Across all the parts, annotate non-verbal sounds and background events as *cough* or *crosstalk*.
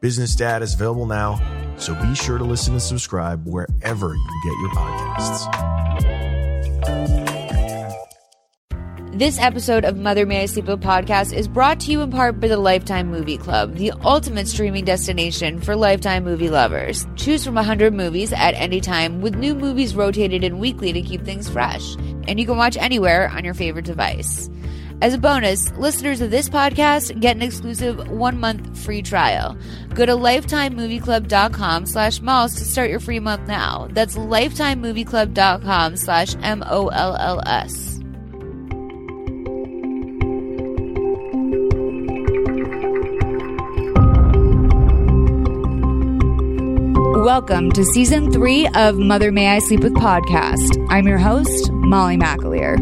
Business Dad is available now, so be sure to listen and subscribe wherever you get your podcasts. This episode of Mother May I Sleep With podcast is brought to you in part by the Lifetime Movie Club, the ultimate streaming destination for Lifetime movie lovers. Choose from 100 movies at any time with new movies rotated in weekly to keep things fresh. And you can watch anywhere on your favorite device. As a bonus, listeners of this podcast get an exclusive one-month free trial. Go to lifetimemovieclub.com slash malls to start your free month now. That's lifetimemovieclub.com slash M-O-L-L-S. Welcome to season three of Mother May I Sleep With podcast. I'm your host, Molly McAleer.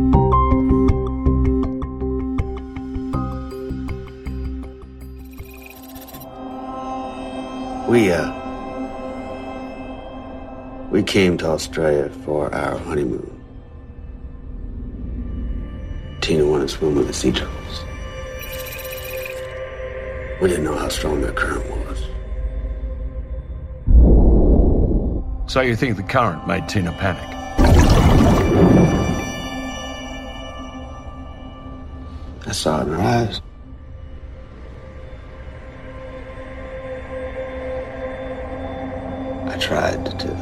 We uh we came to Australia for our honeymoon. Tina wanted to swim with the sea turtles. We didn't know how strong their current was. So you think the current made Tina panic? I saw it in her eyes. I tried to do.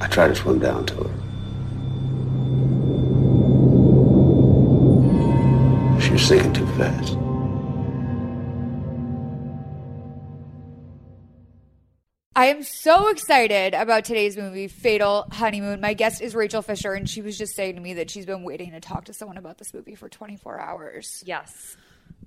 I tried to swim down to her. She was sinking too fast. I am so excited about today's movie, Fatal Honeymoon. My guest is Rachel Fisher, and she was just saying to me that she's been waiting to talk to someone about this movie for 24 hours. Yes.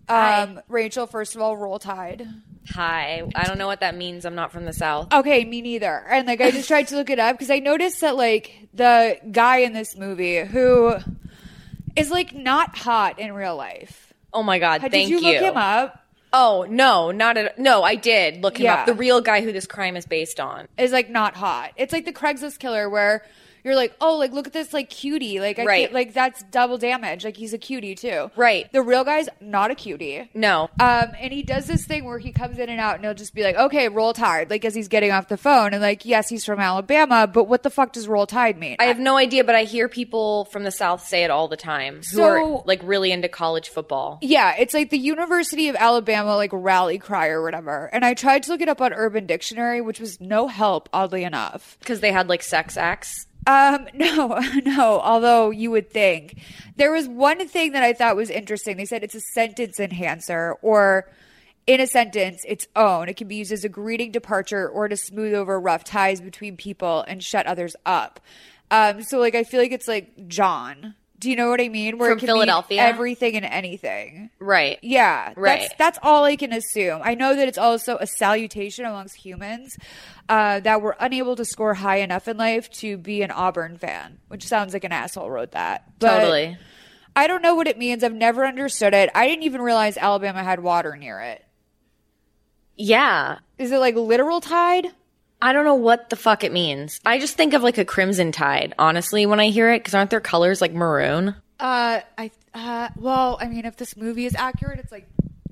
Um, Rachel, first of all, roll tide. Hi. I don't know what that means. I'm not from the South. Okay, me neither. And like, I just tried to look it up because I noticed that like the guy in this movie who is like not hot in real life. Oh my God. Did thank you look him up? Oh, no, not at No, I did look him Yeah. up. The real guy who this crime is based on. is like not hot. It's like the Craigslist killer where you're like, oh, like look at this like cutie, like I Right. can't, like that's double damage. Like he's a cutie too. Right. The real guy's not a cutie. No. Um, and he does this thing where he comes in and out, and he'll just be like, "Okay, roll tide," like as he's getting off the phone, and like, yes, he's from Alabama, but what the fuck does roll tide mean? I have no idea, but I hear people from the South say it all the time who So- are like really into college football. Yeah, it's like the University of Alabama like rally cry or whatever. And I tried to look it up on Urban Dictionary, which was no help, oddly enough. Because they had like sex acts. Um, *laughs* no, no, although you would think. There was one thing that I thought was interesting. They said it's a sentence enhancer or in a sentence its own. It can be used as a greeting departure or to smooth over rough ties between people and shut others up. Um, so like I feel like it's like John. Do you know what I mean? Where From it can mean Philadelphia? everything and anything. Right. Yeah, Right. That's, that's all I can assume. I know that it's also a salutation amongst humans uh, that were unable to score high enough in life to be an Auburn fan, which sounds like an asshole wrote that. But Totally. I don't know what it means. I've never understood it. I didn't even realize Alabama had water near it. Yeah. Is it like literal tide? I don't know what the fuck it means. I just think of like a crimson tide, honestly, when I hear it. Because aren't their colors like maroon? Uh, I uh, well, I mean, if this movie is accurate, it's like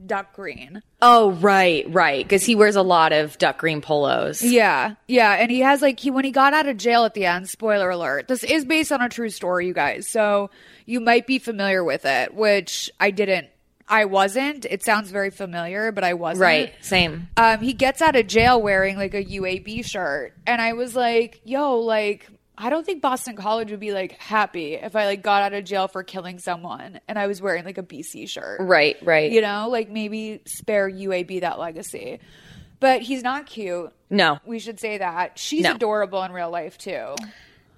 duck green. Oh, right, right. Because he wears a lot of duck green polos. Yeah, yeah, and he has like he when he got out of jail at the end. Spoiler alert: this is based on a true story, you guys, so you might be familiar with it, which I didn't. I wasn't. It sounds very familiar, but I wasn't. Right, same. Um, he gets out of jail wearing like a UAB shirt, and I was like, "Yo, like." I don't think Boston College would be like happy if I like got out of jail for killing someone and I was wearing like a BC shirt. Right, right. You know, like maybe spare UAB that legacy. But he's not cute. No, We should say that. She's No. adorable in real life too.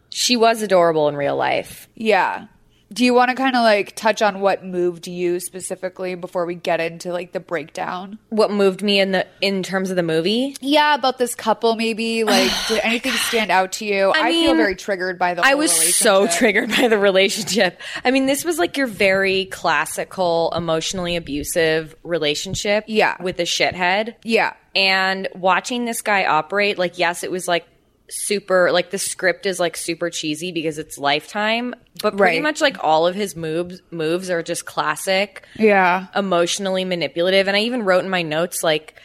she was adorable in real life. Yeah. Do you want to kind of like touch on what moved you specifically before we get into like the breakdown? What moved me in the in terms of the movie? Yeah, about this couple *sighs* maybe. Like, did Oh anything stand out to you? I, feel mean, very triggered by the. I whole was so relationship. triggered by the relationship. I mean, this was like your very classical emotionally abusive relationship Yeah. with a shithead. Yeah, and watching this guy operate like yes it was like super like the script is like super cheesy because it's lifetime but pretty Right. much like all of his moves moves are just classic yeah, emotionally manipulative and i even wrote in my notes like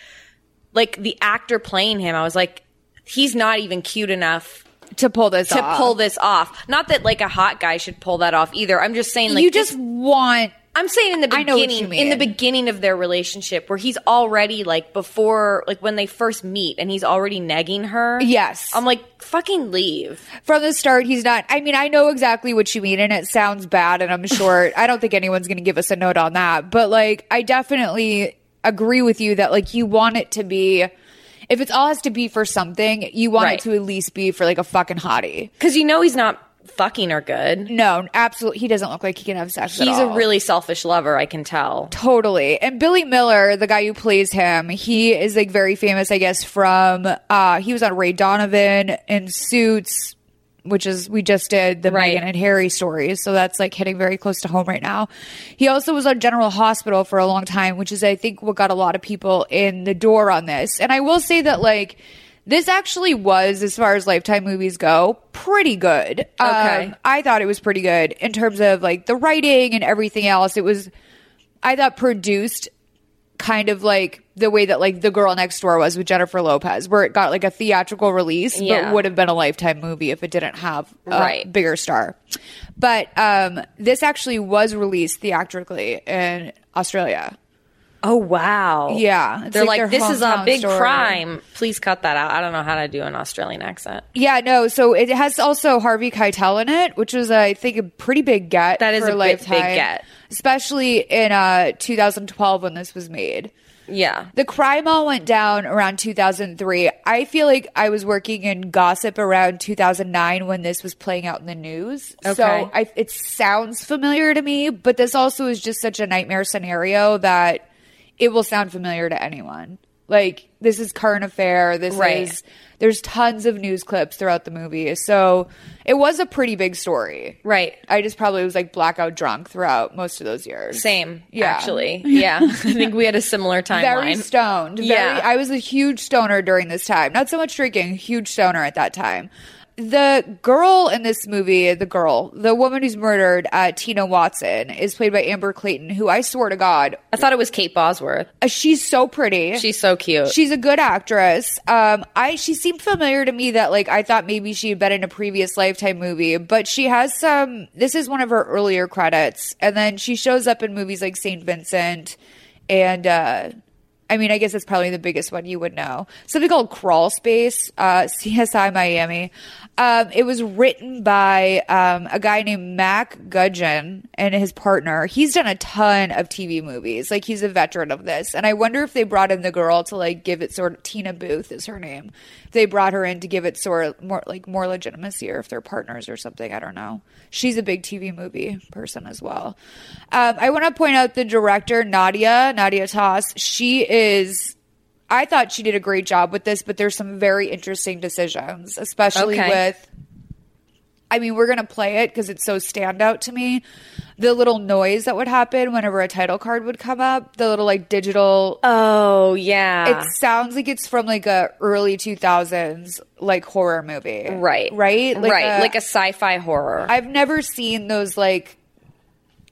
like the actor playing him i was like he's not even cute enough to pull this to off. pull this off not that like a hot guy should pull that off either i'm just saying like you this- just want I'm saying in the I know what beginning, you mean. in the beginning of their relationship, where he's already like before, like when they first meet, and he's already negging her. Yes. I'm like fucking leave. from the start. He's not. I mean, I know exactly what you mean, and it sounds bad. And I'm sure I don't think anyone's going to give us a note on that. But like, I definitely agree with you that like you want it to be. If it's all has to be for something, you want Right. it to at least be for like a fucking hottie. Because you know he's not fucking her good. No, absolutely. He doesn't look like he can have sex. at He's a all. really selfish lover. I can tell. Totally. And Billy Miller, the guy who plays him, he is like very famous, I guess, from uh he was on Ray Donovan and Suits, which is we just did the Right. Megan and Harry stories. So that's like hitting very close to home right now. He also was on General Hospital for a long time, which is I think what got a lot of people in the door on this. And I will say that like this actually was, as far as Lifetime movies go, pretty good. Um, Okay. I thought it was pretty good in terms of like the writing and everything else. It was I thought produced kind of like the way that like the girl next door was with Jennifer Lopez, where it got like a theatrical release, Yeah. but would have been a lifetime movie if it didn't have a Right. bigger star. But um this actually was released theatrically in Australia. Oh wow. Yeah, it's They're like like, their this is a hometown big story." crime. Please cut that out. I don't know how to do an Australian accent. Yeah, no, so it has also Harvey Keitel in it, which was I think a pretty big get. That is for a big- big lifetime, get. Especially in uh 2012 when this was made. Yeah. The crime all went down around 2003. I feel like I was working in gossip around 2009 when this was playing out in the news. So Okay. I, it sounds familiar to me, but this also is just such a nightmare scenario that it will sound familiar to anyone. Like this is current affair. This Right. is there's tons of news clips throughout the movie. So it was a pretty big story. Right. I just probably was like blackout drunk throughout most of those years. Same. Yeah. *laughs* Actually. Yeah. *laughs* I think we had a similar very timeline. stoned. Very, Yeah. I was a huge stoner during this time. Not so much drinking, huge stoner at that time. The girl in this movie, the girl, the woman who's murdered, uh, Tina Watson, is played by Amber Clayton, who I swear to God, I thought it was Kate Bosworth. uh, she's so pretty. She's so cute. She's a good actress. Um, I she seemed familiar to me that like I thought maybe she had been in a previous Lifetime movie, but she has some. This is one of her earlier credits, and then she shows up in movies like Saint Vincent, and uh, I mean, I guess that's probably the biggest one you would know. Something called Crawl Space, uh, CSI Miami. Um, it was written by um, a guy named Mac Gudgeon and his partner. He's done a ton of TV movies. Like he's a veteran of this, and I wonder if they brought in the girl to like give it sort of Tina Booth is her name. If they brought her in to give it sort of more like more legitimacy, or if they're partners or something. I don't know. She's a big TV movie person as well. Um, I want to point out the director Nadia Nadia Toss. She is. I thought she did a great job with this, but there's some very interesting decisions, especially Okay. with I mean, we're going to play it because it's so standout to me. The little noise that would happen whenever a title card would come up, the little like digital. oh yeah. It sounds like it's from like a early 2000s like horror movie. Right. Right? uh, Like right. A, like a sci-fi horror. I've never seen those like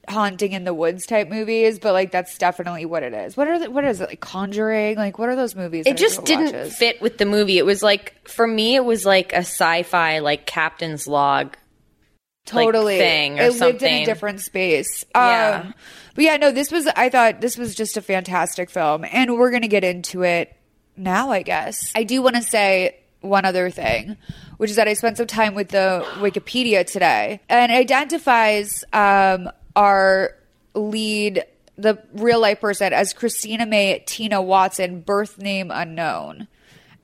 haunting in the woods type movies, but like that's definitely what it is. What are the, what is it? Like Conjuring? Like what are those movies? it just didn't fit with the movie. It was like for me, it was like a sci-fi like captain's log. like, totally thing or it lived in a something. different space um, Yeah. but yeah no this was i thought this was just a fantastic film and we're gonna get into it now i guess i do want to say one other thing which is that i spent some time with the wikipedia today and it identifies um, our lead the real life person as christina may tina watson birth name unknown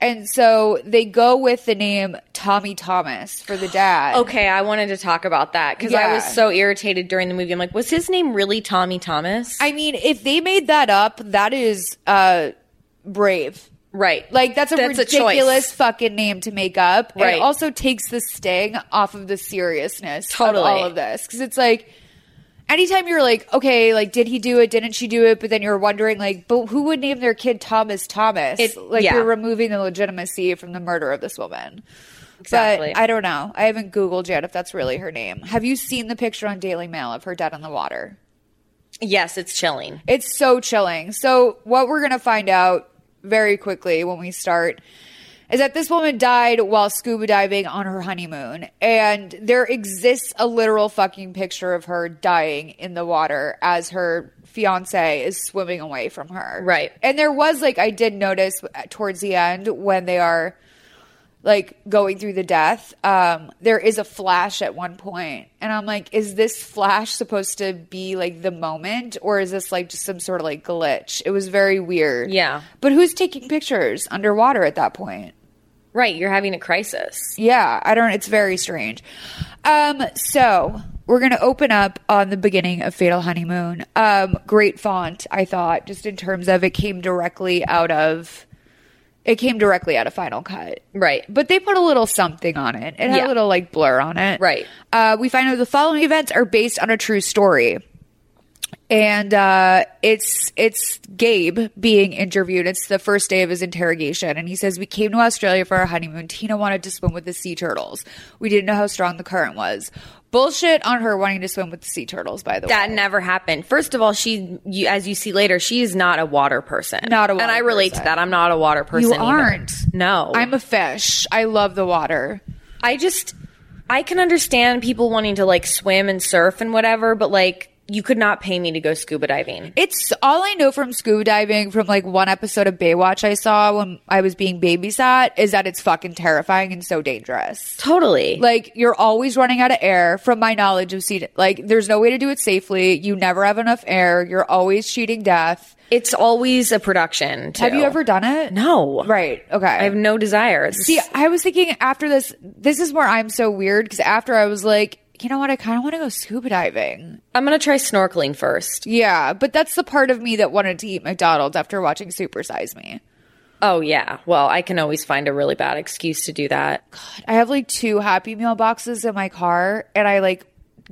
And so they go with the name Tommy Thomas for the dad. Okay, I wanted to talk about that because I was Yeah. so irritated during the movie. I'm like, was his name really Tommy Thomas? I mean, if they made that up, that is uh brave. right. Like that's a That's a choice. ridiculous fucking name to make up. And Right. It also takes the sting off of the seriousness Totally. of all of this because it's like anytime you're like, okay, like did he do it? Didn't she do it? But then you're wondering, like, but who would name their kid Thomas Thomas? It- like yeah. you're removing the legitimacy from the murder of this woman. Exactly. But I don't know. I haven't Googled yet if that's really her name. Have you seen the picture on Daily Mail of her dead on the water? yes, it's chilling. It's so chilling. So, what we're going to find out very quickly when we start is that this woman died while scuba diving on her honeymoon. And there exists a literal fucking picture of her dying in the water as her fiance is swimming away from her. Right. And there was, like, I did notice towards the end when they are like going through the death um there is a flash at one point and i'm like is this flash supposed to be like the moment or is this like just some sort of like glitch it was very weird Yeah. but who's taking pictures underwater at that point Right. You're having a crisis. yeah i don't it's very strange um so we're gonna open up on the beginning of fatal honeymoon um great font i thought just in terms of it came directly out of it came directly out of final cut Right. but they put a little something on it. It had a Yeah. little like blur on it. Right. Uh, we find out the following events are based on a true story, and uh, it's it's Gabe being interviewed. It's the first day of his interrogation, and he says, "We came to Australia for our honeymoon. Tina wanted to swim with the sea turtles. We didn't know how strong the current was." Bullshit on her wanting to swim with the sea turtles. By the way, That never happened. First of all, she, you, as you see later, she is not a water person. Not a water And I relate person. to that. I'm not a water person. you either. aren't. No, I'm a fish. I love the water. I just I can understand people wanting to like swim and surf and whatever, but like you could not pay me to go scuba diving. It's all I know from scuba diving from like one episode of Baywatch I saw when I was being babysat is that it's fucking terrifying and so dangerous. Totally. Like Like you're always running out of air from my knowledge of sea like there's no way to do it safely. You never have enough air. You're always cheating death. it's always a production. Too. Have you ever done it? No. Right. Okay. I have no desire. It's- See, I was thinking after this this is where I'm so weird because after I was like, you know what, I kinda wanna go scuba diving. I'm gonna try snorkeling first. Yeah, but that's the part of me that wanted to eat McDonald's after watching Super Size Me. Oh yeah. Well, I can always find a really bad excuse to do that. I have like two Happy Meal boxes in my car, and I like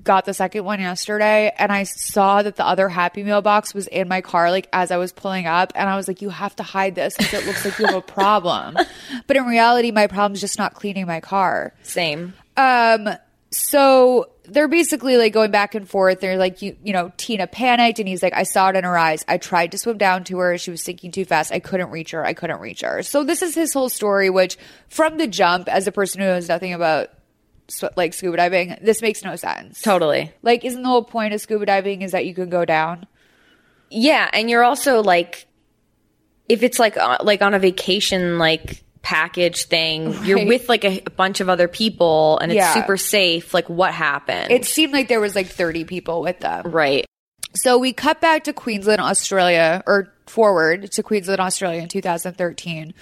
got the second one yesterday, and I saw that the other Happy Meal box was in my car, like as I was pulling up, and I was like, "You have to hide this because it looks like you have a problem." but in reality, my problem's just not cleaning my car. Same. Um, so they're basically like going back and forth. They're like, you, you know, Tina panicked, and he's like, I saw it in her eyes. I tried to swim down to her. She was sinking too fast. I couldn't reach her. I couldn't reach her. So this is his whole story, which from the jump, as a person who knows nothing about sw- like scuba diving, this makes no sense. Totally. Like, isn't the whole point of scuba diving is that you can go down? Yeah, and you're also like, if it's like uh, like on a vacation like package thing, you're Right. with like a, a bunch of other people, and it's Yeah. super safe. Like, what happened? It seemed like there was like 30 people with them. right. So we cut back to Queensland, Australia, or forward to Queensland, Australia in 2013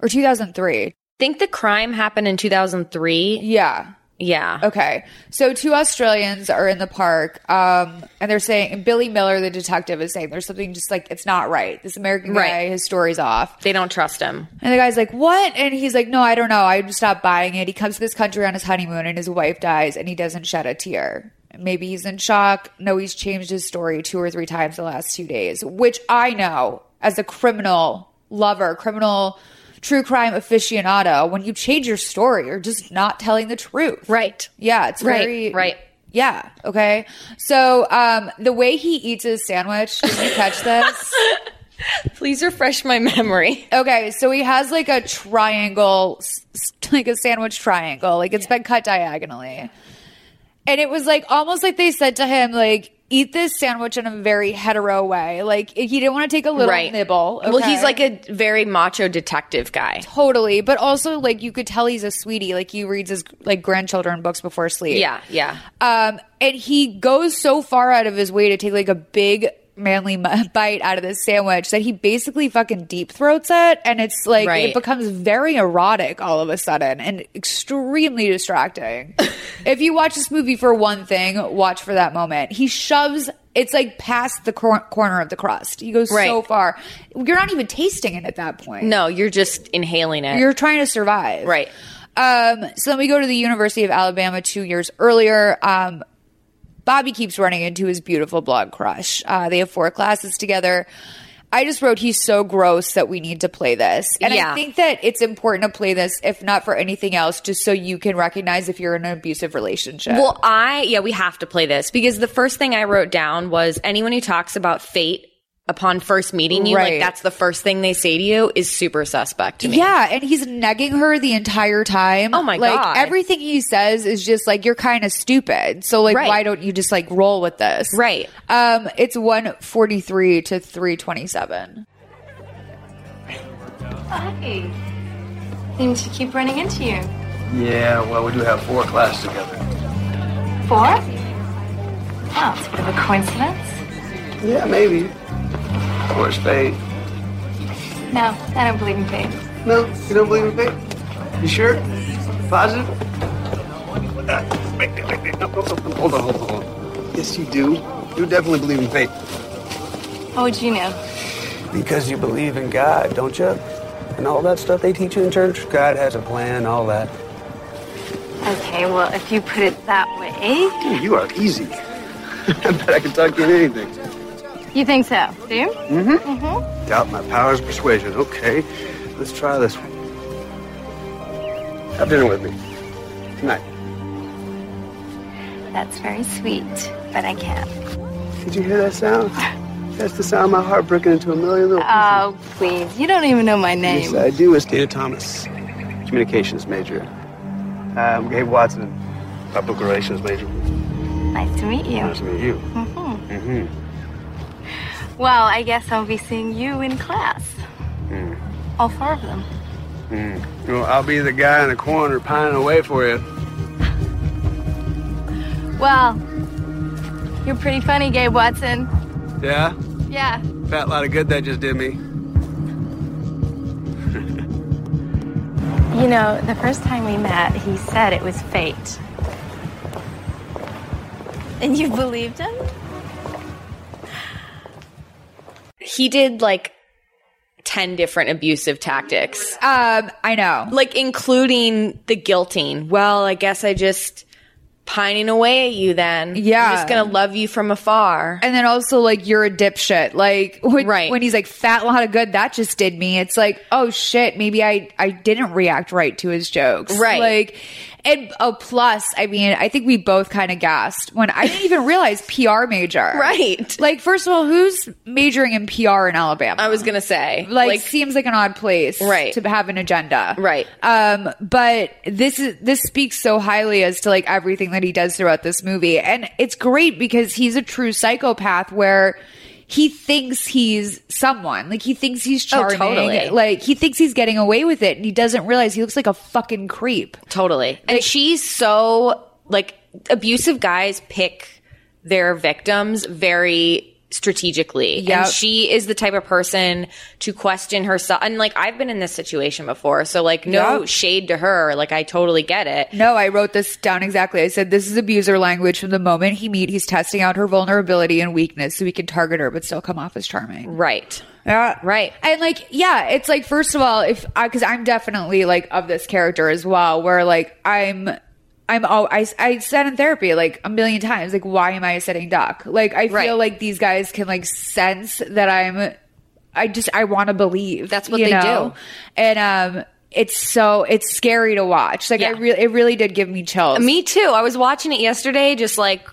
or 2003. Think the crime happened in 2003. Yeah. Yeah. Okay. So two Australians are in the park, um, and they're saying, and Billy Miller, the detective, is saying there's something just like, it's not right. This American guy, Right. his story's off. They don't trust him. And the guy's like, what? And he's like, no, I don't know. I'm just not buying it. He comes to this country on his honeymoon, and his wife dies, and he doesn't shed a tear. Maybe he's in shock. No, he's changed his story two or three times the last two days, which I know as a criminal lover, criminal true crime aficionado, when you change your story, you're just not telling the truth. Right. Yeah, it's Right, very right. Yeah. Okay. So um, the way he eats his sandwich, did you catch *laughs* this? Please refresh my memory. Okay, so he has like a triangle, s- s- like a sandwich triangle, like it's been cut diagonally, and it was like almost like they said to him like. Eat this sandwich in a very hetero way. Like he didn't want to take a little right. nibble. Well, okay? he's like a very macho detective guy. totally, but also like you could tell he's a sweetie. Like he reads his like grandchildren books before sleep. Yeah. Yeah. Um, and he goes so far out of his way to take like a big manly *laughs* mu- bite out of this sandwich that he basically fucking deep throats it, and it's like Right. it becomes very erotic all of a sudden and extremely *laughs* distracting. if you watch this movie for one thing, watch for that moment. He shoves. It's like past the cor- corner of the crust. He goes so Right. far. You're not even tasting it at that point. No, you're just inhaling it. You're trying to survive. right. Um, so then we go to the University of Alabama two years earlier. Um, Bobby keeps running into his beautiful blonde crush. Uh, they have four classes together. I just wrote, he's so gross that we need to play this. And I Yeah. think that it's important to play this, if not for anything else, just so you can recognize if you're in an abusive relationship. Well, I yeah, we have to play this because the first thing I wrote down was anyone who talks about fate upon first meeting you, Right. like that's the first thing they say to you is super suspect to me. yeah, and he's negging her the entire time. Oh my like, God. everything he says is just like you're kind of stupid. So like, Right. why don't you just like roll with this? Right. Um, it's one forty three to three twenty seven. Hi. Seems to keep running into you. Yeah, well, we do have four classes together. Four? Wow, it's a bit of a coincidence. Yeah, maybe. Of course, fate. No, I don't believe in fate. No, you don't believe in fate? You sure? Positive? Uh, wait, wait, wait, no, no, no, Hold on, hold on, hold on. Yes, you do. You definitely believe in fate. How would you know? Because you believe in God, don't you? And all that stuff they teach you in church. God has a plan, all that. Okay, well, if you put it that way. Dude, you are easy. *laughs* I bet I can talk you into anything. You think so, do you? Mm-hmm. Doubt my powers of persuasion. Okay, let's try this one. Have dinner with me. Tonight. That's very sweet, but I can't. Did you hear that sound? That's the sound of my heart breaking into a million little pieces. Oh, please. You don't even know my Yes, name. I do. It's Data Thomas, communications major. Um, Gabe Watson, public relations major. Nice to meet you. Mm-hmm. Nice to meet you. Mm-hmm. Well, I guess I'll be seeing you in class. Mm. All four of them. Well, Mm. I'll be the guy in the corner pining away for you. Well, you're pretty funny, Gabe Watson. Yeah? Yeah. Fat lot of good that just did me. You know, the first time we met, he said it was fate. And you believed him? He did like 10 different abusive tactics, Um, I know. like including the guilting. Well, I guess I just pining away at you then. Yeah. I'm just going to love you from afar. And then also like you're a dipshit. Like *laughs* when, Right. when he's like fat lot of good that just did me. It's like oh shit, maybe I I didn't react right to his jokes. Right. Like and oh plus I mean I think we both kind of gasped when I didn't even realize PR major. *laughs* Right. Like first of all, who's majoring in PR in Alabama? I was going to say like, seems like an odd place Right. to have an agenda Right. um but this is this speaks so highly as to like everything that he does throughout this movie and it's great because he's a true psychopath where he thinks he's someone like he thinks he's Oh, charming totally. like he thinks he's getting away with it and he doesn't realize he looks like a fucking creep Totally. And she's so like abusive guys pick their victims very strategically. Yep. And she is the type of person to question herself. And like I've been in this situation before, so like no Yep. shade to her. Like I totally get it. No, I wrote this down exactly. I said, This is abuser language from the moment he meet. He's testing out her vulnerability and weakness so he can target her, but still come off as charming. Right. Yeah. Right. And like, yeah, it's like, first of all, if I, cause I'm definitely like of this character as well, where like I'm, I'm all, I, I said in therapy like a million times, like, why am I a sitting duck? Like, I Right. feel like these guys can like sense that I'm, I just, I want to believe. That's what you they know? do. And, um, it's so, it's scary to watch. Like, I Yeah. really, it really did give me chills. Me too. I was watching it yesterday just like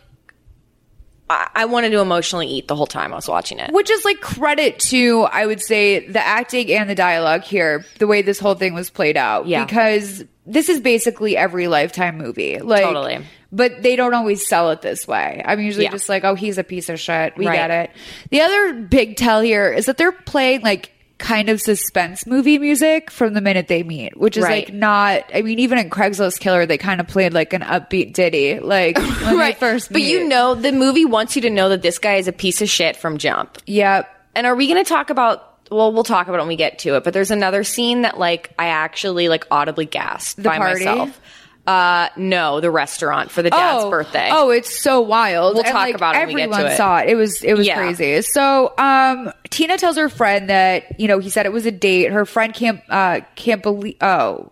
I, I wanted to emotionally eat the whole time I was watching it. which is like credit to i would say the acting and the dialogue here the way this whole thing was played out Yeah. because this is basically every lifetime movie like Totally. but they don't always sell it this way i'm usually Yeah. just like oh he's a piece of shit we Right. get it the other big tell here is that they're playing like kind of suspense movie music from the minute they meet, which is Right. like not. I mean, even in Craigslist Killer, they kind of played like an upbeat ditty, *laughs* like when right. right they first. but you meet. know the movie wants you to know that this guy is a piece of shit from jump yep. and are we going to talk about well we'll talk about it when we get to it but there's another scene that like i actually like audibly gasped by party? myself uh no the restaurant for the dad's oh, birthday Oh, it's so wild. We'll And, talk like, about it when we Everyone get to it. saw it. It was it was Yeah. crazy. So um, Tina tells her friend that you know he said it was a date. Her friend can't uh, can't believe. Oh,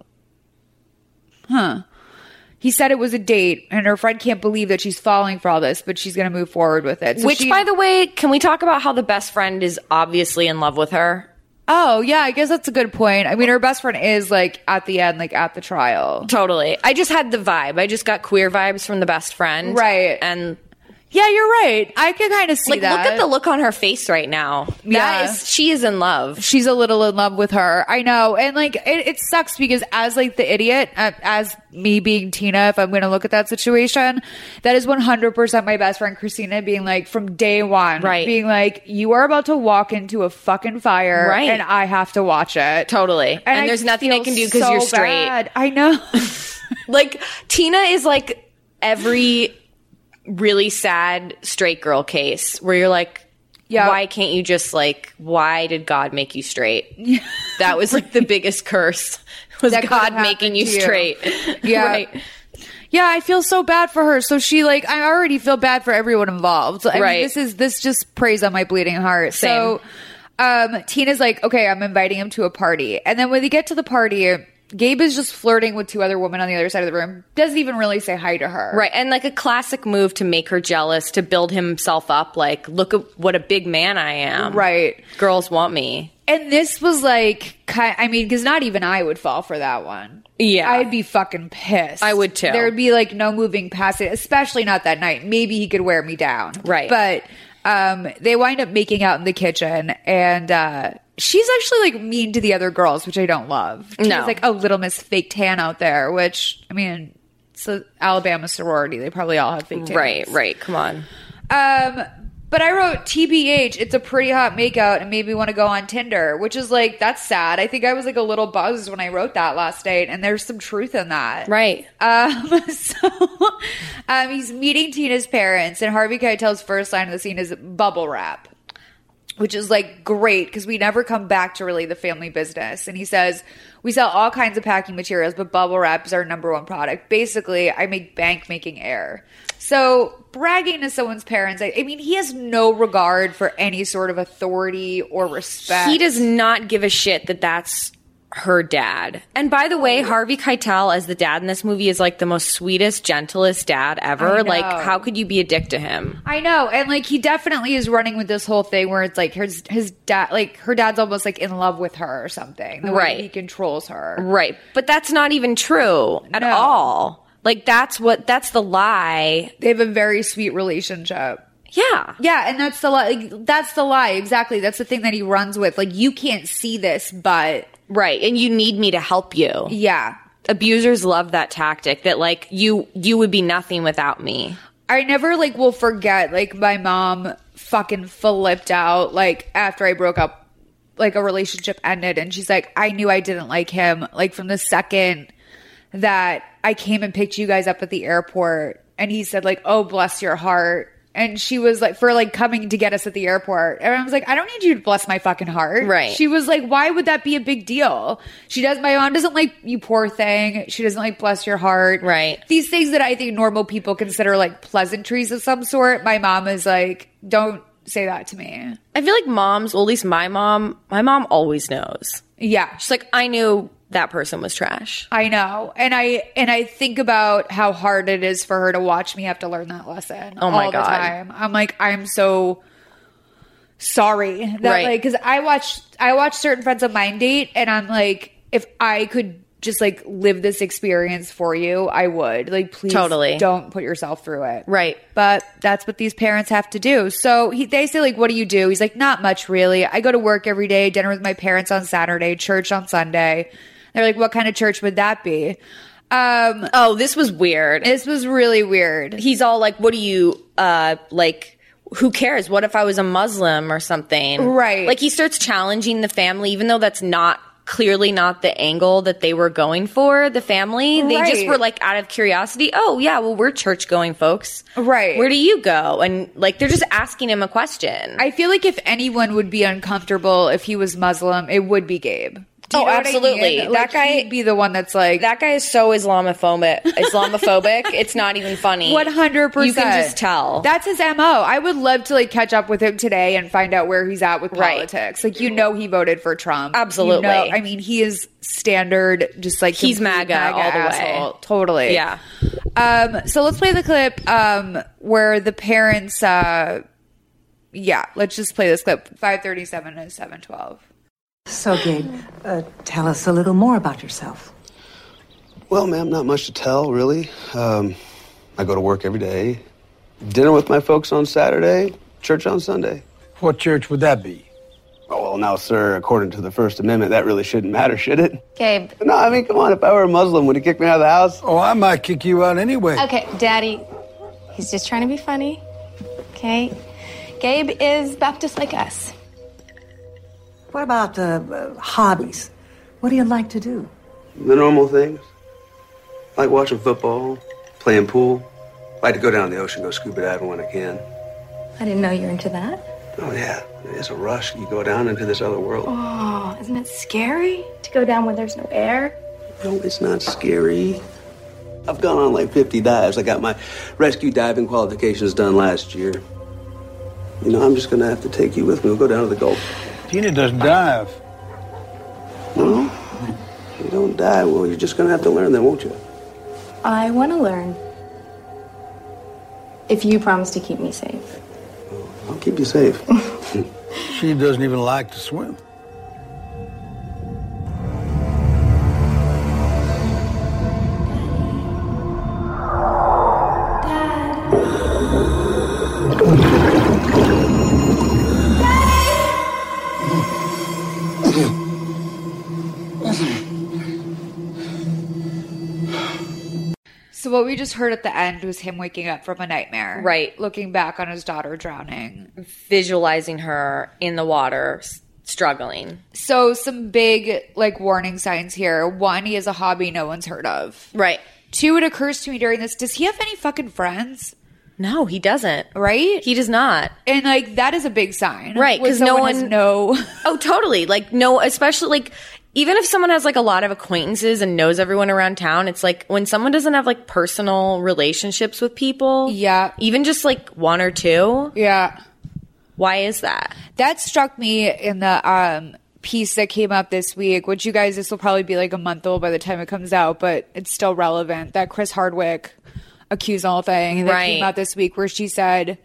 huh. He said it was a date, and her friend can't believe that she's falling for all this, but she's going to move forward with it. So which she- by the way can we talk about how the best friend is obviously in love with her oh yeah, I guess that's a good point. I mean, her best friend is like at the end, like at the trial. Totally. I just had the vibe. I just got queer vibes from the best friend. Right. And Yeah, you're right. I can kind of see like that. look at the look on her face right now. Yeah. That is she is in love. she's a little in love with her. I know, and like it, it sucks because as like the idiot, uh, as me being Tina, if I'm going to look at that situation, that is 100 percent my best friend Christina being like from day one, Right. Being like, you are about to walk into a fucking fire, Right. and I have to watch it Totally. And, I there's nothing I feel can do because so you're straight. bad. I *laughs* know. Like Tina is like every really sad straight girl case where you're like Yeah. Why can't you just like? Why did God make you straight? That was like the biggest curse *laughs* was That could've God happened making you to you. *laughs* straight. Yeah. right. Yeah, I feel so bad for her. So she like I already feel bad for everyone involved. I Right. mean, this is this just preys on my bleeding heart. So um Tina's like, "Okay, I'm inviting him to a party." And then when they get to the party, Gabe is just flirting with two other women on the other side of the room. Doesn't even really say hi to her. Right. And like a classic move to make her jealous, to build himself up. Like, look at what a big man I am. Right. Girls want me. And this was like ki- I mean, cuz not even I would fall for that one. Yeah. I'd be fucking pissed. I would too. There would be like no moving past it, especially not that night. Maybe he could wear me down. Right. But um, they wind up making out in the kitchen and uh, she's actually like mean to the other girls, which I don't love. She's No. like a little Miss Fake Tan out there, which I mean, it's an Alabama sorority. They probably all have fake tan. Right, right. Come on. Um, but I wrote TBH, it's a pretty hot makeout and made me want to go on Tinder, which is like, that's sad. I think I was like a little buzzed when I wrote that last night, and there's some truth in that. Right. Um, so um, he's meeting Tina's parents, and Harvey Keitel's first line of the scene is bubble wrap, which is like great because we never come back to really the family business. And he says, We sell all kinds of packing materials, but bubble wrap is our number one product. Basically, I make bank making air. So bragging to someone's parents, I, I mean, he has no regard for any sort of authority or respect. He does not give a shit that that's her dad. And by the way, Harvey Keitel as the dad in this movie is like the most sweetest, gentlest dad I ever. know. Like, how could you be a dick to him? I know, and like he definitely is running with this whole thing where it's like his his dad, like her dad's almost like in love with her or something. The way Right. he controls her. Right. But that's not even true at No. all. Like, that's what, that's the lie. They have a very sweet relationship. Yeah. Yeah, and that's the lie. Like, that's the lie. Exactly. That's the thing that he runs with. Like you can't see this, but Right. And you need me to help you. yeah. abusers love that tactic that like you you would be nothing without me I never like will forget like my mom fucking flipped out like after I broke up like a relationship ended and she's like I knew I didn't like him like from the second that I came and picked you guys up at the airport and he said like oh bless your heart and she was like for like coming to get us at the airport and I was like I don't need you to bless my fucking heart Right. she was like why would that be a big deal she does my mom doesn't like you poor thing she doesn't like bless your heart Right. these things that I think normal people consider like pleasantries of some sort. My mom is like, don't say that to me. i feel like moms well at least my mom my mom always knows Yeah. she's like i knew that person was trash I know. And I and I think about how hard it is for her to watch me have to learn that lesson Oh my all God. the time. I'm like, I'm so sorry that Right. like cuz I watched I watched certain friends of mine date and I'm like if I could just like live this experience for you, I would. Like please Totally. don't put yourself through it. Right. But that's what these parents have to do. So he, they say, like, what do you do? He's like, not much really. I go to work every day, dinner with my parents on Saturday, church on Sunday. They're like, what kind of church would that be? Um, oh this was weird this was really weird. he's all like what do you uh like who cares? What if I was a Muslim or something? Right. Like he starts challenging the family, even though that's not clearly not the angle that they were going for, the family. They just Right. were like out of curiosity, oh, yeah, well, we're church going folks. Right. Where do you go? And like they're just asking him a question. I feel like if anyone would be uncomfortable if he was Muslim, it would be Gabe. Do Oh, know what absolutely. Like, That guy- he'd be the one that's like that guy is so Islamophobic. Islamophobic. it's not even funny. One hundred percent. You can just tell. That's his mo. I would love to like catch up with him today and find out where he's at with Right. politics. Like you know, he voted for Trump. You Absolutely. know- I mean, he is standard. Just like He's complete MAGA all the way. Totally. yeah. Um. So let's play the clip. Um. Where the parents. Uh. Yeah. Let's just play this clip. Five thirty-seven and seven twelve. So, Gabe, uh, tell us a little more about yourself. Well, ma'am, not much to tell, really. Um, I go to work every day. Dinner with my folks on Saturday, church on Sunday. What church would that be? Oh, well, now, sir, according to the First Amendment, that really shouldn't matter, should it? Gabe. No, I mean, come on, if I were a Muslim, would he kick me out of the house? Oh, I might kick you out anyway. Okay, Daddy, he's just trying to be funny. Okay? Gabe is Baptist like us. What about uh, uh, hobbies? What do you like to do? The normal things. Like watching football, playing pool. Like to go down to the ocean, go scuba diving when I can. I didn't know you were into that. Oh, yeah, it's a rush. You go down into this other world. Oh, isn't it scary to go down where there's no air? No, it's not scary. I've gone on like 50 dives. I got my rescue diving qualifications done last year. You know, I'm just gonna have to take you with me. We'll go down to the Gulf. Tina doesn't dive. No, you don't die. Well, you're just gonna have to learn then, won't you? I want to learn. If you promise to keep me safe. I'll keep you safe. *laughs* She doesn't even like to swim. So what we just heard at the end was him waking up from a nightmare, Right. Looking back on his daughter drowning. Visualizing her in the water, s- struggling. So some big like warning signs here. One, he has a hobby no one's heard of. Right. Two, it occurs to me during this, does he have any fucking friends? No, he doesn't. Right? He does not. and like that is a big sign, Right, When 'cause no someone has one- no. *laughs* Oh, totally. Like, no, especially like, even if someone has like a lot of acquaintances and knows everyone around town, it's like when someone doesn't have like personal relationships with people. Yeah. Even just like one or two. yeah, Why is that? that struck me in the um piece that came up this week. Which you guys, this will probably be like a month old by the time it comes out, but it's still relevant. That Chris Hardwick accusal thing that came Right. out this week, where she said.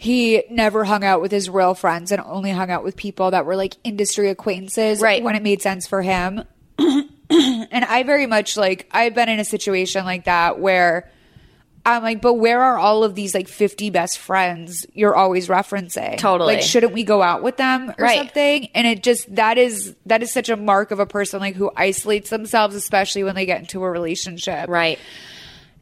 He never hung out with his real friends and only hung out with people that were like industry acquaintances Right. when it made sense for him. *clears throat* and I very much like I've been in a situation like that where I'm like, but where are all of these like 50 best friends you're always referencing? Totally. Like, shouldn't we go out with them or Right. something? And it just that is that is such a mark of a person like who isolates themselves, especially when they get into a relationship. Right.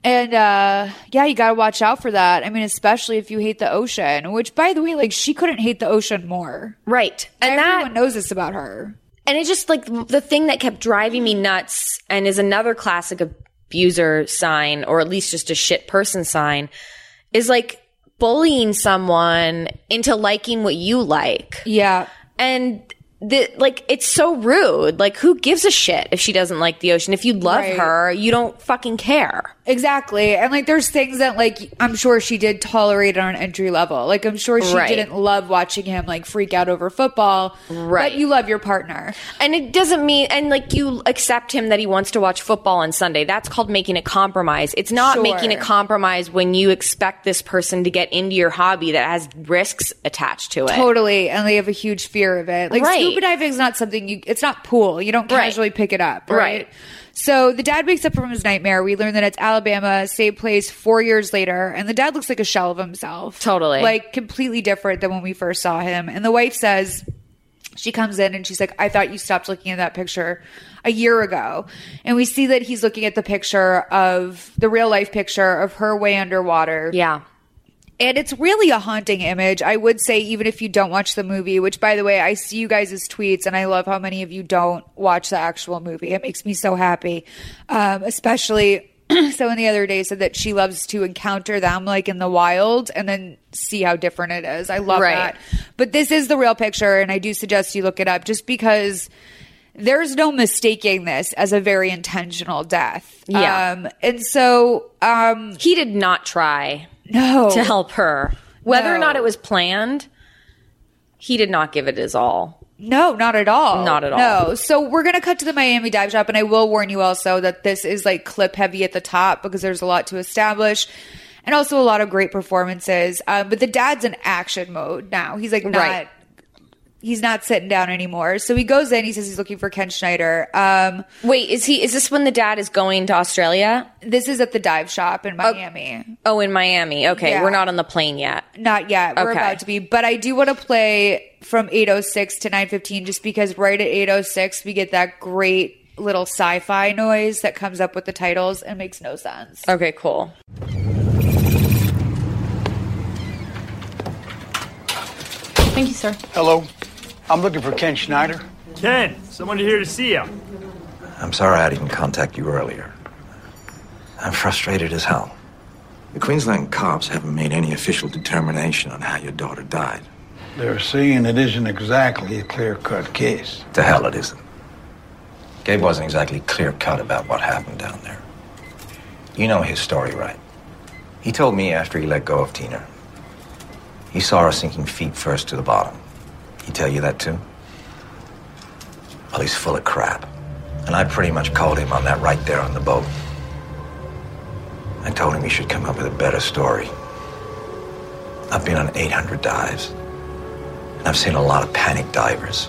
And uh yeah, you gotta watch out for that. I mean, especially if you hate the ocean, which by the way, like she couldn't hate the ocean more. Right. And Everyone that, knows this about her. and it's just like the thing that kept driving me nuts and is another classic abuser sign, or at least just a shit person sign, is like bullying someone into liking what you like. Yeah. and the like it's so rude like who gives a shit if she doesn't like the ocean if you love Right. her you don't fucking care Exactly. And like there's things that like I'm sure she did tolerate on an entry level. Like I'm sure she Right. didn't love watching him like freak out over football. Right. But you love your partner. and it doesn't mean and like you accept him that he wants to watch football on sunday that's called making a compromise it's not Sure. making a compromise when you expect this person to get into your hobby that has risks attached to it Totally. And they have a huge fear of it. Like Right. scuba diving is not something you it's not pool. You don't Right. casually pick it up. Right? Right. So the dad wakes up from his nightmare. We learn that it's Alabama, same place four years later, and the dad looks like a shell of himself. Totally. Like completely different than when we first saw him. And the wife says she comes in and she's like, I thought you stopped looking at that picture a year ago. And we see that he's looking at the picture of the real life picture of her way underwater yeah And it's really a haunting image. I would say, even if you don't watch the movie, which by the way, I see you guys' tweets and I love how many of you don't watch the actual movie. It makes me so happy. Um, especially *clears throat* someone the other day said that she loves to encounter them like in the wild and then see how different it is. I love Right. that. But this is the real picture. And I do suggest you look it up just because there's no mistaking this as a very intentional death. Yeah. Um, and so um, he did not try no to help her. Whether or No. not it was planned, he did not give it his all. No, not at all. Not at all. No. So we're going to cut to the Miami dive shop. And I will warn you also that this is like clip heavy at the top because there's a lot to establish and also a lot of great performances. Um, but the dad's in action mode now. He's like not. Right. He's not sitting down anymore. So he goes in. He says he's looking for Ken Schneider. Um, Wait, is he? Is this when the dad is going to Australia? This is at the dive shop in Miami. Oh, in Miami. Okay, Yeah. we're not on the plane yet. Not yet. We're Okay. about to be. But I do want to play from 806 to 915 just because right at 806 we get that great little sci-fi noise that comes up with the titles and makes no sense. Okay, cool. Thank you, sir. Hello. I'm looking for Ken Schneider. Ken, someone here to see you. I'm sorry I didn't contact you earlier. I'm frustrated as hell. The Queensland cops haven't made any official determination on how your daughter died. They're saying it isn't exactly a clear cut case. To hell it isn't. Gabe wasn't exactly clear cut about what happened down there. You know his story, right? He told me after he let go of Tina. He saw her sinking feet first to the bottom. He tell you that too? Well, he's full of crap. And I pretty much called him on that right there on the boat. I told him he should come up with a better story. I've been on 800 dives, and I've seen a lot of panic divers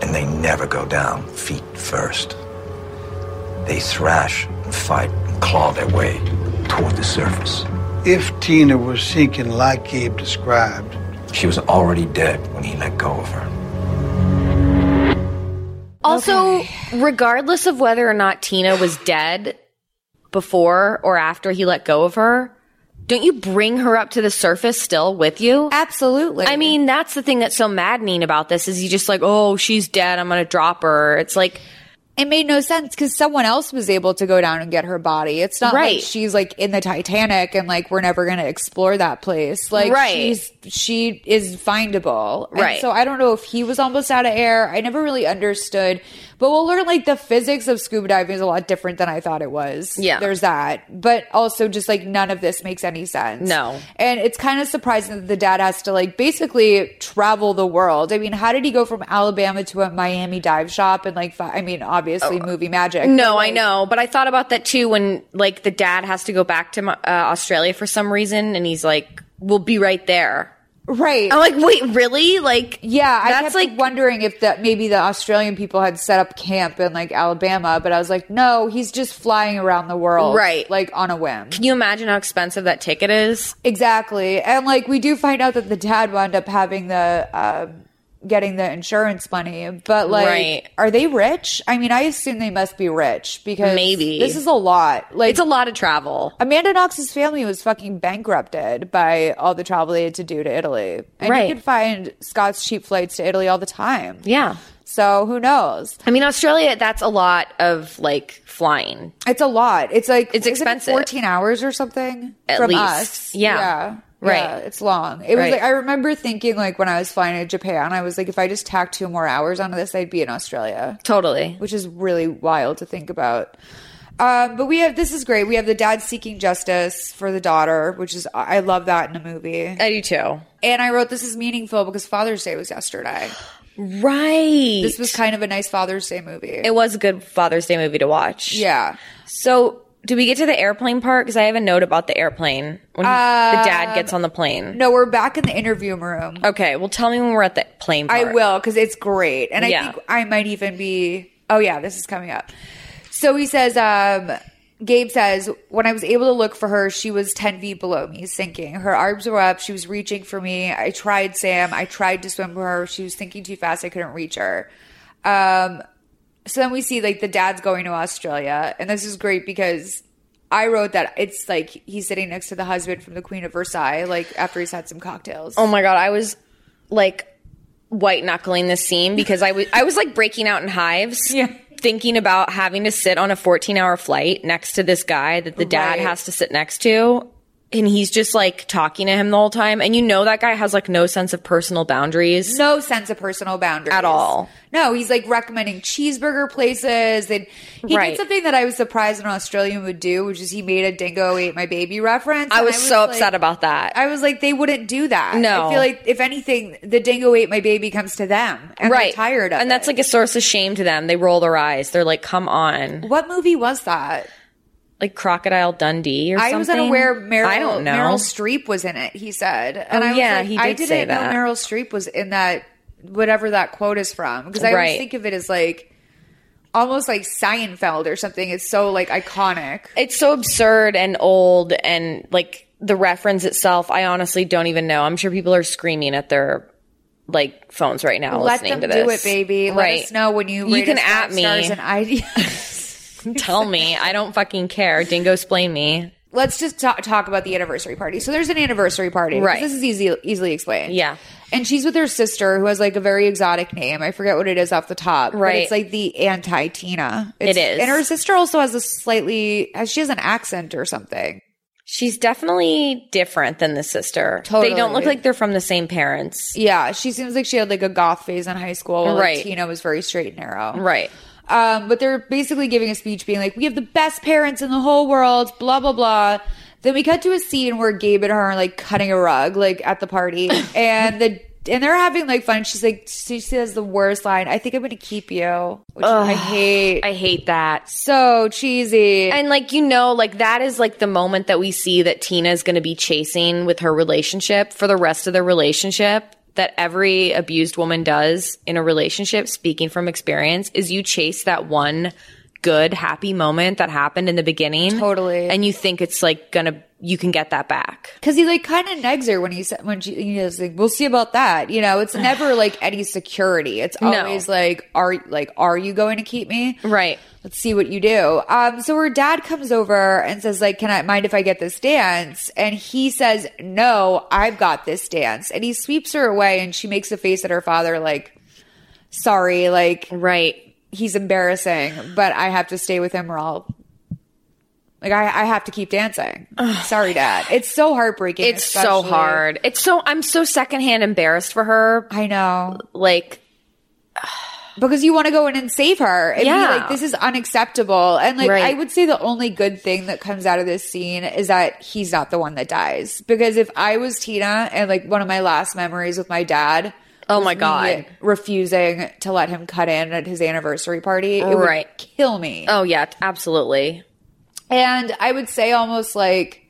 and they never go down feet first. They thrash and fight and claw their way toward the surface. If Tina was sinking like Gabe described, She was already dead when he let go of her. Also, regardless of whether or not Tina was dead before or after he let go of her, don't you bring her up to the surface still with you? Absolutely. I mean, that's the thing that's so maddening about this is you just like, oh, she's dead. I'm going to drop her. It's like, It made no sense because someone else was able to go down and get her body. It's not Right. like she's like in the Titanic and like we're never going to explore that place. Like Right. she's she is findable. And Right. so I don't know if he was almost out of air. I never really understood, but we'll learn like the physics of scuba diving is a lot different than I thought it was. Yeah. there's that, but also just like none of this makes any sense. No. And it's kind of surprising that the dad has to like basically travel the world. I mean, how did he go from Alabama to a Miami dive shop and like, fi- I mean, obviously movie magic. Oh. no, I know. But I thought about that too when like the dad has to go back to uh, Australia for some reason and he's like, we'll be right there. Right. I'm like, wait, really? Like, Yeah, I that's kept like, wondering if that maybe the Australian people had set up camp in like Alabama, but I was like, no, he's just flying around the world, Right. Like on a whim. can you imagine how expensive that ticket is? Exactly. And like we do find out that the dad wound up having the um getting the insurance money, but like Right. are they rich? I mean, I assume they must be rich because Maybe. this is a lot. Like It's a lot of travel. Amanda Knox's family was fucking bankrupted by all the travel they had to do to Italy. And Right. you could find Scott's cheap flights to Italy all the time. Yeah. So who knows? I mean, Australia, that's a lot of like flying. It's a lot. It's like It's isn't it expensive. 14 hours or something At from least. us. Yeah. Right. Yeah, it's long. It was Right. like I remember thinking like when I was flying to Japan, I was like if I just tacked two more hours onto this, I'd be in Australia. Totally. Which is really wild to think about. Um, but we have this is great. We have the dad seeking justice for the daughter, which is I love that in a movie. I do too. And I wrote this is meaningful because Father's Day was yesterday. Right. This was kind of a nice Father's Day movie. It was a good Father's Day movie to watch. yeah. So, do we get to the airplane part? Because I have a note about the airplane when he- the dad gets on the plane. Um, No, we're back in the interview room. Okay. Well, tell me when we're at the plane part. I will because it's great, and Yeah. I think I might even be. Oh yeah, this is coming up. So he says, um, Gabe says, when I was able to look for her, she was ten feet below me, sinking. Her arms were up. She was reaching for me. I tried, Sam. I tried to swim for her. She was thinking too fast. I couldn't reach her. Um, so then we see like the dad's going to Australia, and this is great because I wrote that it's like he's sitting next to the husband from the Queen of Versailles, like after he's had some cocktails. Oh my god, I was like white knuckling this scene because I was I was like breaking out *laughs* in hives. Yeah. Thinking about having to sit on a 14 hour flight next to this guy that the dad Right. has to sit next to. And he's just like talking to him the whole time. And you know, that guy has like no sense of personal boundaries. No sense of personal boundaries at all. No, he's like recommending cheeseburger places, and he Right. did something that I was surprised an Australian would do, which is he made a "dingo ate my baby" reference. I and was, so like- upset about that. I was like, they wouldn't do that. No. I feel like if anything, the dingo ate my baby comes to them, and they're right. tired of and that's like a source of shame to them. They roll their eyes. They're like, come on. What movie was that? Like Crocodile Dundee or I something? was unaware Meryl, I don't know. Meryl Streep was in it, he said. And Oh, I was yeah, like, he I did didn't say know that. Meryl Streep was in that, whatever that quote is from. Because I Right. always think of it as like almost like Seinfeld or something. It's so like iconic. It's so absurd and old and like the reference itself, I honestly don't even know. I'm sure people are screaming at their like phones right now Let listening them to this. do it, baby. Let Right. us know when you rate You can us five at me. stars and I- *laughs* *laughs* Tell me. I don't fucking care. Dingo explain me. Let's just ta- talk about the anniversary party. So there's an anniversary party. Right. This is easy, easily explained. Yeah. And she's with her sister who has like a very exotic name. I forget what it is off the top. But Right. it's like the anti Tina. It is. And her sister also has a slightly, has- she has an accent or something. She's definitely different than the sister. They don't Totally. look like they're from the same parents. Yeah. She seems like she had like a goth phase in high school. While, Right. Like Tina was very straight and narrow. Right. Um, but they're basically giving a speech being like, we have the best parents in the whole world, blah, blah, blah. Then we cut to a scene where Gabe and her are like cutting a rug, like at the *laughs* party. and the, and they're having like fun. She's like, she says the worst line, I think I'm going to keep you, which I Ugh, hate. I hate that. So cheesy. And like you know, like that is like the moment that we see that Tina is going to be chasing with her relationship for the rest of the relationship. That every abused woman does in a relationship, speaking from experience, is you chase that one good happy moment that happened in the beginning. Totally. And you think it's like gonna you can get that back. Because he like kind of negs her when he said when she he was like we'll see about that you *sighs* know it's never like any security it's No. always like are like are you going to keep me right let's see what you do um so her dad comes over and says like can I mind if I get this dance and he says no I've got this dance and he sweeps her away and she makes a face at her father like sorry like right he's embarrassing but I have to stay with him or I'll like I, I have to keep dancing. Sorry, Dad. It's so heartbreaking. It's so especially- hard. It's so I'm so secondhand embarrassed for her. I know. Like *sighs* because you want to go in and save her and Yeah. be like this is unacceptable and like Right. i would say the only good thing that comes out of this scene is that he's not the one that dies because if i was tina and like one of my last memories with my dad Oh was my me God. refusing to let him cut in at his anniversary party it Right. would kill me Oh yeah, absolutely. and i would say almost like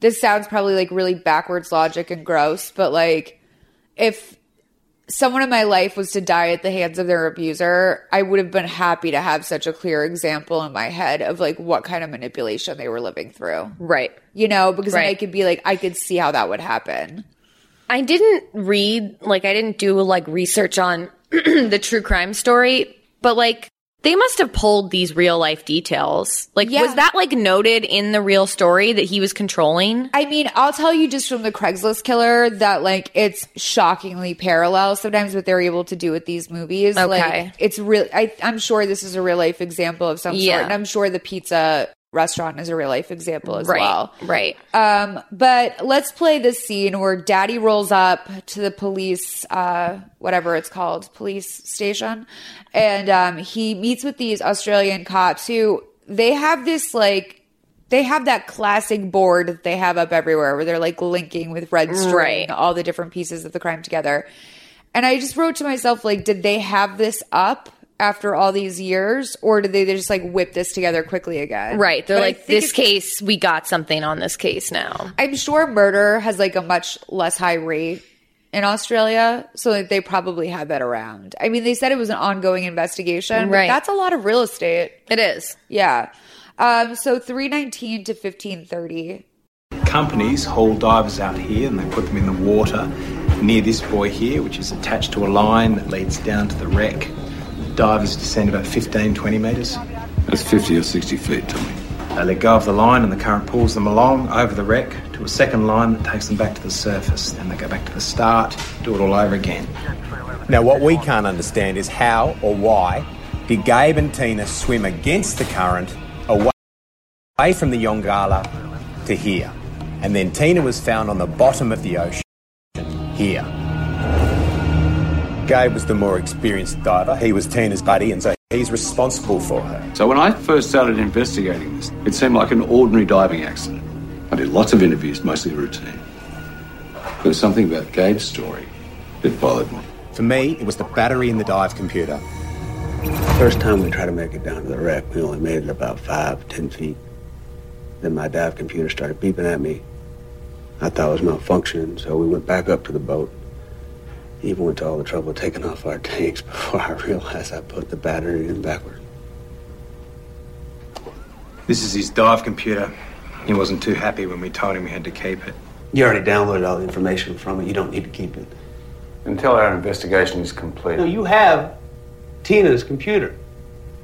this sounds probably like really backwards logic and gross but like if someone in my life was to die at the hands of their abuser, I would have been happy to have such a clear example in my head of like what kind of manipulation they were living through. Right. You know, because then I Right. could be like, I could see how that would happen. I didn't read like I didn't do like research on *clears throat* the true crime story, but like they must have pulled these real life details. Like Yeah. was that like noted in the real story that he was controlling? I mean, I'll tell you just from the Craigslist killer that like it's shockingly parallel sometimes what they're able to do with these movies. Okay. Like it's real I I'm sure this is a real life example of some Yeah. sort. And I'm sure the pizza restaurant is a real life example as right. well. Right. Um, but let's play this scene where Daddy rolls up to the police, uh, whatever it's called, police station, and um, he meets with these Australian cops who they have this like they have that classic board that they have up everywhere where they're like linking with red string Right. all the different pieces of the crime together. And I just wrote to myself like, did they have this up? After all these years, or did they just like whip this together quickly again? Right. They're But I like think this it's- case we got something on this case now. I'm sure murder has like a much less high rate in Australia, so that they probably had that around. I mean, they said it was an ongoing investigation, Right. right? That's a lot of real estate. It is, yeah. Um, so three nineteen to fifteen thirty. companies haul divers out here and they put them in the water near this buoy here, which is attached to a line that leads down to the wreck. Divers descend about 15, 20 metres. That's 50 or 60 feet, Tommy. They let go of the line and the current pulls them along over the wreck to a second line that takes them back to the surface. Then they go back to the start, do it all over again. Now, what we can't understand is how or why did Gabe and Tina swim against the current away away from the Yongala to here? And then Tina was found on the bottom of the ocean here. Gabe was the more experienced diver. He was Tina's buddy, and so he's responsible for her. So when I first started investigating this, it seemed like an ordinary diving accident. I did lots of interviews, mostly routine. But there's something about Gabe's story that bothered me. For me, it was the battery in the dive computer. First time we tried to make it down to the wreck, we only made it about five, ten feet. Then my dive computer started beeping at me. I thought it was malfunctioning, so we went back up to the boat. Even went to all the trouble of taking off our *laughs* tanks before I realized I put the battery in backward. This is his dive computer. He wasn't too happy when we told him we had to keep it. You already downloaded all the information from it. You don't need to keep it. Until our investigation is complete. No, you have Tina's computer.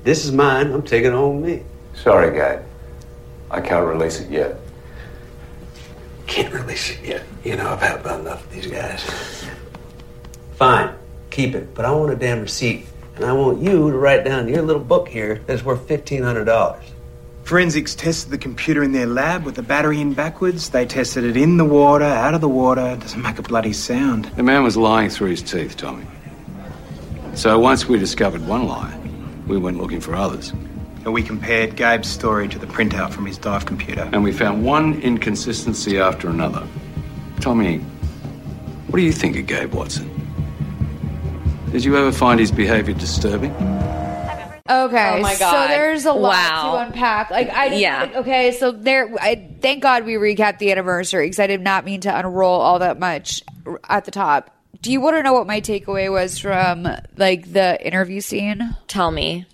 This is mine. I'm taking it home with me. Sorry, Gabe. I can't release it yet. Can't release it yet. You know, I've had about enough of these guys. Fine, keep it, but I want a damn receipt, and I want you to write down your little book here that's worth fifteen hundred dollars. Forensics tested the computer in their lab with the battery in backwards. They tested it in the water, out of the water. It doesn't make a bloody sound. The man was lying through his teeth, Tommy. So once we discovered one lie, we went looking for others. And we compared Gabe's story to the printout from his dive computer. And we found one inconsistency after another. Tommy, what do you think of Gabe Watson? Did you ever find his behavior disturbing? Okay. Oh my So God. there's a lot Wow. to unpack. Like I didn't, Yeah. Okay. So there. I thank God we recapped the anniversary because I did not mean to unroll all that much r- at the top. Do you want to know what my takeaway was from like the interview scene? Tell me.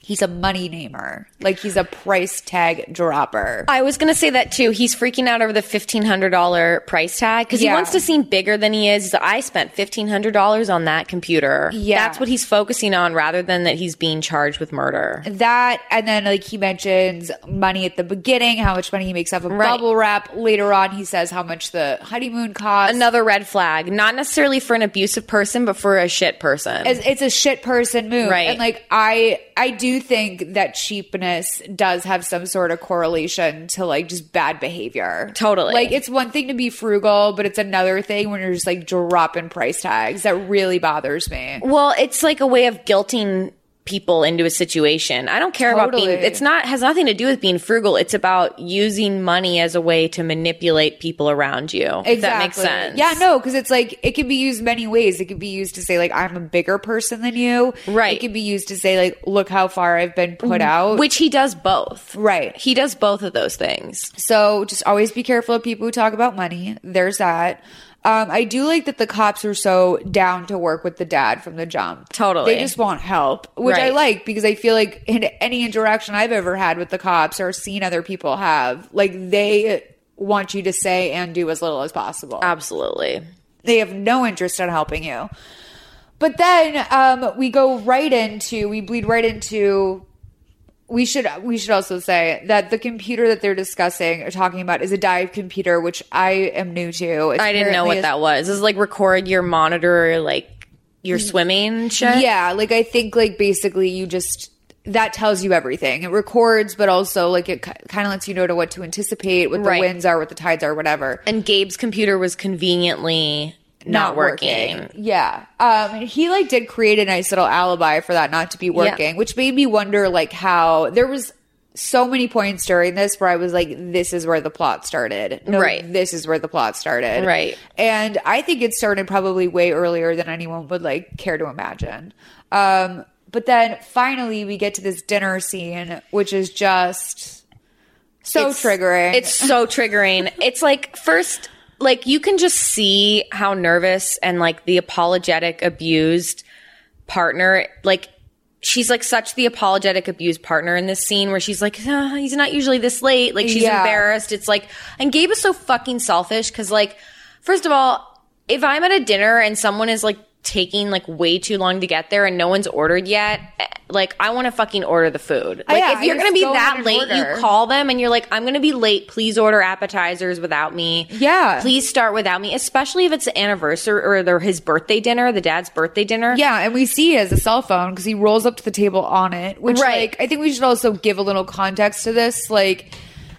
He's a money namer. Like he's a price tag dropper. I was going to say that too. He's freaking out over the $1,500 price tag because Yeah. he wants to seem bigger than he is. He's like, I spent $1,500 on that computer. Yeah. That's what he's focusing on rather than that he's being charged with murder. That and then like he mentions money at the beginning, how much money he makes off of bubble wrap. Later on, he says how much the honeymoon cost. Another red flag, not necessarily for an abusive person, but for a shit person. It's, it's a shit person move, Right. And like I, I do think that cheapness does have some sort of correlation to like just bad behavior. Totally. Like it's one thing to be frugal, but it's another thing when you're just like dropping price tags. That really bothers me. Well, it's like a way of guilting people into a situation. I don't care about being Totally. it's not has nothing to do with being frugal. It's about using money as a way to manipulate people around you. Exactly. If that makes sense. Yeah, no, because it's like it can be used many ways. It can be used to say like I'm a bigger person than you. Right. It can be used to say like look how far I've been put out. Mm-hmm. Which he does both. Right. He does both of those things. So just always be careful of people who talk about money. There's that. Um, I do like that the cops are so down to work with the dad from the jump. Totally. They just want help, which I Right. like because I feel like in any interaction I've ever had with the cops or seen other people have, like they want you to say and do as little as possible. Absolutely. They have no interest in helping you. But then um, we go right into we bleed right into we should we should also say that the computer that they're discussing or talking about is a dive computer, which I am new to. It's I didn't know apparently what a- that was. This is like record your monitor like your swimming shit. Mm. Yeah, like I think like basically you just that tells you everything. It records, but also like it kind of lets you know to what to anticipate, what Right. the winds are, what the tides are, whatever. And Gabe's computer was conveniently not, working. Yeah. Um and he like did create a nice little alibi for that not to be working, which made me wonder like how there was so many points during this where I was like, this is where the plot started. No, Right. This is where the plot started. Right. And I think it started probably way earlier than anyone would like care to imagine. Um but then finally we get to this dinner scene, which is just so It's- triggering. It's so triggering. It's like first, like you can just see how nervous and like the apologetic abused partner, like she's like such the apologetic abused partner in this scene where she's like, "Ah, he's not usually this late. Like she's Yeah. embarrassed. It's like, and Gabe is so fucking selfish because like, first of all, if I'm at a dinner and someone is like taking like way too long to get there and no one's ordered yet, eh, like I want to fucking order the food. Oh, Like yeah, if you're I just gonna be go in that and late, order. you call them and you're like, I'm gonna be late. Please order appetizers without me. Yeah. Please start without me, especially if it's an anniversary or their his birthday dinner, the dad's birthday dinner. Yeah, and we see he has a cell phone because he rolls up to the table on it, which Right. like I think we should also give a little context to this. Like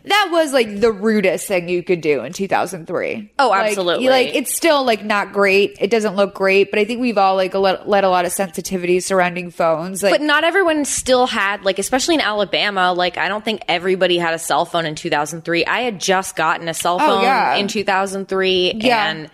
that was like the rudest thing you could do in 2003. Oh, Like, absolutely. you- Like, it's still like not great. It doesn't look great, but I think we've all like a let, let a lot of sensitivity surrounding phones. Like but not everyone still had like especially in alabama like i don't think everybody had a cell phone in 2003 i had just gotten a cell Oh, phone yeah. in 2003 Yeah. and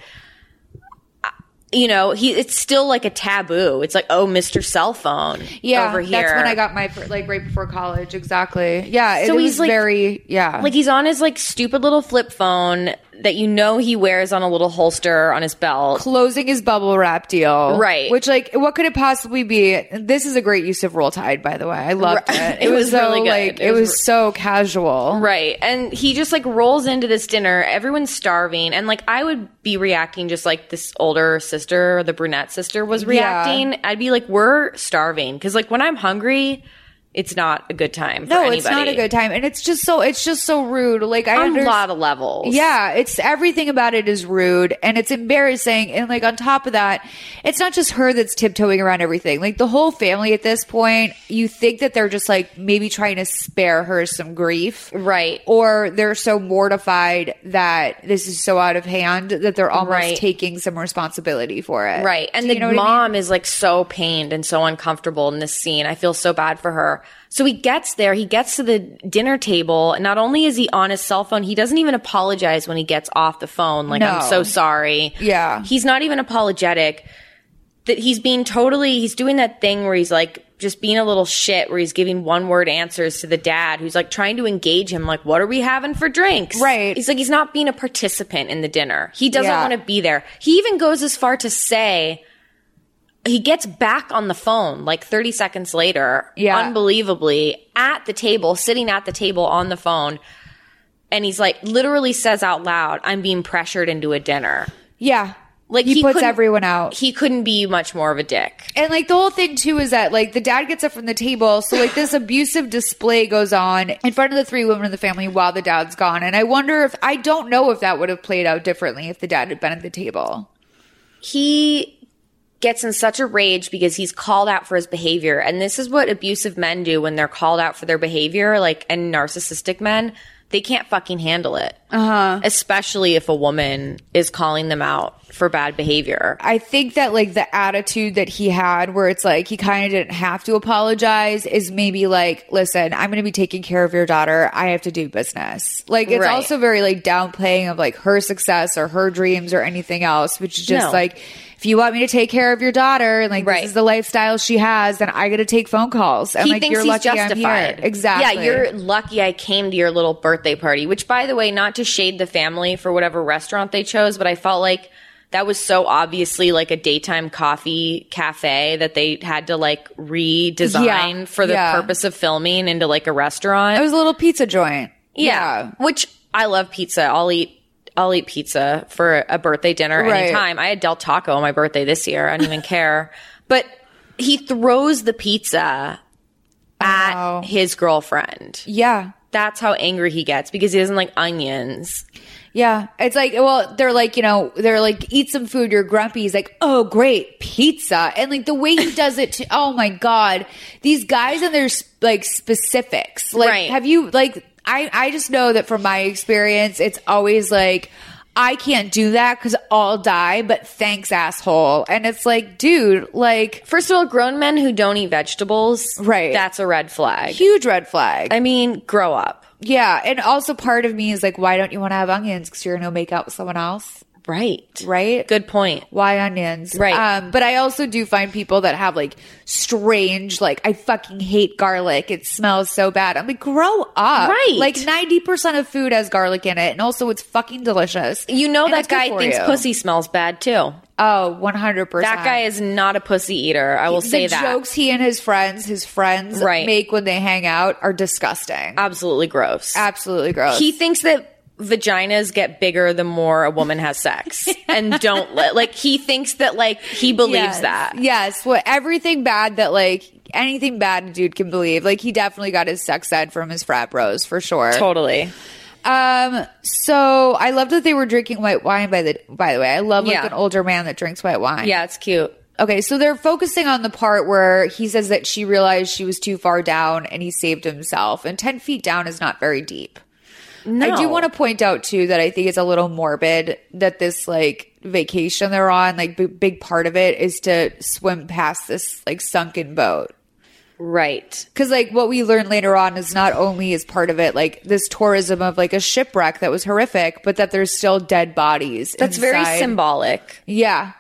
uh, you know he it's still like a taboo it's like oh mr cell phone yeah, over here that's when I got my fir- like right before college. Exactly. Yeah, it, So it he's, was like- very yeah. like he's on his like stupid little flip phone that you know he wears on a little holster on his belt closing his bubble wrap deal. Right. Oh. Which, like, what could it possibly be? This is a great use of Roll Tide, by the way. I loved *laughs* it. It, It was, was so, really good. like, It it was, was so casual. Right. And he just like rolls into this dinner. Everyone's starving. And like I would be reacting just like this older sister, or the brunette sister was Yeah. reacting. I'd be like, we're starving. Cause like when I'm hungry, it's not a good time. No, for anybody. it's not a good time. And it's just so, it's just so rude. Like, I On under- a lot of levels. Yeah, it's everything about it is rude and it's embarrassing. And like on top of that, it's not just her that's tiptoeing around everything. Like the whole family at this point, you think that they're just like maybe trying to spare her some grief. Right. Or they're so mortified that this is so out of hand that they're almost Right. taking some responsibility for it. Right. And Do the you know what I mom is like so pained and so uncomfortable in this scene. I feel so bad for her. So he gets there, he gets to the dinner table, and not only is he on his cell phone, he doesn't even apologize when he gets off the phone. Like, I'm No. so sorry. Yeah. He's not even apologetic. That he's being totally he's doing that thing where he's like just being a little shit where he's giving one word answers to the dad who's like trying to engage him, like, what are we having for drinks? Right. He's like, he's not being a participant in the dinner. He doesn't Yeah. want to be there. He even goes as far to say he gets back on the phone like 30 seconds later, Yeah. unbelievably, at the table, sitting at the table on the phone. And he's like, literally says out loud, I'm being pressured into a dinner. Yeah. Like he, puts couldn't- everyone out. He couldn't be much more of a dick. And like the whole thing too is that like the dad gets up from the table, so like this abusive display goes on in front of the three women of the family while the dad's gone. And I wonder if I don't know if that would have played out differently if the dad had been at the table. He gets in such a rage because he's called out for his behavior. And this is what abusive men do when they're called out for their behavior, like, and narcissistic men, they can't fucking handle it. Uh huh. Especially if a woman is calling them out for bad behavior. I think that like the attitude that he had where it's like he kind of didn't have to apologize is maybe like, listen, I'm going to be taking care of your daughter. I have to do business. Like it's Right. also very like downplaying of like her success or her dreams or anything else, which is just No. like, if you want me to take care of your daughter and like this is the lifestyle she has, then I got to take phone calls. And he like thinks you're he's lucky I'm here. justified. Exactly. Yeah, you're lucky I came to your little birthday party, which, by the way, not to shade the family for whatever restaurant they chose, but I felt like that was so obviously like a daytime coffee cafe that they had to like redesign Yeah, for the yeah. purpose of filming into like a restaurant. It was a little pizza joint. Yeah. Which I love pizza. I'll eat I'll eat pizza for a birthday dinner Right. anytime. I had Del Taco on my birthday this year. I don't *laughs* even care. But he throws the pizza at his girlfriend. Yeah. That's how angry he gets because he doesn't like onions. Yeah. It's like, well, they're like, you know, they're like, eat some food. You're grumpy. He's like, oh, great. Pizza. And like the way *laughs* he does it to, oh my God. These guys and their s- like specifics. Like, Right. have you, like, I, I just know that from my experience, it's always like, I can't do that because I'll die, but thanks, asshole. And it's like, dude, like, first of all, grown men who don't eat vegetables, right? That's a red flag. Huge red flag. I mean, grow up. Yeah. And also part of me is like, why don't you want to have onions? Because you're going to make out with someone else. Right. Right. Good point. Why onions? Right. Um, but I also do find people that have like strange, like, I fucking hate garlic. It smells so bad. I'm like, grow up. Right. Like 90% of food has garlic in it. And also it's fucking delicious. You know And that it's good guy for thinks you. pussy smells bad too. Oh, 100%. That guy is not a pussy eater. I will the say that. jokes he and his friends, his friends Right. make when they hang out are disgusting. Absolutely gross. Absolutely gross. He thinks that vaginas get bigger the more a woman *laughs* has sex and don't li- like he thinks that like he believes Yes. that Yes. Well, everything bad that like anything bad a dude can believe. Like he definitely got his sex ed from his frat bros for sure. Totally. Um. So I love that they were drinking white wine. By the by the way, I love like Yeah. an older man that drinks white wine. Yeah, it's cute. Okay, so they're focusing on the part where he says that she realized she was too far down and he saved himself. And 10 feet down is not very deep. I do No. want to point out too that I think it's a little morbid that this like vacation they're on, like b- big part of it is to swim past this like sunken boat. Right. Cuz like what we learn later on is not only is part of it like this tourism of like a shipwreck that was horrific, but that there's still dead bodies. That's very inside. symbolic. Yeah.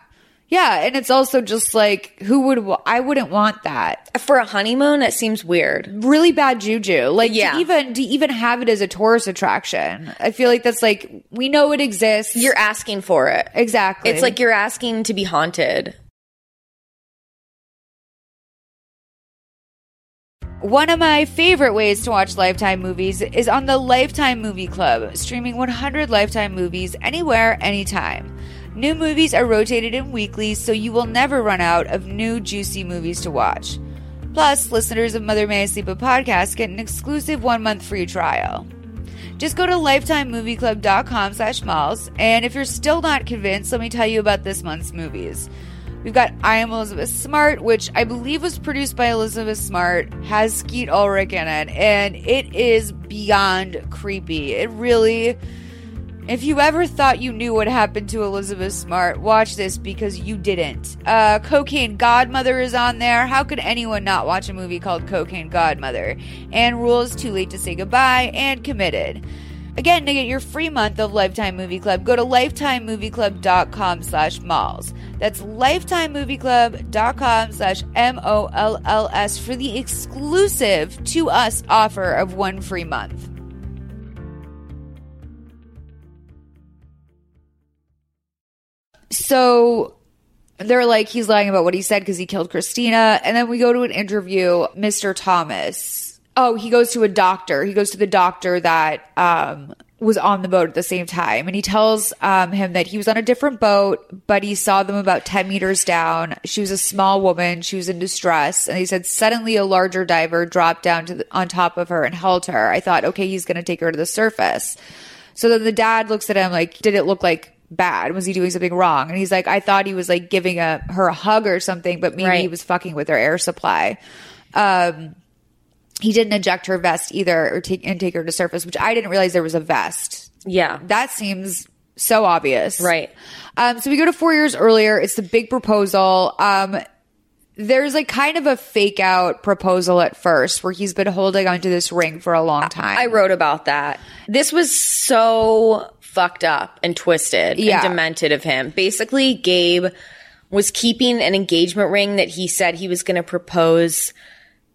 Yeah, and it's also just like who would wa- I wouldn't want that. For a honeymoon it seems weird. Really bad juju. Like Yeah. to even to even have it as a tourist attraction. I feel like that's like we know it exists. You're asking for it. Exactly. It's like you're asking to be haunted. One of my favorite ways to watch Lifetime movies is on the Lifetime Movie Club, streaming 100 Lifetime movies anywhere, anytime. New movies are rotated in weekly, so you will never run out of new juicy movies to watch. Plus, listeners of Mother May I Sleep a podcast get an exclusive one month free trial. Just go to lifetimemovieclub.com slash malls, and if you're still not convinced, let me tell you about this month's movies. We've got I Am Elizabeth Smart, which I believe was produced by Elizabeth Smart, has Skeet Ulrich in it, and it is beyond creepy. It really. If you ever thought you knew what happened to Elizabeth Smart, watch this because you didn't. Uh, Cocaine Godmother is on there. How could anyone not watch a movie called Cocaine Godmother? And Rules Too Late to Say Goodbye and Committed. Again, to get your free month of Lifetime Movie Club, go to lifetimemovieclub.com slash malls. That's lifetimemovieclub.com slash M-O-L-L-S for the exclusive to us offer of one free month. So they're like, he's lying about what he said because he killed Christina. And then we go to an interview, Mr. Thomas. Oh, he goes to a doctor. He goes to the doctor that um, was on the boat at the same time. And he tells um, him that he was on a different boat, but he saw them about 10 meters down. She was a small woman. She was in distress. And he said, suddenly a larger diver dropped down to the, on top of her and held her. I thought, okay, he's going to take her to the surface. So then the dad looks at him like, did it look like bad? Was he doing something wrong? And he's like, I thought he was like giving a, her a hug or something, but maybe he was fucking with her air supply. Um, he didn't eject her vest either or take and take her to surface, which I didn't realize there was a vest. Yeah. That seems so obvious. Right. Um, so we go to four years earlier. It's the big proposal. Um, there's like kind of a fake out proposal at first where he's been holding onto this ring for a long time. I wrote about that. This was so fucked up and twisted Yeah. and demented of him. Basically, Gabe was keeping an engagement ring that he said he was going to propose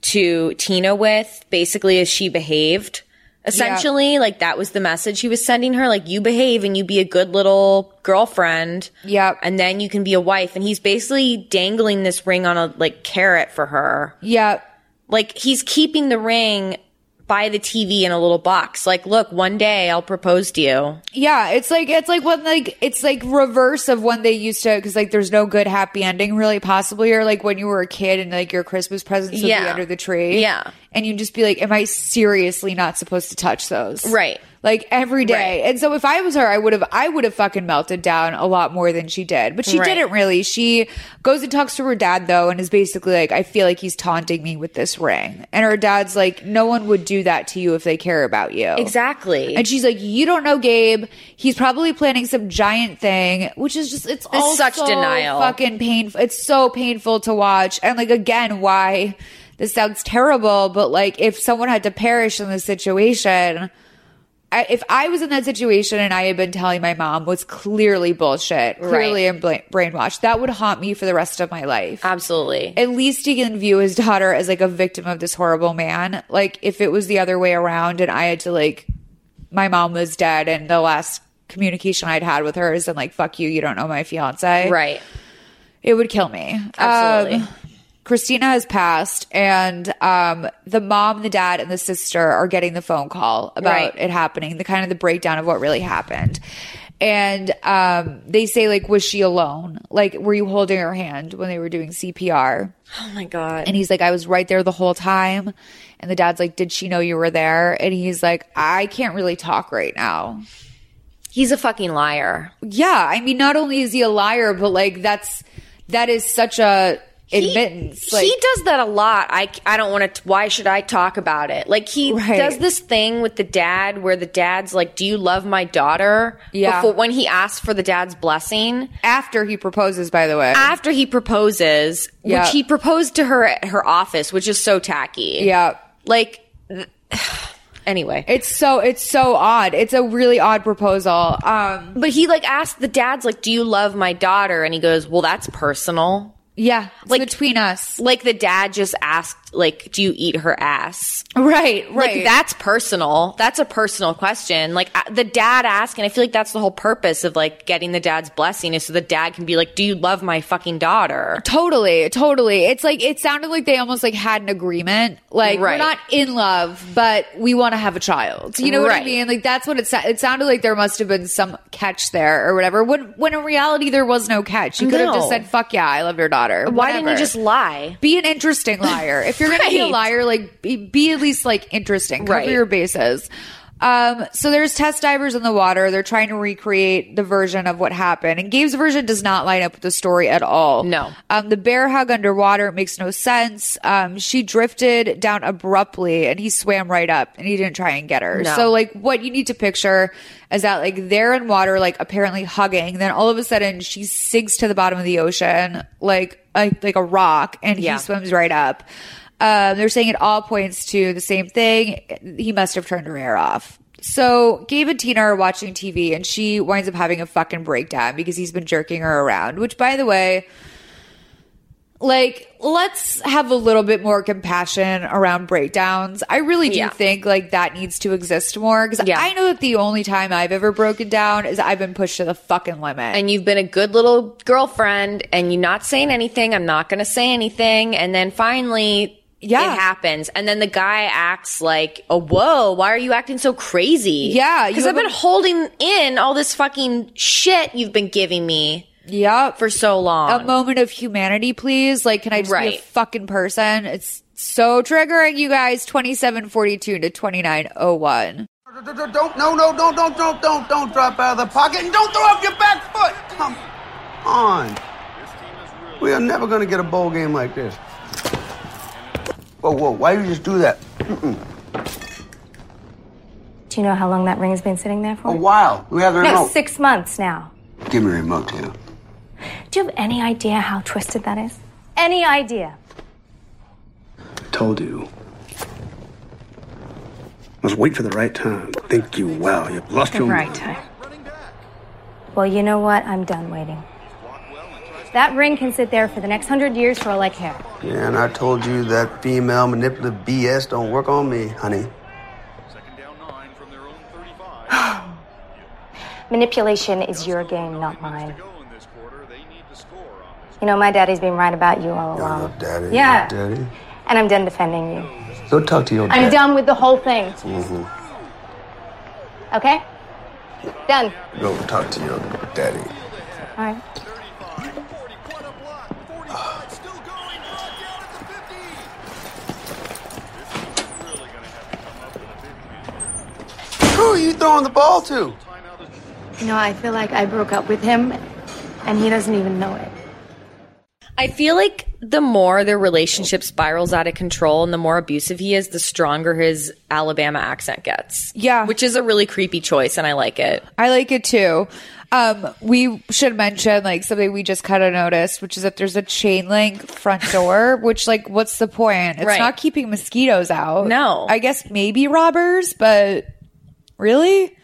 to Tina with, basically, as she behaved. Essentially, like that was the message he was sending her. Like, you behave and you be a good little girlfriend. Yep. And then you can be a wife. And he's basically dangling this ring on a like carrot for her. Yeah. Like he's keeping the ring by the TV in a little box. Like, look, one day I'll propose to you. Yeah, it's like it's like when like it's like reverse of when they used to because like there's no good happy ending really possibly or like when you were a kid and like your Christmas presents would be Yeah. under the tree. Yeah. and you'd just be like, "Am I seriously not supposed to touch those?" Right. Like every day. And so if I was her, I would have I would have fucking melted down a lot more than she did. But she Right. didn't really. She goes and talks to her dad though and is basically like, "I feel like he's taunting me with this ring." And her dad's like, "No one would do that to you if they care about you." Exactly. And she's like, "You don't know Gabe. He's probably planning some giant thing," which is just it's all It's such so denial. Fucking painful. It's so painful to watch. And like again, why this sounds terrible, but like if someone had to perish in this situation, I, if I was in that situation and I had been telling my mom was clearly bullshit, clearly I'm bla- brainwashed, that would haunt me for the rest of my life. Absolutely. At least he can view his daughter as like a victim of this horrible man. Like if it was the other way around and I had to like, my mom was dead and the last communication I'd had with her is then like, fuck you, you don't know my fiance. Right. It would kill me. Absolutely. Um, Christina has passed, and um, the mom, the dad, and the sister are getting the phone call about Right. it happening, the kind of the breakdown of what really happened. And um, they say, like, was she alone? Like, were you holding her hand when they were doing CPR? Oh my god. And he's like, I was right there the whole time. And the dad's like, Did she know you were there? And he's like, I can't really talk right now. He's a fucking liar. Yeah. I mean, not only is he a liar, but like that's that is such a admittance. like he does that a lot. I, I don't want to. Why should I talk about it? Like he Right. does this thing with the dad where the dad's like, "Do you love my daughter?" Yeah. Before, when he asks for the dad's blessing after he proposes, by the way, after he proposes, Yeah. which he proposed to her at her office, which is so tacky. Yeah. Like. th- *sighs* Anyway, it's so it's so odd. It's a really odd proposal. Um, but he like asked the dad's like, "Do you love my daughter?" And he goes, "Well, that's personal." Yeah, like between us. Like the dad just asked, like, "Do you eat her ass?" Right, Like right. that's personal. That's a personal question. Like I- the dad asking, I feel like that's the whole purpose of like getting the dad's blessing is so the dad can be like, "Do you love my fucking daughter?" Totally, totally. It's like it sounded like they almost like had an agreement. Like Right. we're not in love, but we want to have a child. You know what Right. I mean? Like that's what it sa- it sounded like. There must have been some catch there or whatever. When when in reality there was no catch. You could have No. just said, "Fuck yeah, I love your daughter." Why didn't you Whatever. just lie? Be an interesting liar. If you're gonna be a *laughs* Right. liar, like be, be at least like interesting. Cover Right. your bases. Um, so there's test divers in the water. They're trying to recreate the version of what happened, and Gabe's version does not line up with the story at all. No. Um, the bear hug underwater it makes no sense. Um, she drifted down abruptly, and he swam right up, and he didn't try and get her. No. So like, what you need to picture is that like they're in water, like apparently hugging. Then all of a sudden, she sinks to the bottom of the ocean, like a, like a rock, and Yeah. he swims right up. Um, they're saying it all points to the same thing. He must have turned her hair off. So Gabe and Tina are watching TV, and she winds up having a fucking breakdown because he's been jerking her around. Which, by the way, like let's have a little bit more compassion around breakdowns i really do Yeah. think like that needs to exist more because i know that the only time i've ever broken down is i've been pushed to the fucking limit And you've been a good little girlfriend and you're not saying anything. I'm not going to say anything. And then finally, yeah. it happens. And then the guy acts like, oh, whoa, why are you acting so crazy? Yeah, you Because I've have a- been holding in all this fucking shit you've been giving me. Yeah. For so long. a moment of humanity please like can i just be a Right. fucking person it's so triggering you guys 2742 to 2901 Don't, no, no, don't, don't, don't, don't, don't drop out of the pocket and don't throw up your back foot. Come on. We are never going to get a bowl game like this. Whoa, whoa, why do you just do that? Mm-mm. Do you know how long that ring has been sitting there for? A while. We have the No, remote. six months now. Give me the remote, Tina. Do you have any idea how twisted that is? Any idea? I told you. Must wait for the right time. Thank you. Wow, you've lost The your right time. Well, you know what? I'm done waiting. That ring can sit there for the next hundred years for all I care. *sighs* Yeah, and I told you that female manipulative BS don't work on me, honey. Manipulation is your game, not mine. You know, my daddy's been right about you all along. Daddy. Yeah. Daddy. And I'm done defending you. Go talk to your dad. I'm done with the whole thing, Mm-hmm. okay? Done. Go talk to your daddy. All right. Who are you throwing the ball to? You know, I feel like I broke up with him, and he doesn't even know it. I feel like the more their relationship spirals out of control and the more abusive he is, the stronger his Alabama accent gets. Yeah. Which is a really creepy choice and I like it. I like it too. Um, we should mention like something we just kind of noticed, which is that there's a chain link *laughs* front door, which like, what's the point? It's Right. not keeping mosquitoes out. No. I guess maybe robbers, but really,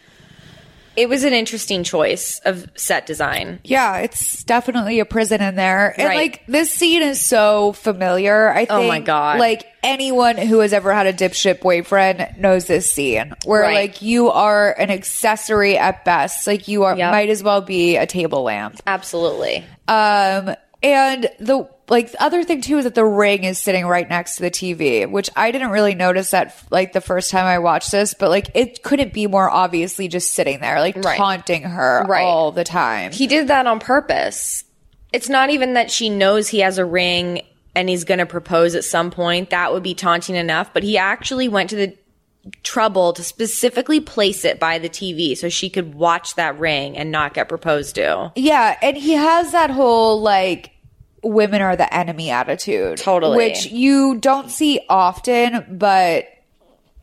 It was an interesting choice of set design. yeah, it's definitely a prison in there. And Right. like this scene is so familiar. I think, Oh, my God. like anyone who has ever had a dipshit boyfriend knows this scene where Right. like you are an accessory at best. Like you are might as well be a table lamp. Absolutely. Um, and the like the other thing too is that the ring is sitting right next to the TV, which I didn't really notice that like the first time I watched this, but like it couldn't be more obviously just sitting there, like Right. taunting her Right. all the time. He did that on purpose. It's not even that she knows he has a ring and he's going to propose at some point. That would be taunting enough, but he actually went to the trouble to specifically place it by the TV so she could watch that ring and not get proposed to. Yeah, and he has that whole like women are the enemy attitude. Totally. Which you don't see often, but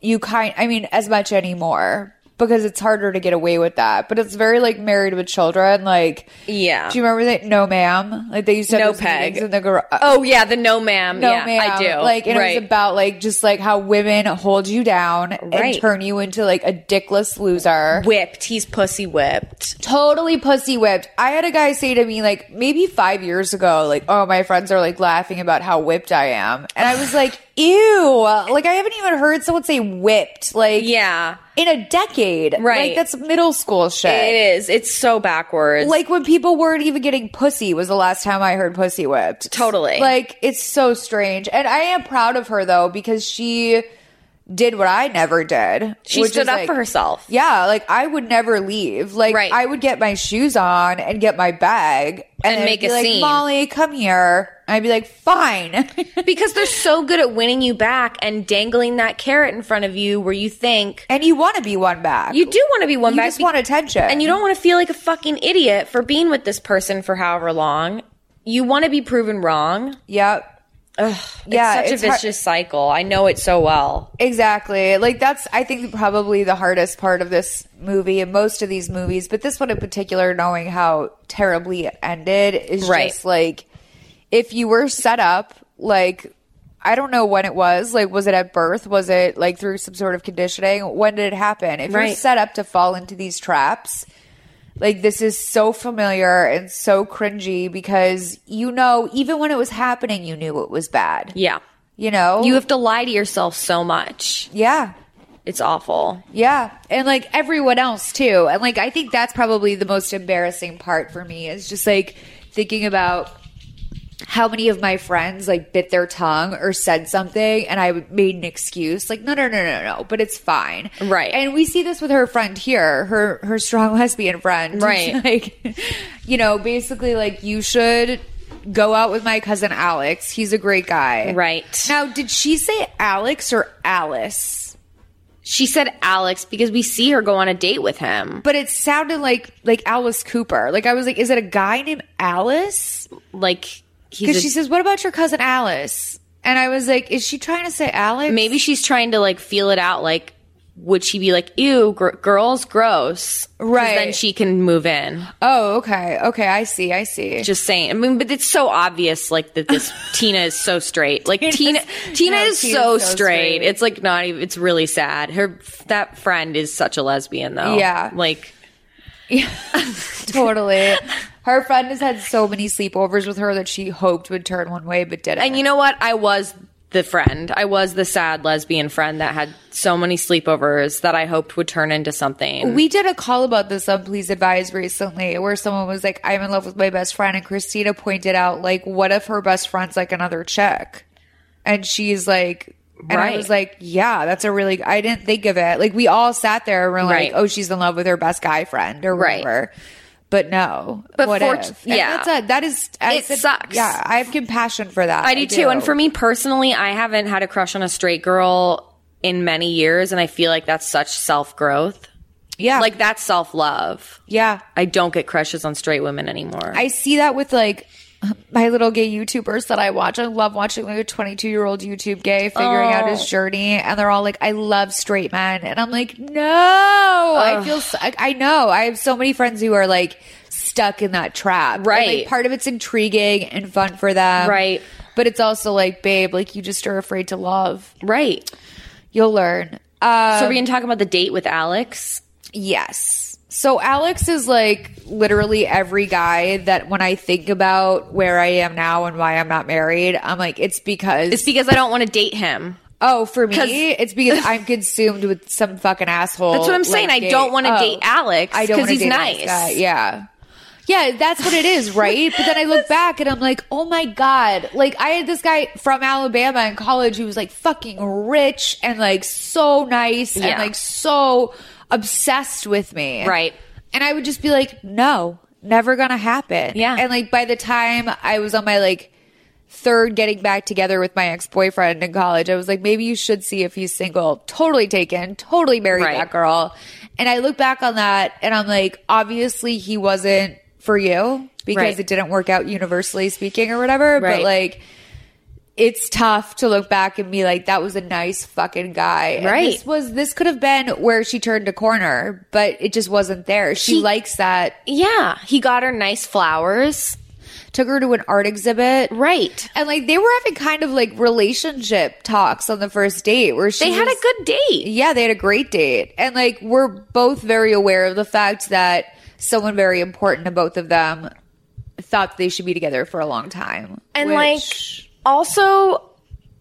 you kind I mean as much anymore because it's harder to get away with that. But it's very like married with children like Yeah. Do you remember that no ma'am? Like they used to have No those peg. meetings in the gar- uh, Oh yeah, the no ma'am. no yeah, ma'am. I do. Like and it right. was about like just like how women hold you down Right. and turn you into like a dickless loser. Whipped. He's pussy whipped. Totally pussy whipped. I had a guy say to me like maybe five years ago, like, oh my friends are like laughing about how whipped I am. And I was like, ew. Like I haven't even heard someone say whipped. Like Yeah. in a decade. Like Right. that's middle school shit. It is. It's so backwards. Like when people weren't even getting pussy was the last time I heard pussy whipped. Totally. Like it's so strange. And I am proud of her though because she did what I never did. She which stood is, up like- for herself. Yeah, like I would never leave. Like I would get my shoes on and get my bag And then make be a like, scene. Molly, come here. And I'd be like, fine. because they're so good at winning you back and dangling that carrot in front of you where you think and you want to be one back. You do want to be one You back. just want attention. And you don't want to feel like a fucking idiot for being with this person for however long. You want to be proven wrong. Yep. Ugh, Yeah, it's it's such a har- vicious cycle. I know it so well. Exactly. Like that's I think probably the hardest part of this movie and most of these movies, but this one in particular, knowing how terribly it ended is Right. just like if you were set up, like I don't know when it was. Like was it at birth? Was it like through some sort of conditioning? When did it happen? If you're Right. set up to fall into these traps, like this is so familiar and so cringy because you know, even when it was happening, you knew it was bad. Yeah. You know? You have to lie to yourself so much. Yeah. It's awful. Yeah. And like everyone else too. And like I think that's probably the most embarrassing part for me is just like thinking about how many of my friends like bit their tongue or said something and I made an excuse like no no no no no but it's fine. Right. And we see this with her friend here, her her strong *laughs* lesbian friend. Right. *laughs* like you know, basically like you should go out with my cousin Alex. He's a great guy. Right. Now, did she say Alex or Alice? She said Alex because we see her go on a date with him. But it sounded like like Alice Cooper. Like I was like, is it a guy named Alice? Like he's because a- she says, "What about your cousin Alice?" And I was like, is she trying to say Alex? Maybe she's trying to like feel it out. Like, would she be like, ew, gr- girls, gross? 'Cause Right. Then she can move in. Oh, okay, okay, I see, I see. Just saying. I mean, but it's so obvious, like that *laughs* this Tina is so straight. Like Tina, Tina no, Tina's is so so, straight. straight. It's like not even. It's really sad. Her that friend is such a lesbian though. Yeah. Like *laughs* totally. Her friend has had so many sleepovers with her that she hoped would turn one way, but didn't. And you know what? I was the friend. I was the sad lesbian friend that had so many sleepovers that I hoped would turn into something. We did a call about this on Please Advise recently where someone was like, I'm in love with my best friend. And Christina pointed out, like, what if her best friend's like another chick? And she's like, and I Right. was like, yeah, that's a really, I didn't think of it. Like, we all sat there and were like, Right. oh, she's in love with her best guy friend or Right. whatever. But no. But what for- if? yeah. And that's a, that is, I It sucks. Yeah. I have compassion for that. I do too. And for me personally, I haven't had a crush on a straight girl in many years, and I feel like that's such self growth. Yeah. Like that's self love. Yeah. I don't get crushes on straight women anymore. I see that with like my little gay YouTubers that I watch. I love watching like a 22 year old YouTube gay figuring out Oh. his journey, and they're all like, "I love straight men," and I'm like, "No, I Ugh. feel so, I, I know I have so many friends who are like stuck in that trap. And, like, Right. part of it's intriguing and fun for them. Right. But it's also like, babe, like you just are afraid to love. Right. You'll learn. Um, so we're gonna talk about the date with Alex. Yes. So Alex is like literally every guy that when I think about where I am now and why I'm not married, I'm like, it's because It's because I don't want to date him. Oh, for 'Cause- me, it's because I'm consumed with some fucking asshole. That's what I'm saying. I don't wanna date Alex oh, I don't 'cause wanna he's date a nice nice. guy. Yeah. Yeah, that's what it is, right? but then I look back and I'm like, oh my God. Like, I had this guy from Alabama in college who was like fucking rich and like so nice Yeah. and like so obsessed with me. Right. And I would just be like, no, never gonna happen. Yeah. And like by the time I was on my like third getting back together with my ex boyfriend in college, I was like, maybe you should see if he's single. Totally taken, totally married that girl. And I look back on that and I'm like, obviously he wasn't for you because Right. it didn't work out universally speaking or whatever. Right. But like, it's tough to look back and be like, that was a nice fucking guy. And Right. this was, this could have been where she turned a corner, but it just wasn't there. She, likes that. Yeah. He got her nice flowers. Took her to an art exhibit. Right. And like they were having kind of like relationship talks on the first date where she They had a good date. Yeah, they had a great date. And like we're both very aware of the fact that someone very important to both of them thought they should be together for a long time. And like also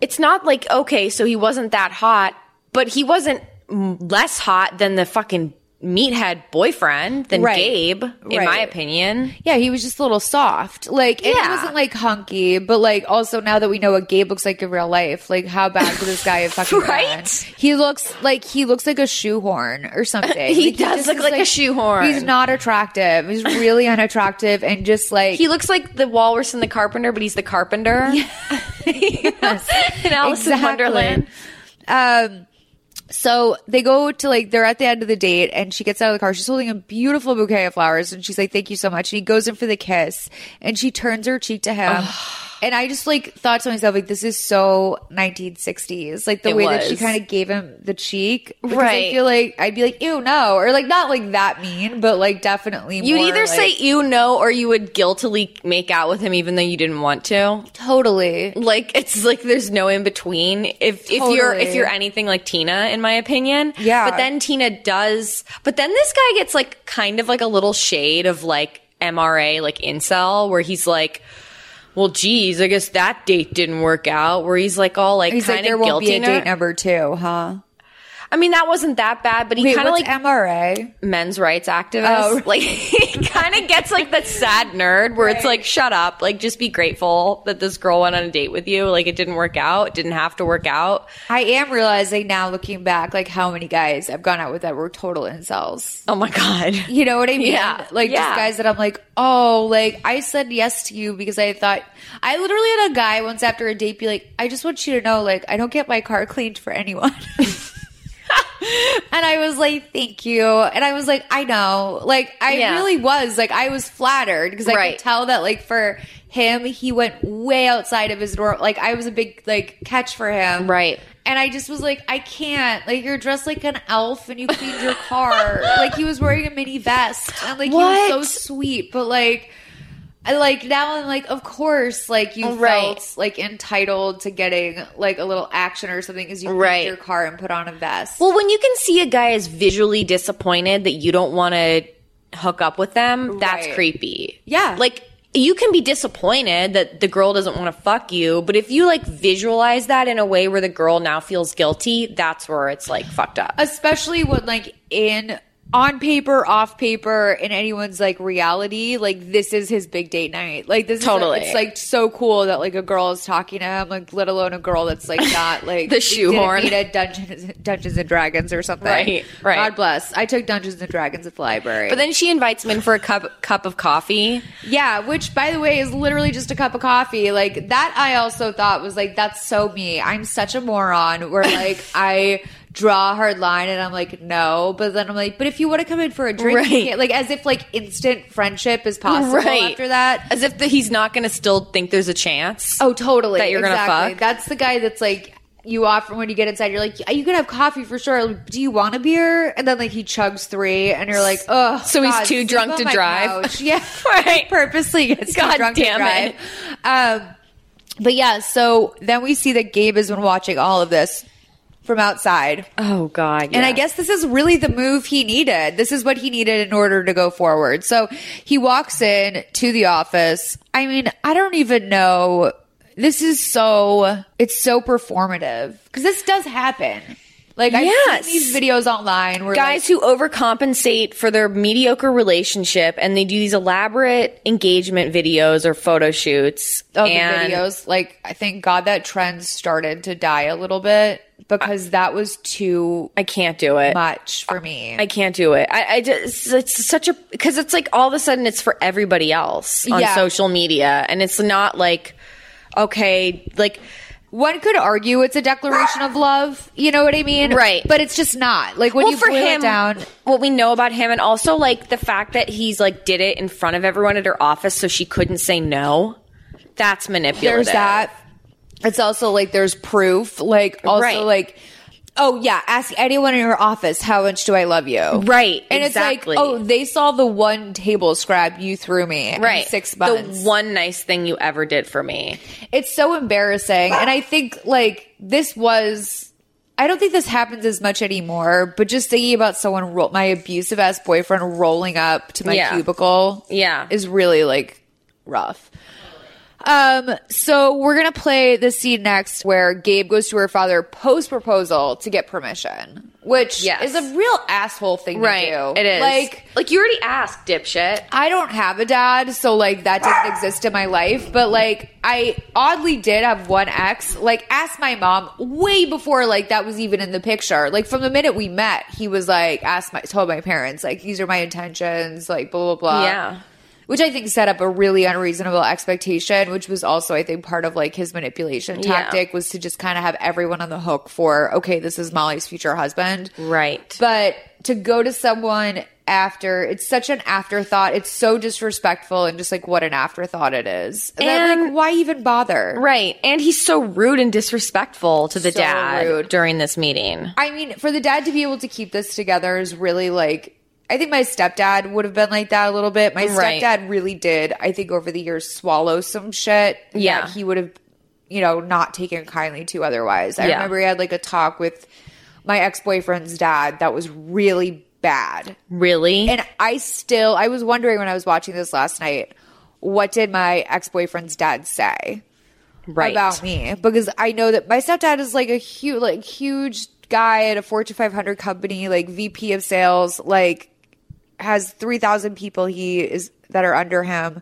it's not like okay, so he wasn't that hot, but he wasn't m- less hot than the fucking meathead boyfriend than Right. Gabe in my Right. opinion. Yeah, he was just a little soft. Like, and he Yeah. wasn't like hunky, but like also now that we know what Gabe looks like in real life, like how bad could this guy have *laughs* fucking right? He looks like he looks like a shoehorn or *laughs* something. He Like, does just look is, like a shoehorn. He's not attractive. He's really unattractive and just like He looks like the walrus and the carpenter, but he's *laughs* the carpenter. *laughs* in Alice in Wonderland. Um, so they go to like they're at the end of the date, and she gets out of the car. She's holding a beautiful bouquet of flowers, and she's like, "Thank you so much." And he goes in for the kiss, and she turns her cheek to him. and I just like thought to myself, like, this is so 1960s, like the It way that she was. kind of gave him the cheek. Because Right. I feel like I'd be like, "Ew, no," or like not like that mean, but like definitely. You'd more, either say like- you know or you would guiltily make out with him even though you didn't want to. Totally. Like it's like there's no in between. If if you're if Totally. you're anything like Tina in my opinion. Yeah. But then Tina does but then this guy gets like kind of like a little shade of like MRA like incel where he's like well, geez, I guess that date didn't work out. Where he's like all like He's like, kind "There of won't guilty. be a in her. date number two, huh?" I mean, that wasn't that bad, but he Wait, kind of what's like MRA, men's rights activist. Oh. Like he kind of gets like that sad nerd where it's like, shut up, like just be grateful that this girl went on a date with you. Like it didn't work out, it didn't have to work out. I am realizing now, looking back, like how many guys I've gone out with that were total incels. Oh my god! *laughs* You know what I mean? Yeah, like yeah. just guys that I'm like, oh, like I said yes to you because I thought I literally had a guy once after a date be like, I just want you to know, like I don't get my car cleaned for anyone. *laughs* And I was like, thank you. And I was like, I know. Like, I Yeah. really was. Like, I was flattered because I Right. could tell that, like, for him, he went way outside of his norm. Like, I was a big, like, catch for him. Right. And I just was like, I can't. Like, you're dressed like an elf and you cleaned your car. like, he was wearing a mini vest. And, like, he What? was so sweet. But, like, I like now I'm like, of course, like you Right. felt like entitled to getting like a little action or something because you cleaned Right. your car and put on a vest. Well, when you can see a guy is visually disappointed that you don't want to hook up with them, that's Right. creepy. Yeah. Like you can be disappointed that the girl doesn't want to fuck you, but if you like visualize that in a way where the girl now feels guilty, that's where it's like fucked up. especially when like in on paper, off paper, in anyone's like reality, like this is his big date night. Like this Totally. is it's like so cool that like a girl is talking to him, like let alone a girl that's like *laughs* not like The shoehorn. didn't need a Dungeons Dungeons and Dragons or something. Right, right. God bless. I took Dungeons and Dragons at the library. But then she invites him in for a cup cup of coffee. Yeah, which by the way is literally just a cup of coffee. Like that I also thought was like that's so me. I'm such a moron *laughs* where like I draw a hard line and I'm like no, but then I'm like but if you want to come in for a drink, you Right. can't. like as if like instant friendship is *laughs* possible after that. As if the, he's not going to still think there's a chance. Oh, totally. That you're exactly. going to fuck. That's the guy that's like you offer when you get inside you're like you can have coffee for sure. Do you want a beer? And then like he chugs 3 and you're like, "Oh, So he's too sleep drunk on to my drive. couch. *laughs* Yeah. *laughs* right. Purposely gets God too drunk to damn drive. Um but yeah, so then we see that Gabe has been watching all of this from outside. Oh god. And I guess this is really the move he needed. This is what he needed in order to go forward. So he walks in to the office. I mean, I don't even know. This is so, it's so performative because this does happen. Like I've Yes. seen these videos online where guys who overcompensate for their mediocre relationship and they do these elaborate engagement videos or photo shoots of and the videos. Like, I thank God that trend started to die a little bit because that was too. I can't do it. Much for me. I can't do it. I, I just it's such a because it's like all of a sudden it's for everybody else on Yeah. social media and it's not like okay like one could argue it's a declaration of love. You know what I mean? Right. But it's just not. Like when Well, you for boil it him, down, what we know about him and also like the fact that he's like did it in front of everyone at her office so she couldn't say no. That's manipulative. there's that. It's also like there's proof. Like also Right. like oh yeah, ask anyone in your office how much do I love you. Right, And exactly. it's like, oh, they saw the one table scrap you threw me right. Right. in six The months. one nice thing you ever did for me. it's so embarrassing. And I think like this was I don't think this happens as much anymore, but just thinking about someone ro- my abusive ass boyfriend rolling up to my Yeah. cubicle Yeah. is really like rough. Um, so we're gonna play the scene next where Gabe goes to her father post proposal to get permission, which Yes. is a real asshole thing Right. to do. It is. like like you already asked, dipshit. I don't have a dad, so like that didn't exist in my life. But like I oddly did have one ex. Like asked my mom way before like that was even in the picture. Like from the minute we met, he was like asked my told my parents like these are my intentions. Like blah blah blah. Yeah. Which I think set up a really unreasonable expectation, which was also I think part of like his manipulation Yeah. tactic was to just kind of have everyone on the hook for okay, this is Molly's future husband. Right. But to go to someone after, it's such an afterthought. It's so disrespectful and just like what an afterthought it is. That, like, why even bother? Right. And he's so rude and disrespectful to the So dad rude. during this meeting. I mean, for the dad to be able to keep this together is really like. I think my stepdad would have been like that a little bit. My Right. stepdad really did, I think, over the years swallow some shit. that Yeah. he would have, you know, not taken kindly to otherwise. I Yeah. remember he had like a talk with my ex boyfriend's dad that was really bad. Really? And I still, I was wondering when I was watching this last night, what did my ex boyfriend's dad say? Right. about me because I know that my stepdad is like a huge, like huge guy at a Fortune 500 company, like VP of sales, like has 3,000 people he is that are under him.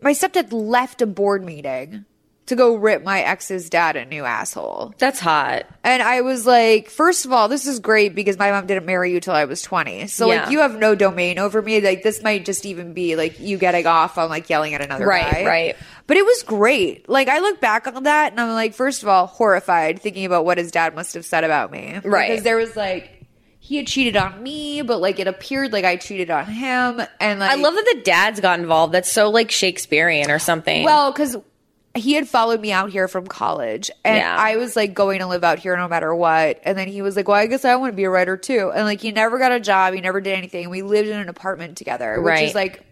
My stepdad left a board meeting to go rip my ex's dad a new asshole. That's hot. And I was like, first of all, this is great because my mom didn't marry you till I was 20. So Yeah. like you have no domain over me. Like this might just even be like you getting off on like yelling at another Right, guy. right. But it was great. Like I look back on that and I'm like, first of all, horrified thinking about what his dad must have said about me. Right. Because there was like he had cheated on me, but like it appeared like I cheated on him and like I love that the dad's got involved. That's so like Shakespearean or something. Well, because he had followed me out here from college, and Yeah. I was like going to live out here no matter what. And then he was like, "Well, I guess I want to be a writer too." And like, he never got a job. He never did anything. We lived in an apartment together, which Right. is like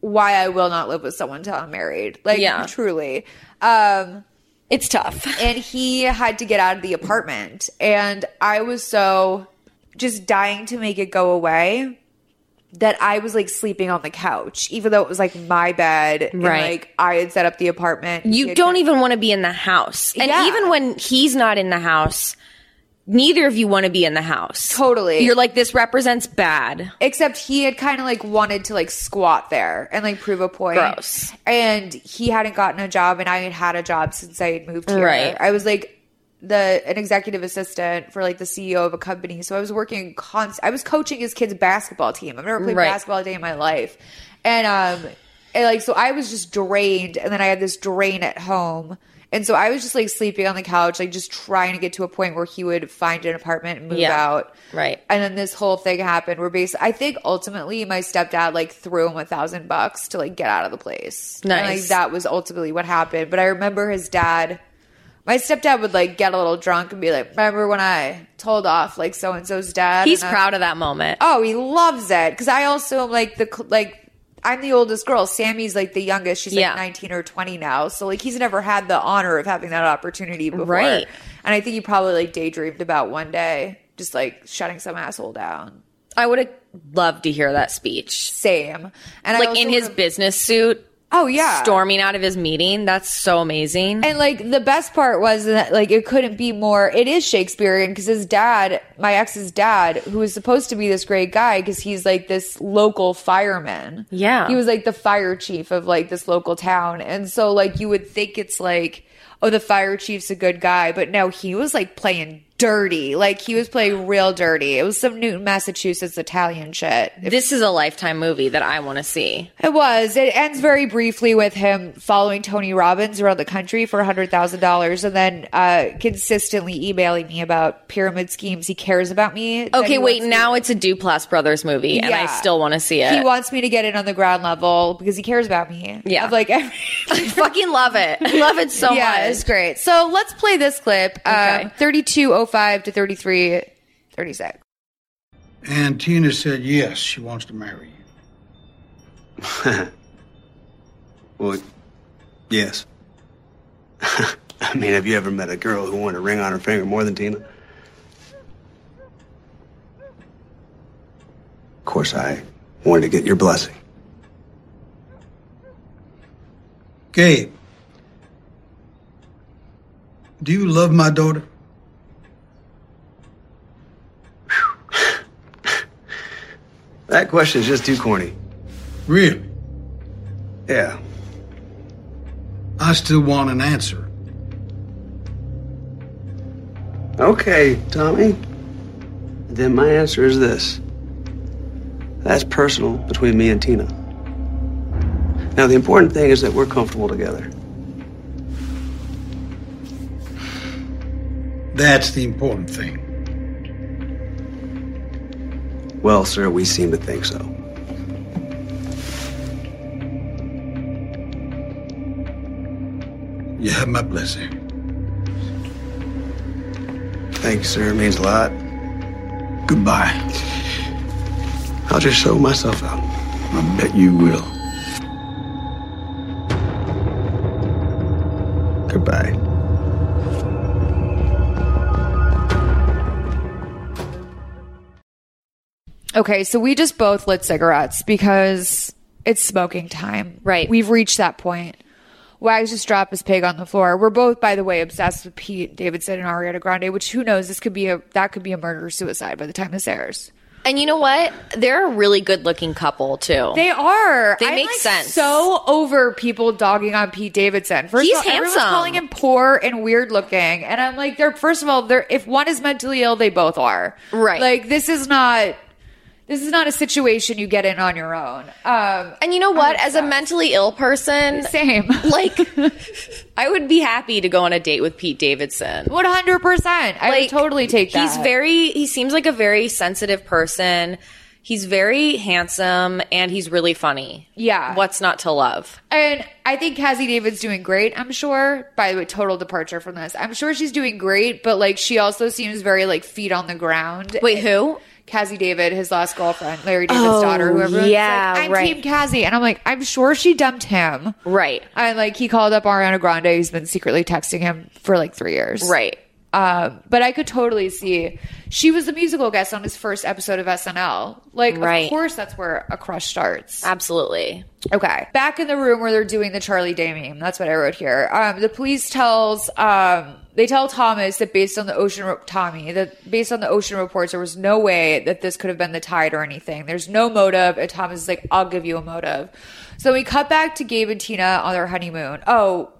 why I will not live with someone till I'm married. Like, Yeah. truly, um, it's tough. *laughs* And he had to get out of the apartment, and I was so just dying to make it go away that I was like sleeping on the couch, even though it was like my bed. and, Right. like I had set up the apartment. He you had don't even want to be in the house. And Yeah. even when he's not in the house, neither of you want to be in the house. Totally. You're like, this represents bad. Except he had kind of like wanted to like squat there and like prove a point. Gross. And he hadn't gotten a job, and I had had a job since I had moved here. Right. I was like the an executive assistant for like the CEO of a company, so I was working constant. I was coaching his kids' basketball team. I've never played Right. basketball a day in my life, and um, and like so I was just drained, and then I had this drain at home. And so I was just like sleeping on the couch, like just trying to get to a point where he would find an apartment and move Yeah. out. Right. And then this whole thing happened where basically, I think ultimately my stepdad like threw him a thousand bucks to like get out of the place. And like Nice. that was ultimately what happened. But I remember his dad, my stepdad would like get a little drunk and be like, remember when I told off like so and so's dad? He's And I'm- proud of that moment. Oh, he loves it. Cause I also am like the, cl- like, I'm the oldest girl. Sammy's like the youngest. She's like Yeah. 19 or 20 now. So like he's never had the honor of having that opportunity before. Right. And I think he probably like daydreamed about one day just like shutting some asshole down. I would have loved to hear that speech. Same. And I like also in his wanna- business suit. Oh yeah. storming out of his meeting. That's so amazing. And like the best part was that like it couldn't be more. It is Shakespearean because his dad, my ex's dad, who was supposed to be this great guy because he's like this local fireman. Yeah. he was like the fire chief of like this local town, and so like you would think it's like oh the fire chief's a good guy, but no, he was like playing dirty. Like he was playing real dirty. It was some Newton, Massachusetts Italian shit. This is a lifetime movie that I want to see. It was. It ends very briefly with him following Tony Robbins around the country for $100,000 and then uh, consistently emailing me about pyramid schemes. He cares about me. that Okay, he wait. wants- Now it's a Duplass Brothers movie, and I Yeah. still want to see it. He wants me to get in on the ground level because he cares about me. Yeah. Of like *laughs* every- I fucking love it. I love it so yeah, much. it's great. So let's play this clip um, 3205 to 3336. And Tina said yes, she wants to marry you. *laughs* Well, yes. *laughs* I mean, have you ever met a girl who wanted a ring on her finger more than Tina? Of course, I wanted to get your blessing. Gabe, do you love my daughter? That question's just too corny. Really? Yeah. I still want an answer. Okay, Tommy. Then my answer is this. That's personal between me and Tina. Now, the important thing is that we're comfortable together. That's the important thing. Well, sir, we seem to think so. You have my blessing. Thanks, sir. It means a lot. Goodbye. I'll just show myself out. I bet you will. Goodbye. Okay, so we just both lit cigarettes because it's smoking time. Right. We've reached that point. Wags just dropped his pig on the floor. We're both, by the way, obsessed with Pete Davidson and Ariana Grande, which who knows, this could be a that could be a murder suicide by the time this airs. And you know what? They're a really good looking couple too. They are. They I'm, make like, sense. So over people dogging on Pete Davidson. First He's of all, everyone's handsome. calling him poor and weird looking, and I'm like, they're first of all, they're if one is mentally ill, they both are. Right. Like this is not. This is not a situation you get in on your own. Um, and you know what? As a mentally ill person, same. *laughs* Like, I would be happy to go on a date with Pete Davidson. One hundred percent. I would totally take that. He's very. He seems like a very sensitive person. He's very handsome and he's really funny. Yeah. What's not to love? And I think Cassie David's doing great, I'm sure. By the way, total departure from this. I'm sure she's doing great, but like she also seems very like feet on the ground. Wait, who? Cassie David, his last girlfriend, Larry David's Oh, daughter, whoever. everyone's yeah, like, I'm right. Team Cassie. And I'm like, I'm sure she dumped him. Right. And like he called up Ariana Grande, who's been secretly texting him for like three years. Right. Um, but I could totally see she was the musical guest on his first episode of SNL. Like, Right. of course, that's where a crush starts. Absolutely. Okay. Back in the room where they're doing the Charlie Day meme. That's what I wrote here. Um, the police tells um, they tell Thomas that based on the ocean re- Tommy that based on the ocean reports there was no way that this could have been the tide or anything. There's no motive, and Thomas is like, "I'll give you a motive." So we cut back to Gabe and Tina on their honeymoon. Oh,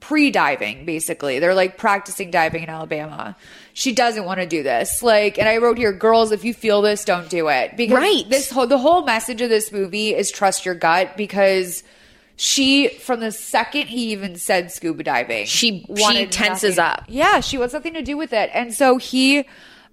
pre-diving basically they're like practicing diving in alabama she doesn't want to do this like and i wrote here girls if you feel this don't do it because Right. this whole the whole message of this movie is trust your gut because she from the second he even said scuba diving She- she wanted tenses nothing- up. yeah she wants nothing to do with it and so he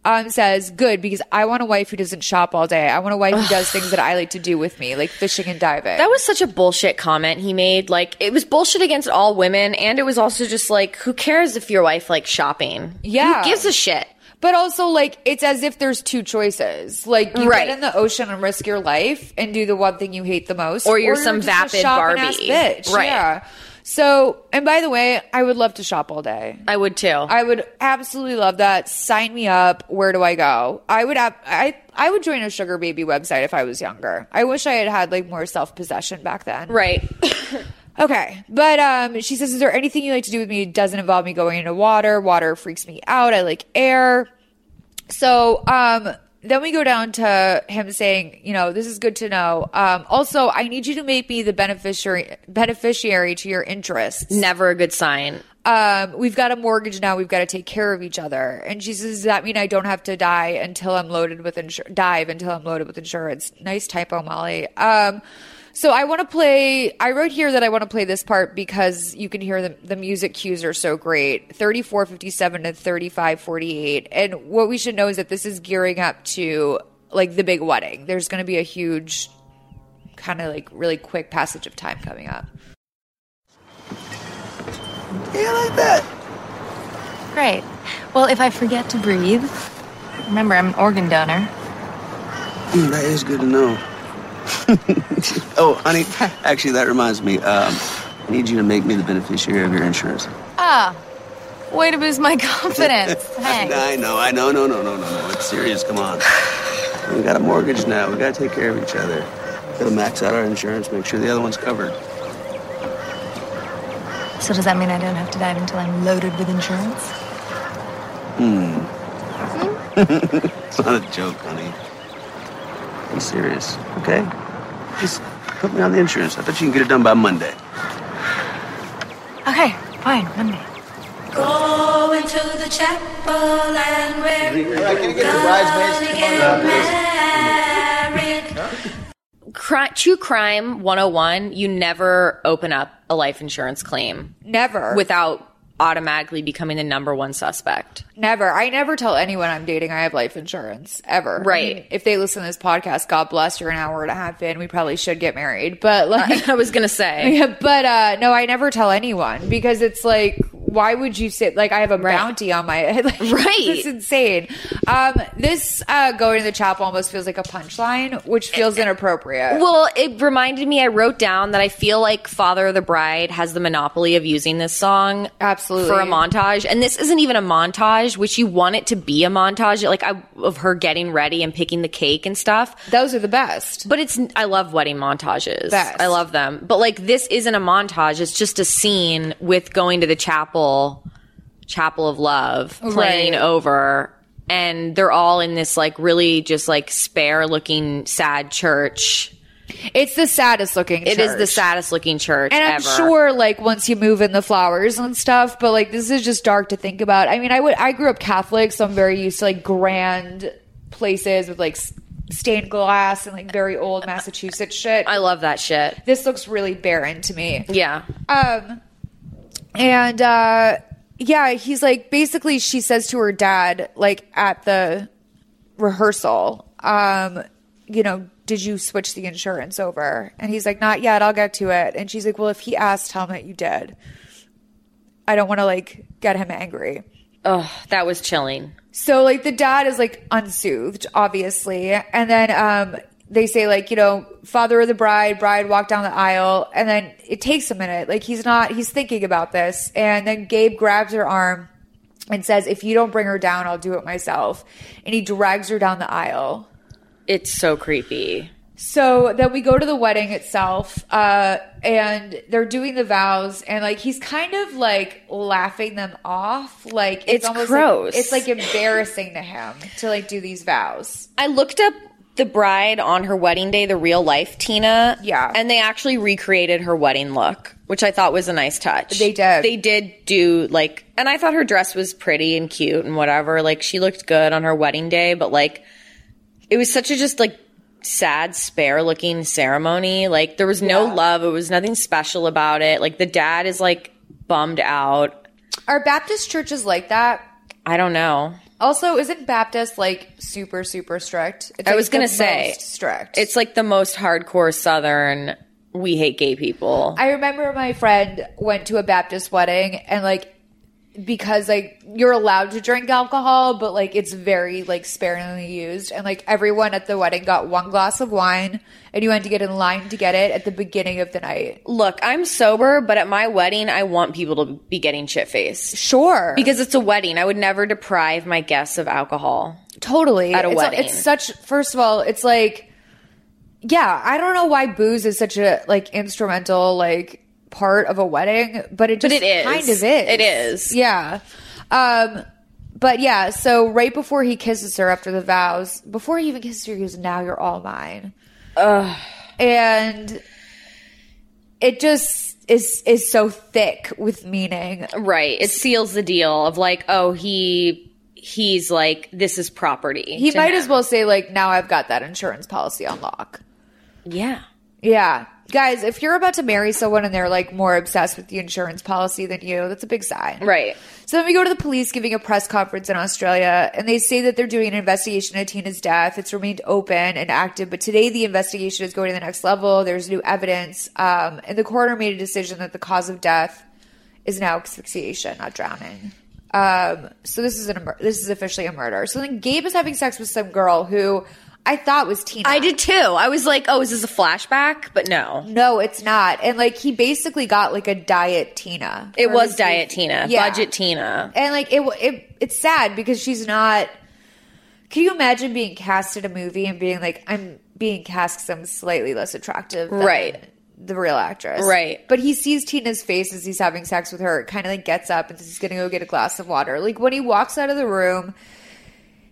um, says good because I want a wife who doesn't shop all day. I want a wife who does things that I like to do with me, like fishing and diving. That was such a bullshit comment he made. Like it was bullshit against all women, and it was also just like, who cares if your wife likes shopping? Yeah. who gives a shit? But also, like, it's as if there's two choices. Like, you Right. get in the ocean and risk your life and do the one thing you hate the most, Or you're some just a vapid shopping Barbie. ass bitch. Right. Yeah. So, and by the way, I would love to shop all day. I would too. I would absolutely love that. Sign me up. Where do I go? I would ab- I I would join a sugar baby website if I was younger. I wish I had had like more self possession back then. Right. *coughs* Okay. But um, she says, Is there anything you like to do with me? It doesn't involve me going into water. Water freaks me out. I like air. So um, then we go down to him saying, You know, this is good to know. Um, also, I need you to make me the beneficiary beneficiary to your interests. Never a good sign. Um, we've got a mortgage now. We've got to take care of each other. And she says, "Does that mean I don't have to die until I'm loaded with insurance? Dive until I'm loaded with insurance." Nice typo, Molly. Um, so I want to play. I wrote here that I want to play this part because you can hear the, the music cues are so great. Thirty-four fifty-seven to thirty-five forty-eight. And what we should know is that this is gearing up to like the big wedding. There's going to be a huge, kind of like really quick passage of time coming up. Yeah, like that. Great. Well, if I forget to breathe, remember I'm an organ donor. Mm, that is good to know. *laughs* oh, honey, actually, that reminds me. Um, I need you to make me the beneficiary of your insurance. Ah, way to *laughs* boost my confidence. Thanks. I know, I know, no, no, no, no, no. It's serious. Come on. We got a mortgage now. We got to take care of each other. Gotta max out our insurance, make sure the other one's covered. So does that mean I don't have to dive until I'm loaded with insurance? Hmm. it's not a joke, honey. Be serious, okay? Just put me on the insurance. I bet you can get it done by Monday. Okay, fine, Monday. Go into the chapel and we're Can I get the bridesmaids to come on up, please? Cri- True crime 101, you never open up a life insurance claim. Never. Without automatically becoming the number one suspect. Never. I never tell anyone I'm dating I have life insurance ever. Right. I mean, if they listen to this podcast, God bless, you're an hour and a half in. We probably should get married. But like *laughs* I was *laughs* gonna say. Yeah, but uh no, I never tell anyone because it's like why would you say like I have a bounty on my *laughs* head? Like, Right. It's insane. Um this uh going to the chapel almost feels like a punchline, which feels inappropriate. Well, it reminded me. I wrote down that I feel like Father of the Bride has the monopoly of using this song absolutely for a montage, and this isn't even a montage, which you want it to be a montage, like I, of her getting ready and picking the cake and stuff. Those are the best. But it's I love wedding montages. Best. I love them. But like this isn't a montage; it's just a scene with going to the chapel, chapel of love, playing Right. over. And they're all in this like really just like spare looking sad church. It's the saddest looking It is the church. saddest looking church And I'm ever. sure, like once you move in the flowers and stuff, but like this is just dark to think about. I mean, I would I grew up Catholic, so I'm very used to like grand places with like s- stained glass and like very old Massachusetts shit. I love that shit. This looks really barren to me. Yeah. Um, and uh, yeah, he's like basically she says to her dad like at the rehearsal, um, you know, did you switch the insurance over? And he's like, not yet. I'll get to it. And she's like, well, if he asked, tell him that you did. I don't want to like get him angry. Oh, that was chilling. So like the dad is like unsoothed, obviously. And then um they say like, you know, father of the bride, bride walk down the aisle, and then it takes a minute. Like he's not he's thinking about this. And then Gabe grabs her arm and says, If you don't bring her down, I'll do it myself. And he drags her down the aisle. It's so creepy. So then we go to the wedding itself, uh, and they're doing the vows, and like he's kind of like laughing them off, like it's, It's almost gross. Like, it's like embarrassing to him to like do these vows. I looked up the bride on her wedding day, the real life Tina. Yeah. And they actually recreated her wedding look, which I thought was a nice touch. They did. They did do like, and I thought her dress was pretty and cute and whatever. Like she looked good on her wedding day, but like it was such a just like sad, spare looking ceremony. Like there was no love. It was nothing special about it. Like the dad is like bummed out. Are Baptist churches like that? I don't know. Also, isn't Baptist like super super strict? It's, I like, was gonna the say most strict. It's like the most hardcore Southern. We hate gay people. I remember my friend went to a Baptist wedding and like because like you're allowed to drink alcohol, but like it's very like sparingly used. And like everyone at the wedding got one glass of wine, and you had to get in line to get it at the beginning of the night. Look, I'm sober, but at my wedding, I want people to be getting shit faced. Sure. Because it's a wedding. I would never deprive my guests of alcohol. Totally. At a it's, wedding. It's such. First of all, it's like. Yeah, I don't know why booze is such a like instrumental like part of a wedding, but it But just it is. kind of is. It is. Yeah. Um but yeah, so right before he kisses her after the vows, before he even kisses her, he goes, Now you're all mine. Ugh. And it just is is so thick with meaning. Right. It seals the deal of like, oh, he he's like, this is property. He to might him. as well say, like, now I've got that insurance policy on lock. Yeah. Yeah. Guys, if you're about to marry someone and they're like more obsessed with the insurance policy than you, that's a big sign. Right. So then we go to the police giving a press conference in Australia, and they say that they're doing an investigation of Tina's death. It's remained open and active, but today the investigation is going to the next level. There's new evidence, um, and the coroner made a decision that the cause of death is now asphyxiation, not drowning. Um, so this is an a mur- this is officially a murder. So then Gabe is having sex with some girl who I thought was Tina. I did too. I was like, oh, is this a flashback? But no. No, it's not. And like he basically got like a diet Tina. It Or was his- Diet Tina. Yeah. Budget Tina. And like it, it, it's sad because she's not. Can you imagine being cast in a movie and being like, I'm being cast 'cause I'm slightly less attractive, than Right. The real actress, Right. But he sees Tina's face as he's having sex with her. Kind of like gets up and says he's gonna go get a glass of water. Like when he walks out of the room,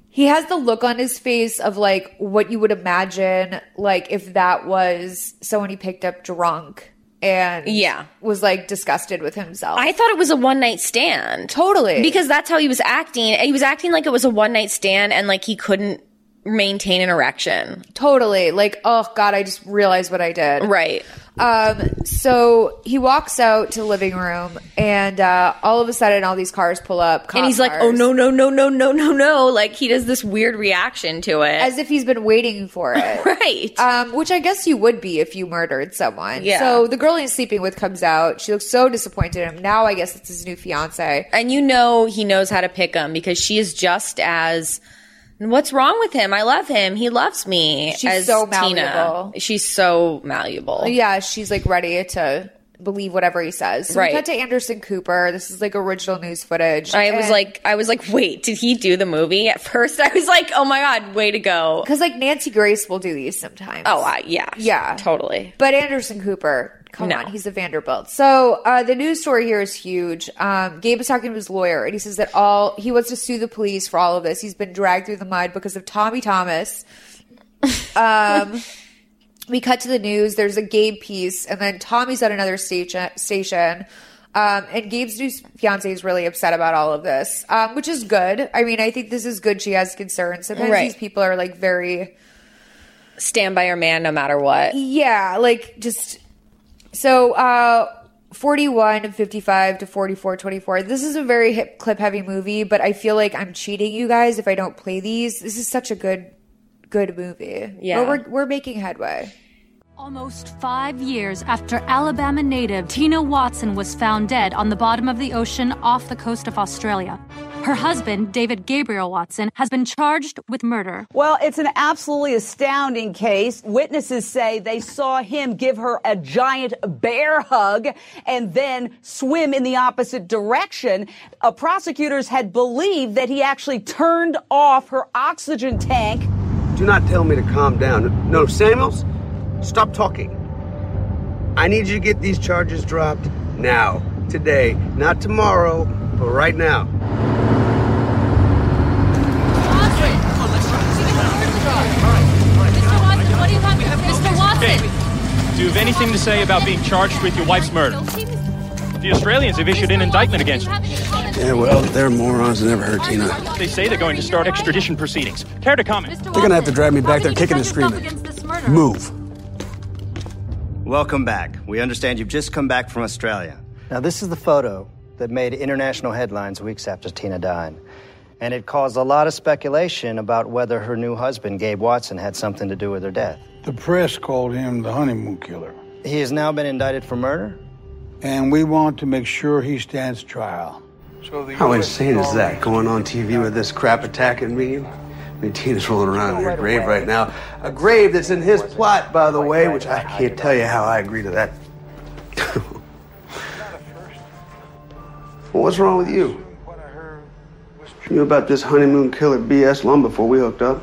he has the look on his face of like what you would imagine, like if that was someone he picked up drunk and Yeah. was like disgusted with himself. I thought it was a one night stand. Totally. Because that's how he was acting. He was acting like it was a one night stand and like he couldn't maintain an erection. Totally. Like, oh God, I just realized what I did. Right. Um, so he walks out to the living room and uh, all of a sudden all these cars pull up. and he's like, oh no, no, no, no, no, no, no. Like he does this weird reaction to it. As if he's been waiting for it. *laughs* right. Um, which I guess you would be if you murdered someone. Yeah. So the girl he's sleeping with comes out. She looks so disappointed in him. Now I guess it's his new fiance. and you know he knows how to pick him because she is just as what's wrong with him? I love him. He loves me. She's as so Tina. malleable. She's so malleable. Yeah, she's like ready to believe whatever he says. So Right. we cut to Anderson Cooper. This is like original news footage. I was And- like, I was like, wait, did he do the movie? At first, I was like, oh my god, way to go. Because like Nancy Grace will do these sometimes. Oh, I, yeah, Yeah. totally. But Anderson Cooper, come No. on, he's a Vanderbilt. So uh, the news story here is huge. Um, Gabe is talking to his lawyer, and he says that all he wants to sue the police for all of this. He's been dragged through the mud because of Tommy *laughs* Thomas. Um, we cut to the news. There's a Gabe piece, and then Tommy's at another station. Station. Um, and Gabe's new fiance is really upset about all of this, um, which is good. I mean, I think this is good. She has concerns. Sometimes Right. these people are like very Stand by your man no matter what. yeah, like just so uh 41 and 55 to 44 24. This is a very hip clip heavy movie, but I feel like I'm cheating you guys if I don't play these. This is such a good good movie. Yeah. But we're we're making headway. Almost five years after Alabama native Tina Watson was found dead on the bottom of the ocean off the coast of Australia. Her husband, David Gabriel Watson, has been charged with murder. Well, it's an absolutely astounding case. Witnesses say they saw him give her a giant bear hug and then swim in the opposite direction. Uh, prosecutors had believed that he actually turned off her oxygen tank. Do not tell me to calm down. No, Samuels, stop talking. I need you to get these charges dropped now, today, not tomorrow, but right now. Mr. Watson, what do you have to say? Mr. Watson! Do you have anything to say about being charged with your wife's murder? The Australians have issued an indictment against you. Yeah, well, they're morons and never heard Tina. They say they're going to start extradition proceedings. Care to comment? They're gonna have to drag me back there kicking and screaming. Move. Welcome back. We understand you've just come back from Australia. Now, this is the photo that made international headlines weeks after Tina died. And it caused a lot of speculation about whether her new husband, Gabe Watson, had something to do with her death. The press called him the honeymoon killer. He has now been indicted for murder? And we want to make sure he stands trial. How insane is that? Going on TV with this crap attacking me? I mean, Tina's rolling around in her grave right now. A grave that's in his plot, by the way, which I can't tell you how I agree to that. *laughs* well, what's wrong with you? You knew about this honeymoon killer BS long before we hooked up.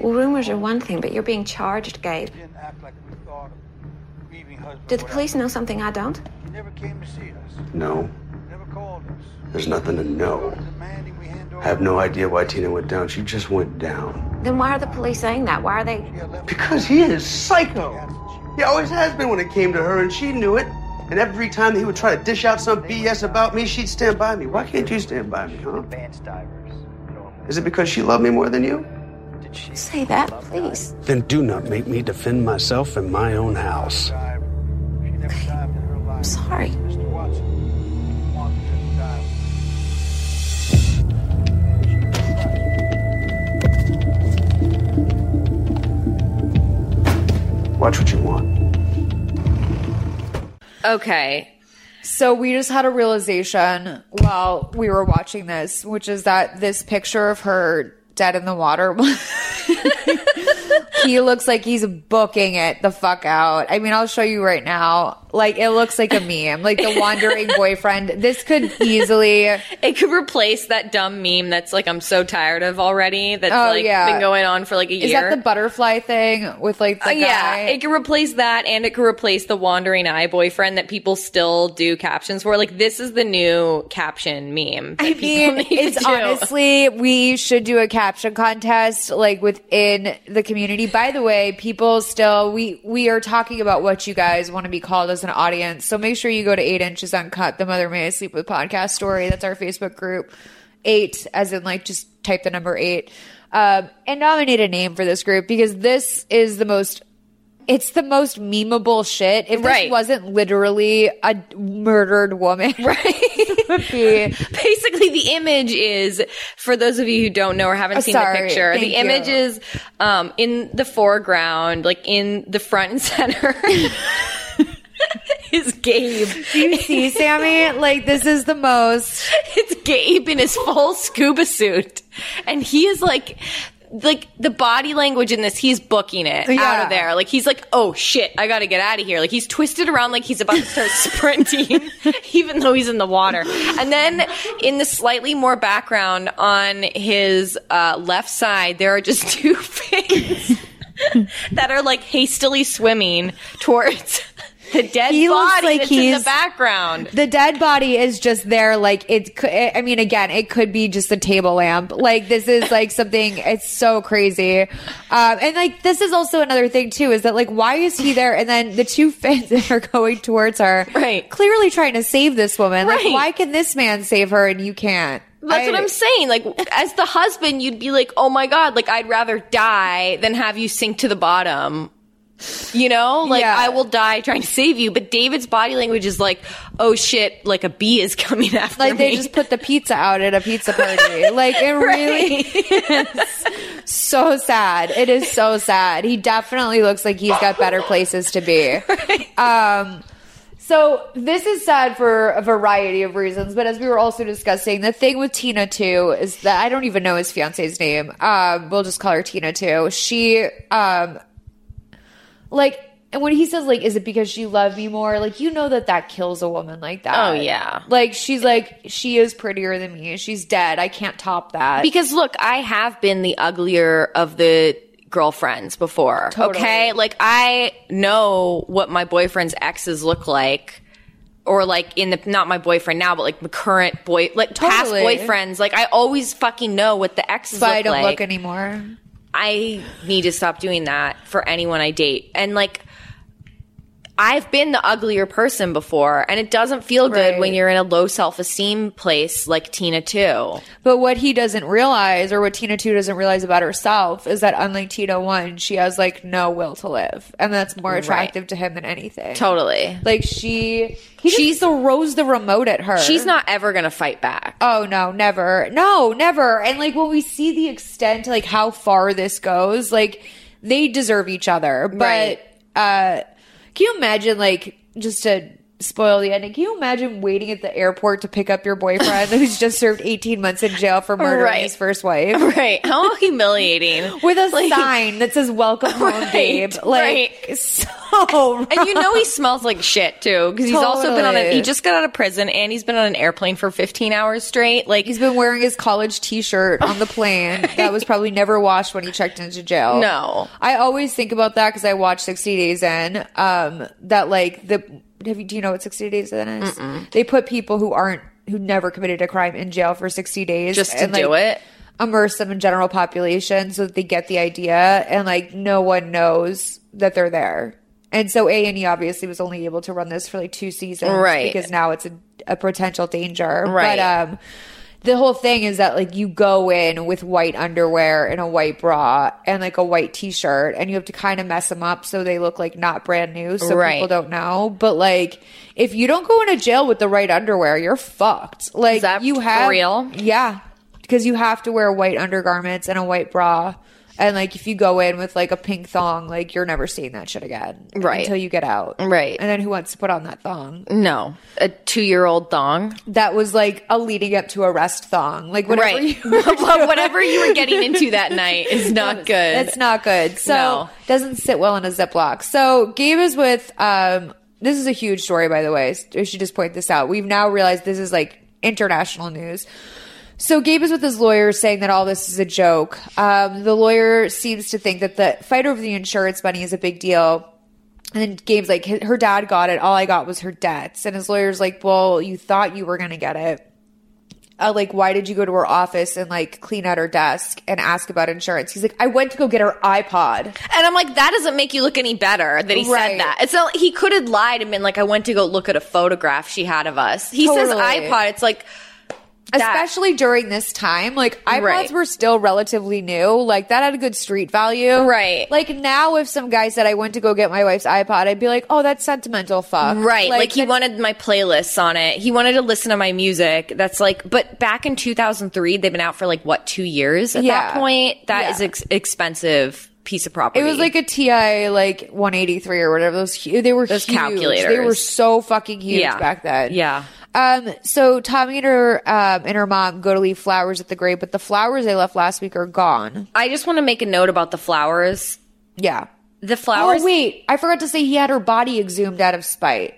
Well, rumors are one thing, but you're being charged, Gabe. Do the police know something I don't? No. There's nothing to know. I have no idea why Tina went down. She just went down. Then why are the police saying that? Why are they? Because he is psycho. He always has been when it came to her, and she knew it. And every time he would try to dish out some BS about me, she'd stand by me. Why can't you stand by me, huh? Is it because she loved me more than you? Say that, please. Then do not make me defend myself in my own house. I'm sorry. Watch what you want. Okay. So we just had a realization while we were watching this, which is that this picture of her dead in the water. *laughs* he looks like he's booking it the fuck out. I mean, I'll show you right now. Like it looks like a meme, like the *laughs* wandering boyfriend. This could easily It could replace that dumb meme that's like I'm so tired of already. That's Oh, like yeah. been going on for like a year. Is that the butterfly thing with like the Uh, guy? yeah, it could replace that, and it could replace the wandering eye boyfriend that people still do captions for. Like this is the new caption meme. that I mean, people need to it's do. honestly, we should do a caption contest like within the community. By the way, people still, we, we are talking about what you guys want to be called as an audience. So make sure you go to eight inches uncut, the mother may I sleep with podcast story. That's our Facebook group. Eight, as in like just type the number eight, um, and nominate a name for this group because this is the most it's the most memeable shit. If Right. this wasn't literally a murdered woman, right? it would be *laughs* Basically, the image is for those of you who don't know or haven't Oh, seen sorry. the picture. Thank the image you. is um, in the foreground, like in the front and center. *laughs* is Gabe? Do you see, Sammy? Like this is the most. *laughs* It's Gabe in his full scuba suit, and he is like. Like the body language in this, he's booking it out Yeah. of there. Like he's like, "Oh shit, I gotta get out of here!" Like he's twisted around, like he's about to start *laughs* sprinting, even though he's in the water. And then in the slightly more background on his uh, left side, there are just *laughs* two fins *laughs* that are like hastily swimming towards *laughs* the dead He looks body like that's in he's- the background. The dead body is just there, like it. cou- I mean, again, it could be just a table lamp. Like this is like something. It's so crazy, um, and like this is also another thing too. Is that like why is he there? And then the two *laughs* fins that are going towards her, right? Clearly trying to save this woman. Right. Like why can this man save her and you can't? That's what I- I'm *laughs* saying. Like, as the husband, you'd be like, "Oh my god! Like, I'd rather die than have you sink to the bottom." You know, like I will die trying to save you. But David's body language is like, "Oh shit! Like a bee is *laughs* coming after Like me." they just put the pizza out at a pizza party. like *laughs* it really is so sad. It is so sad. He definitely looks like he's got better places to *laughs* be. Um so this is sad for a variety of reasons, but as we were also discussing, the thing with Tina too is that I don't even know his fiance's name. Um, we'll just call her Tina too. She um like and when he says like is it because she loved me more like you know that that kills a woman like that Oh, yeah. like she's like she is prettier than me she's dead i can't top that Because look, I have been the uglier of the girlfriends before. Totally. Okay? Like I know what my boyfriend's exes look like or like in the not my boyfriend now, but like my current boy like past Totally. boyfriends. Like I always fucking know what the exes that's why look i don't look like. anymore I need to stop doing that for anyone I date. And like I've been the uglier person before and it doesn't feel good when you're in a low self-esteem place like Tina too. but what he doesn't realize or what tina 2 doesn't realize about herself is that unlike tina 1 she has like no will to live and that's more Right. attractive to him than anything Totally. like she he she's the rose the remote at her She's not ever going to fight back. Oh no, never. No, never. And like when we see the extent like how far this goes, like they deserve each other. But Right. uh can you imagine like just a spoil the ending. Can you imagine waiting at the airport to pick up your *laughs* boyfriend who's just served 18 months in jail for murdering Right. his first wife? Right. How humiliating. *laughs* With a sign that says "Welcome *laughs* home, babe." Like *laughs* so, and you know he smells like shit too because he's also been on. A, Totally. he just got out of prison and he's been on an airplane for 15 hours straight. Like he's been wearing his college T-shirt *laughs* on the plane that was probably never washed when he checked into jail. No. I always think about that because I watched 60 Days In. Um, that like the have you do you know what 60 Days In is? Mm-mm. They put people who aren't who never committed a crime in jail for 60 days Just to do it? immerse them in general population so that they get the idea and like no one knows that they're there. And so A and E obviously was only able to run this for like two seasons, Right. Because now it's a, a potential danger, Right. But um, the whole thing is that like you go in with white underwear and a white bra and like a white t-shirt and you have to kind of mess them up so they look like not brand new so Right. people don't know but like if you don't go into jail with the right underwear you're fucked like you have real? yeah because you have to wear white undergarments and a white bra and like if you go in with like a pink thong like you're never seeing that shit again Right. until you get out Right. and then who wants to put on that thong no, a two-year-old thong. that was like a leading up to arrest thong like whatever right. you *laughs* were *laughs* But whatever you were getting into that night is not good. It's not good. So No. doesn't sit well in a ziploc. So Gabe is with um this is a huge story by the way. I should just point this out. We've now realized this is like international news. So Gabe is with his lawyer saying that all this is a joke. Um, the lawyer seems to think that the fight over the insurance money is a big deal. And then Gabe's like, her dad got it. All I got was her debts. And his lawyer's like, well, you thought you were going to get it uh, like, why did you go to her office and like clean out her desk and ask about insurance? He's like, I went to go get her iPod. And I'm like, that doesn't make you look any better that he Right. said that. It's not, he could have lied and been like, I went to go look at a photograph she had of us. He says Totally. iPod. It's like, Especially during this time, like iPods Right. were still relatively new. Like that had a good street value. Right. Like now, if some guy said, I went to go get my wife's iPod, I'd be like, oh, that's sentimental fuck. right. Like, he wanted my playlists on it. He wanted to listen to my music. That's like, but back in 2003, they've been out for like, what, two years at Yeah. that point? That Yeah. is ex- expensive piece of property. It was like a TI like 183 or whatever. Those hu- they were Those huge. They calculators. were so fucking huge Yeah. back then. Yeah. Um. So Tommy and her um, and her mom go to leave flowers at the grave, but the flowers they left last week are gone. I just want to make a note about the flowers. Yeah. The flowers. Oh wait, I forgot to say he had her body exhumed out of spite.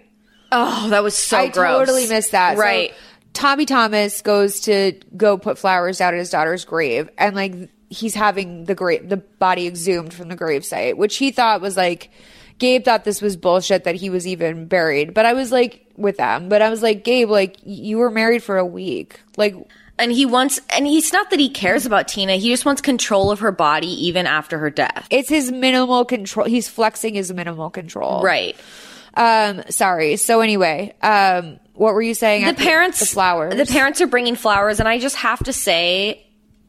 Oh, that was so I gross. totally missed that. So, Right. Tommy Thomas goes to go put flowers down at his daughter's grave, and like he's having the grave, the body exhumed from the gravesite, which he thought was like Gabe thought this was bullshit that he was even buried. But I was like with them, but I was like Gabe, like you were married for a week, like. And he wants, and he's not that he cares about Tina. He just wants control of her body even after her death. It's his minimal control. He's flexing his minimal control. Right. Um, sorry. So anyway, um, what were you saying? The after parents, the flowers. The parents are bringing flowers, and I just have to say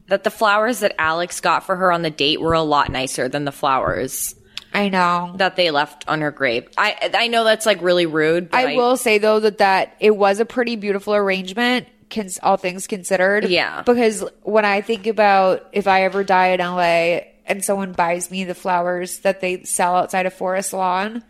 that the flowers that Alex got for her on the date were a lot nicer than the flowers I know that they left on her grave. I I know that's like really rude. But I will say though that that it was a pretty beautiful arrangement, cons- all things considered. Yeah. Because when I think about if I ever die in LA and someone buys me the flowers that they sell outside of Forest Lawn,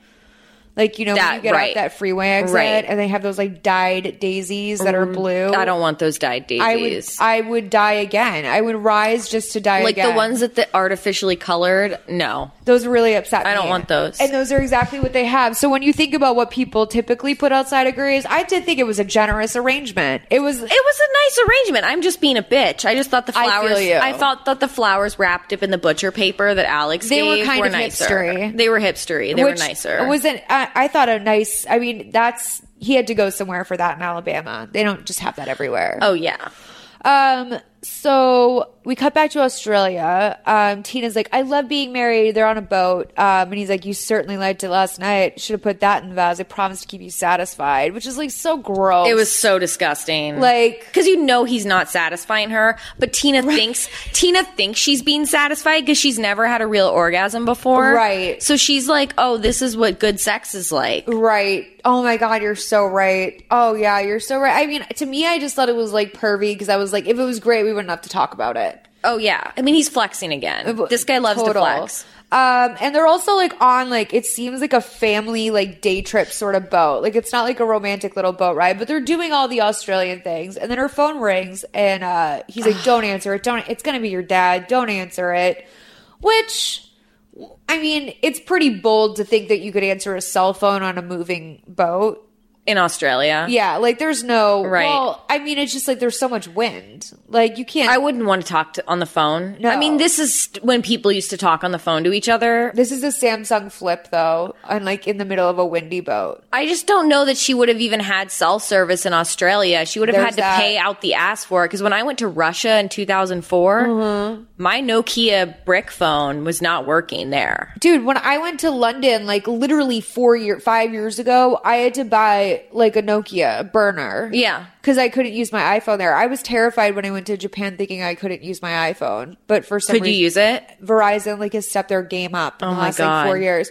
like you know when That- you get right. out that freeway exit Right. and they have those like dyed daisies that are Mm, blue. I don't want those dyed I would, daisies. I would die again. I would rise just to die like again. the ones that the artificially colored. No, Those really upset I me. don't want those. And those are exactly what they have. So when you think about what people typically put outside of graves, I did think it was a generous arrangement. It was It was a nice arrangement. I'm just being a bitch. I just thought the I feel flowers. you. I thought that the flowers wrapped up in the butcher paper that Alex They were gave kind were of nicer. hipstery. They were hipstery. They which were nicer. Wasn't I, I thought a nice I mean, that's he had to go somewhere for that in Alabama. They don't just have that everywhere. Oh yeah. Um, so we cut back to Australia. Um, Tina's like, I love being married. They're on a boat. Um, and he's like, You certainly liked it last night. Should have put that in the vase. I promised to keep you satisfied, which is like so gross. It was so disgusting. Like- because you know he's not satisfying her, but Tina thinks Tina thinks she's being satisfied because she's never had a real orgasm before, Right. So she's like, "Oh, this is what good sex is like." Right. Oh my God, you're so right. Oh yeah, you're so right. I mean, to me, I just thought it was like pervy because I was like, if it was great, we wouldn't have to talk about it. Oh yeah. I mean, he's flexing again. This guy loves Uh, Total. to flex. Um, and they're also like on like it seems like a family like day trip sort of boat. Like it's not like a romantic little boat ride, but they're doing all the Australian things. And then her phone rings, and uh, he's *sighs* like, "Don't answer it. Don't. It's gonna be your dad. Don't answer it." Which, I mean, it's pretty bold to think that you could answer a cell phone on a moving boat. In Australia. Yeah, like there's no Right. Well, I mean, it's just like there's so much wind. Like you can't. I wouldn't want to talk to, on the phone. No. I mean, this is when people used to talk on the phone to each other. This is a Samsung Flip though, and like in the middle of a windy boat. I just don't know that she would have even had cell service in Australia. She would have There's had to that. pay out the ass for it. Because when I went to Russia in 2004, Mm-hmm. my Nokia brick phone was not working there. Dude, when I went to London, like literally four year, five years ago, I had to buy like a Nokia a burner. Yeah. because I couldn't use my iPhone there. I was terrified when I went to Japan, thinking I couldn't use my iPhone. But for some, Could reason, you use it? Verizon like has stepped their game up in Oh the my last like four God. years.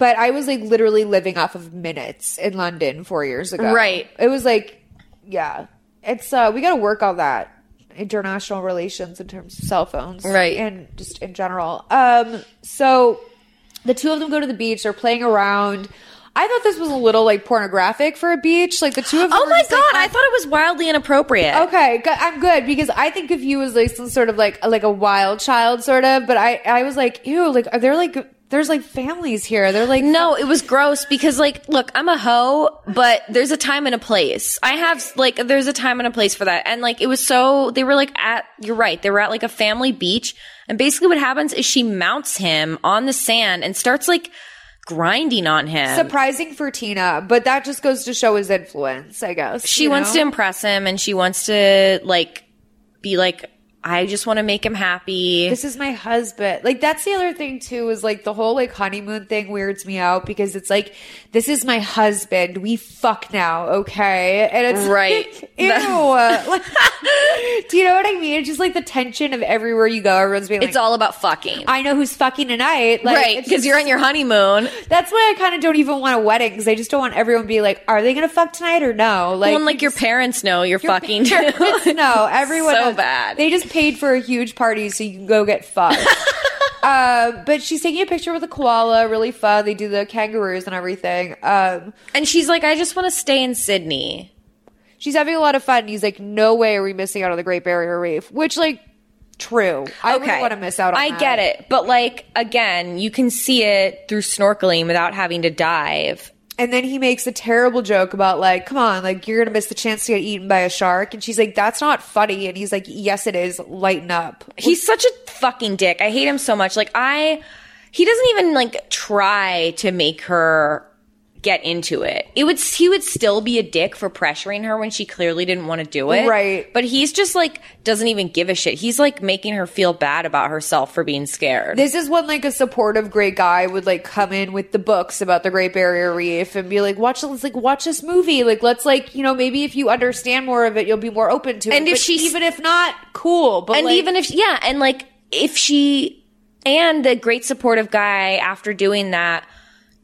But I was like literally living off of minutes in London four years ago. Right. It was like, yeah, it's uh, we got to work on that international relations in terms of cell phones, Right. and just in general. Um, so the two of them go to the beach. They're playing around. I thought this was a little like pornographic for a beach. Like the two of them. Oh were my just, like, God, I thought it was wildly inappropriate. Okay, go- I'm good because I think of you as like some sort of like like a wild child sort of, but I I was like ew, like are there like there's like families here? They're like no, it was gross because like, look, I'm a hoe, but there's a time and a place. I have like, there's a time and a place for that. And like, it was so, they were like at, you're right. They were at like a family beach. And basically what happens is she mounts him on the sand and starts like grinding on him. surprising for Tina, but that just goes to show his influence, I guess. she wants to impress him and she wants to like be like, I just want to make him happy. This is my husband. Like that's the other thing too is like the whole like honeymoon thing weirds me out because it's like this is my husband. We fuck now, okay? And it's Right. Like, *laughs* *laughs* ew. Like, *laughs* do you know what I mean? It's just like the tension of everywhere you go, everyone's being. Like, it's all about fucking. I know who's fucking tonight, like, right. it's Because you're on your honeymoon. That's why I kind of don't even want a wedding because I just don't want everyone to be like, are they gonna fuck tonight or no? Like, Like, well, and, like your parents know you're fucking. *laughs* parents know. Everyone so knows. bad. They just paid for a huge party so you can go get fucked. *laughs* uh, but she's taking a picture with a koala, really fun. They do the kangaroos and everything. Um, and she's like, I just want to stay in Sydney. She's having a lot of fun. And he's like, no way are we missing out on the Great Barrier Reef, which like, true. I wouldn't want to miss out on. I that. get it. But like again, you can see it through snorkeling without having to dive. And then he makes a terrible joke about like, come on, like you're gonna miss the chance to get eaten by a shark. And she's like, that's not funny. And he's like, yes, it is. Lighten up. He's such a fucking dick. I hate him so much. Like I he doesn't even like try to make her get into it. It would he would still be a dick for pressuring her when she clearly didn't want to do it. Right. But he's just like doesn't even give a shit. He's like making her feel bad about herself for being scared. This is when like a supportive great guy would like come in with the books about the Great Barrier Reef and be like, watch let's like watch this movie. Like let's like, you know, maybe if you understand more of it, you'll be more open to it. And if But she's- even if not, cool. But and like- even if yeah and like if she and the great supportive guy after doing that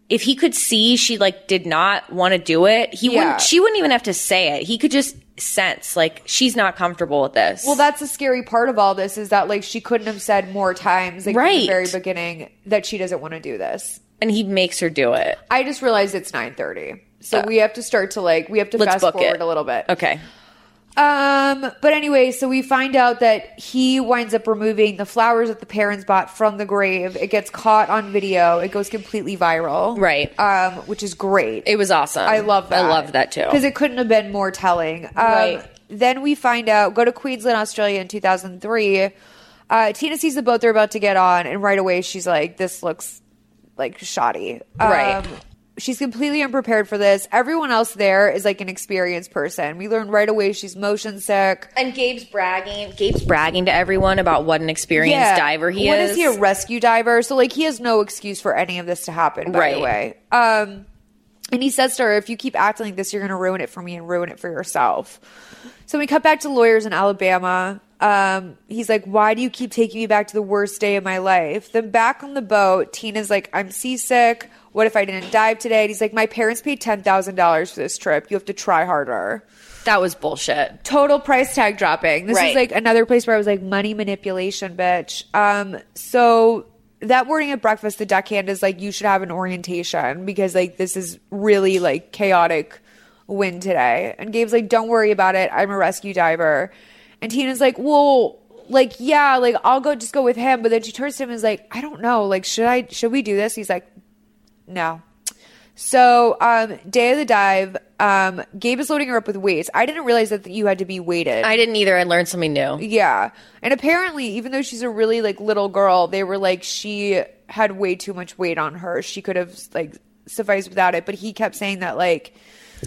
if he could see she like did not want to do it he Yeah. wouldn't she wouldn't even have to say it he could just sense like she's not comfortable with this Well, that's the scary part of all this is that like she couldn't have said more times like from the Right. very beginning that she doesn't want to do this. and he makes her do it I just realized it's 9:30. So we have to start to like we have to Let's fast book forward it. a little bit. okay Um, but anyway, so we find out that he winds up removing the flowers that the parents bought from the grave. It gets caught on video. It goes completely viral. Right. Um, which is great. it was awesome I love that. i love that too Because it couldn't have been more telling. Um, Right. Then we find out, go to Queensland, Australia in 2003. Uh, Tina sees the boat they're about to get on, and right away she's like, this looks like shoddy. Um, Right. Um, She's completely unprepared for this. Everyone else there is like an experienced person. We learn right away she's motion sick. and gabe's bragging gabe's bragging to everyone about what an experienced diver he What is is he a rescue diver? So like he has no excuse for any of this to happen. By the Right. way, um, and he says to her, "If you keep acting like this, you're going to ruin it for me and ruin it for yourself." So we cut back to lawyers in Alabama. Um, he's like, "Why do you keep taking me back to the worst day of my life?" Then back on the boat, Tina's like, "I'm seasick. What if I didn't dive today?" And he's like, "My parents paid ten thousand dollars for this trip. You have to try harder." That was bullshit. total price tag dropping. This Right. is like another place where I was like money manipulation, bitch. Um, so that wording at breakfast, the deckhand is like you should have an orientation because like this is really like chaotic win today. And Gabe's like, don't worry about it. I'm a rescue diver. And Tina's like, well, like yeah, like I'll go just go with him. But then she turns to him and is like, I don't know. Like should I should we do this? He's like, no. So, um, day of the dive, um, Gabe is loading her up with weights. I didn't realize that you had to be weighted. I didn't either. I learned something new. Yeah. And apparently, even though she's a really like little girl, they were like she had way too much weight on her. She could have like sufficed without it, but he kept saying that like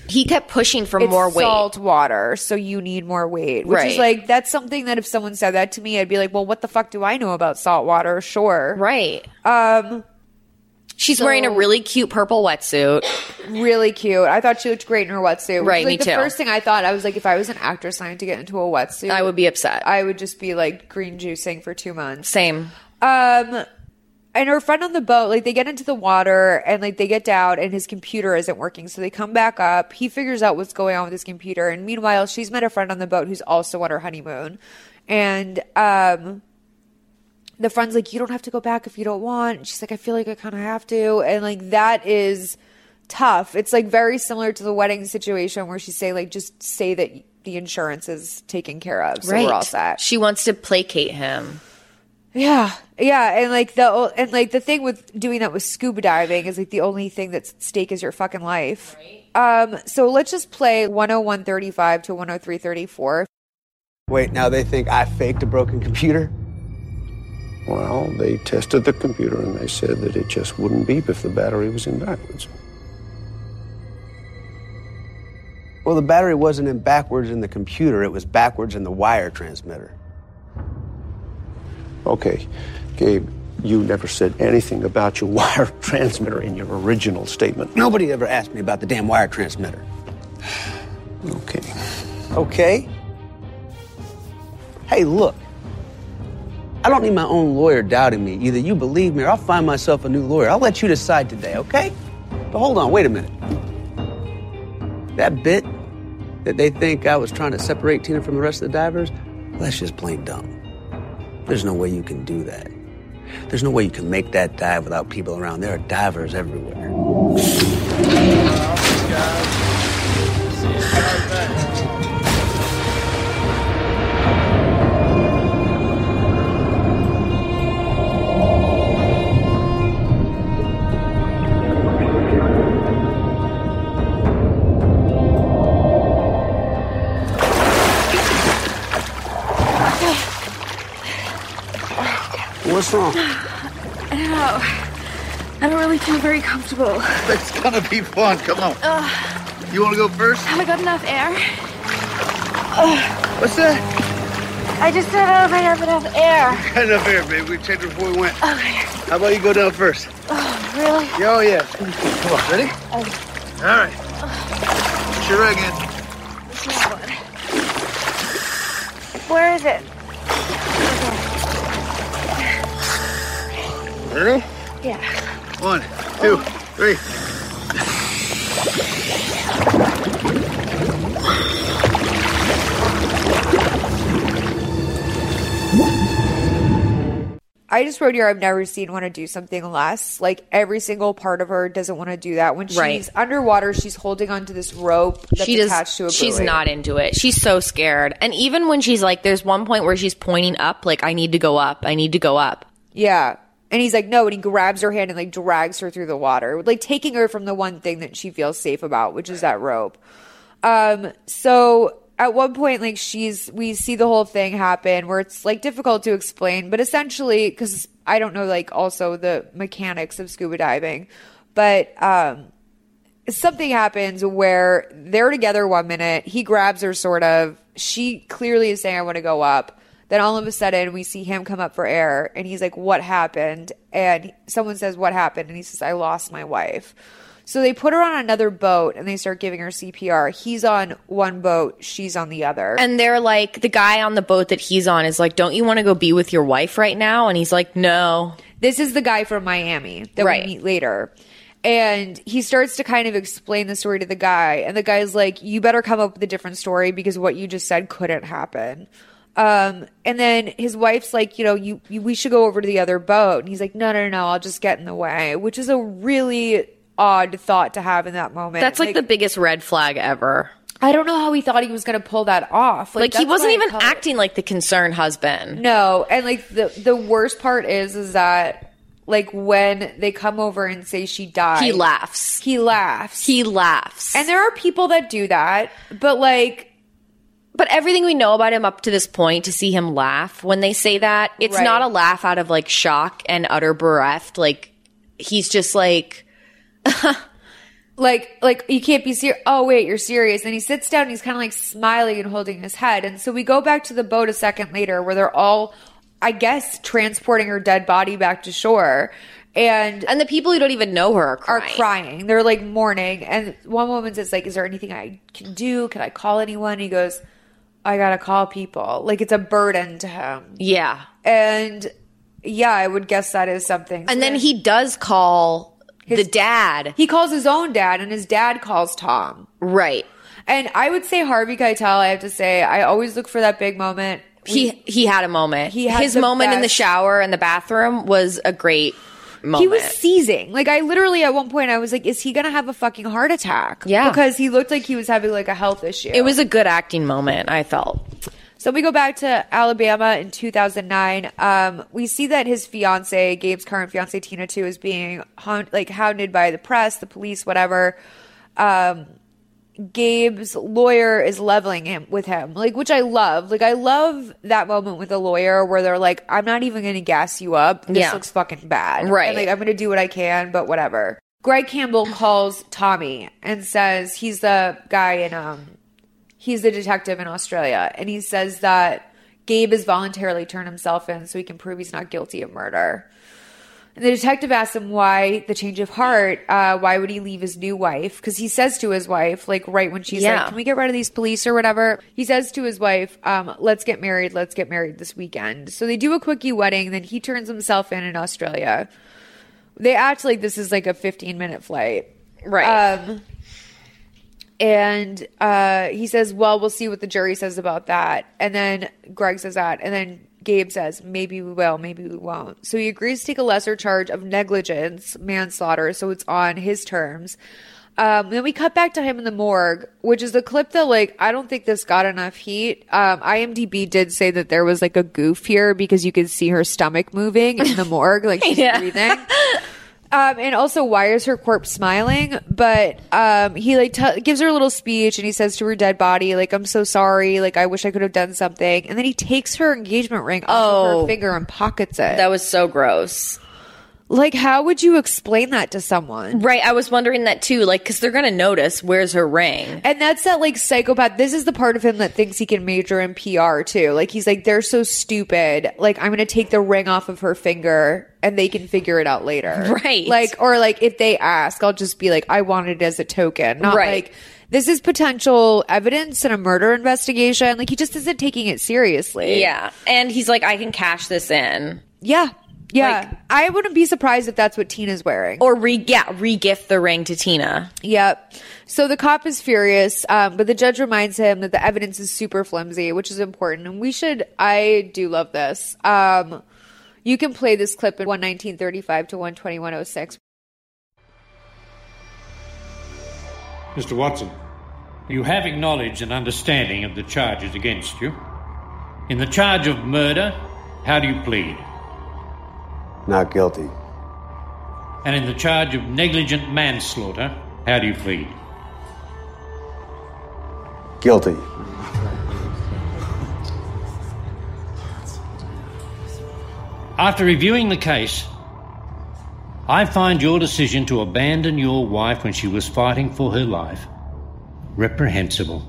he kept pushing for more weight. Salt water, so you need more weight. Which Right. is like that's something that if someone said that to me, I'd be like, "Well, what the fuck do I know about salt water?" Sure. Right. Um She's wearing a really cute purple wetsuit. really cute. I thought she looked great in her wetsuit. which Right, is, me like, the too. First thing I thought, I was like, if I was an actress and I had to get into a wetsuit, I would be upset. I would just be like green juicing for two months. Same. Um, and her friend on the boat, like they get into the water and like they get down, and his computer isn't working, so they come back up. He figures out what's going on with his computer, and meanwhile, she's met a friend on the boat who's also on her honeymoon, and um the friend's like, You don't have to go back if you don't want. And she's like, I feel like I kind of have to. And like, that is tough. It's like very similar to the wedding situation where she say, like, just say that the insurance is taken care of. So we're all set. She wants to placate him. Yeah. Yeah. And like the, o- and like the thing with doing that with scuba diving is like the only thing that's at stake is your fucking life. Um, so let's just play 101.35 to 103.34. Wait, now they think I faked a broken computer? Well, they tested the computer and they said that it just wouldn't beep if the battery was in backwards. Well, the battery wasn't in backwards in the computer, it was backwards in the wire transmitter. Okay, Gabe, you never said anything about your *laughs* wire transmitter in your original statement. Nobody ever asked me about the damn wire transmitter. Okay. Okay? Hey, look. I don't need my own lawyer doubting me. Either you believe me or I'll find myself a new lawyer. I'll let you decide today, okay? But hold on, wait a minute. That bit that they think I was trying to separate Tina from the rest of the divers, that's just plain dumb. There's no way you can do that. There's no way you can make that dive without people around. There are divers everywhere. What's *sighs* wrong? Ow. I don't really feel very comfortable. That's gonna be fun. Come on. Ugh, You wanna go first? have I got enough air? What's that? I just said I don't have enough air. Got enough air, baby. We checked it before we went. How about you go down first? Oh, really? Yeah, Oh, yeah. Come on, ready? All right. It's your again. Where is it? Ready? Yeah. One, two, three. I just wrote here, I've never seen want to do something less. Like every single part of her doesn't want to do that. When she's Right. underwater, she's holding onto this rope that's she attached does. to a she's buoy. not into it. She's so scared. And even when she's like, there's one point where she's pointing up, like, I need to go up. I need to go up. Yeah. And he's like, no. And he grabs her hand and like drags her through the water, like taking her from the one thing that she feels safe about, which is that rope. Um, so at one point, like she's, we see the whole thing happen where it's like difficult to explain, but essentially, cause I don't know, like also the mechanics of scuba diving, but, um, something happens where they're together one minute. He grabs her, sort of. She clearly is saying, I want to go up. Then all of a sudden, we see him come up for air and he's like, What happened? And someone says, What happened? And he says, I lost my wife. So they put her on another boat and they start giving her CPR. He's on one boat, she's on the other. And they're like, the guy on the boat that he's on is like, don't you want to go be with your wife right now? And he's like, no. This is the guy from Miami that Right. we meet later. And he starts to kind of explain the story to the guy. And the guy's like, You better come up with a different story because what you just said couldn't happen. Um, and then his wife's like, You know, you, you we should go over to the other boat. And he's like, No, no, no, I'll just get in the way, which is a really odd thought to have in that moment. That's like, the biggest red flag ever. I don't know how he thought he was going to pull that off. Like, he that's wasn't why I even call it- acting like the concerned husband. No, and like the the worst part is is that like when they come over and say she died, He laughs. He laughs. He laughs. And there are people that do that, but like But everything we know about him up to this point to see him laugh when they say that, it's Right. not a laugh out of like shock and utter bereft. Like he's just like like like you can't be serious. Oh wait, you're serious. And he sits down. and He's kind of like smiling and holding his head. And so we go back to the boat a second later, where they're all, I guess, transporting her dead body back to shore. And and the people who don't even know her are crying. They're like mourning. And one woman says, like, is there anything I can do? Can I call anyone? And he goes, I gotta call people. Like it's a burden to him. yeah. And yeah, I would guess that is something. And then he does call the dad. He calls his own dad, and his dad calls Tom. Right. And I would say Harvey Keitel. I have to say, I always look for that big moment. He- he had a moment. He had His the moment in the best- shower and the bathroom was a great moment. He was seizing. Like I literally at one point I was like, is he gonna have a fucking heart attack? Yeah. Because he looked like he was having like a health issue. It was a good acting moment, I felt. So we go back to Alabama in 2009. Um, we see that his fiance, Gabe's current fiance Tina too, is being hound- like hounded by the press, the police, whatever. Um, Gabe's lawyer is leveling him with him, like which I love. Like I love that moment with a lawyer where they're like, "I'm not even going to gas you up. This Yeah. looks fucking bad, Right. And, like I'm going to do what I can, but whatever." Greg Campbell calls Tommy and says he's the guy in um he's the detective in Australia, and he says that Gabe has voluntarily turned himself in so he can prove he's not guilty of murder. And the detective asks him why the change of heart. Uh, why would he leave his new wife? Because he says to his wife, like right when she's Yeah. like, "Can we get rid of these police or whatever?" He says to his wife, um, "Let's get married. Let's get married this weekend." So they do a quickie wedding. Then he turns himself in in Australia. They act like this is like a fifteen minute flight, Right. Um, and uh, he says, "Well, we'll see what the jury says about that." And then Greg says that, and then Gabe says, "Maybe we will, maybe we won't." So he agrees to take a lesser charge of negligence, manslaughter, so it's on his terms. Um, then we cut back to him in the morgue, which is a clip that, like, I don't think this got enough heat. Um, IMDb did say that there was like a goof here because you could see her stomach moving in the morgue, like she's Yeah. breathing. Um, and also, why is her corpse smiling? But um, he like t- gives her a little speech, and he says to her dead body, "Like I'm so sorry. Like I wish I could have done something." And then he takes her engagement ring off of her Oh. finger and pockets it. That was so gross. Like, how would you explain that to someone? Right. I was wondering that too, like, because they're going to notice where's her ring. And that's that like psychopath. This is the part of him that thinks he can major in PR too. Like he's like, they're so stupid. Like I'm gonna take the ring off of her finger and they can figure it out later. *laughs* Right. Like or like if they ask, I'll just be like, I want it as a token. Not Right. like this is potential evidence in a murder investigation. Like he just isn't taking it seriously. Yeah. And he's like, I can cash this in. Yeah. Yeah. I wouldn't be surprised if that's what Tina's wearing. Or re yeah, regift the ring to Tina. Yep. So the cop is furious, um, but the judge reminds him that the evidence is super flimsy, which is important. And we should, I do love this. Um, you can play this clip in 11935 to 12106. Mr. Watson, you have acknowledged an understanding of the charges against you. In the charge of murder, how do you plead? Not guilty. And in the charge of negligent manslaughter, how do you plead? Guilty. After reviewing the case, I find your decision to abandon your wife when she was fighting for her life reprehensible.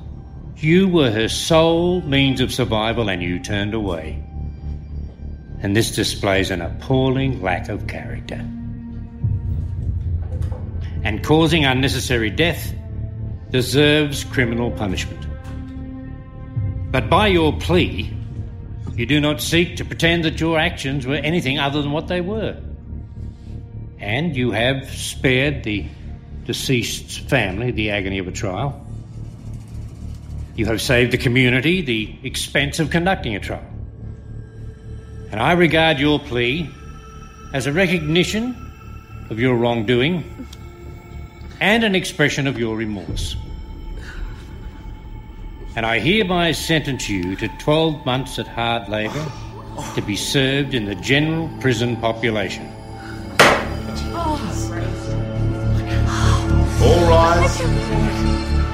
You were her sole means of survival and you turned away. And this displays an appalling lack of character. And causing unnecessary death deserves criminal punishment. But by your plea, you do not seek to pretend that your actions were anything other than what they were. And you have spared the deceased's family the agony of a trial. You have saved the community the expense of conducting a trial. And I regard your plea as a recognition of your wrongdoing and an expression of your remorse. And I hereby sentence you to 12 months at hard labor to be served in the general prison population. All rise.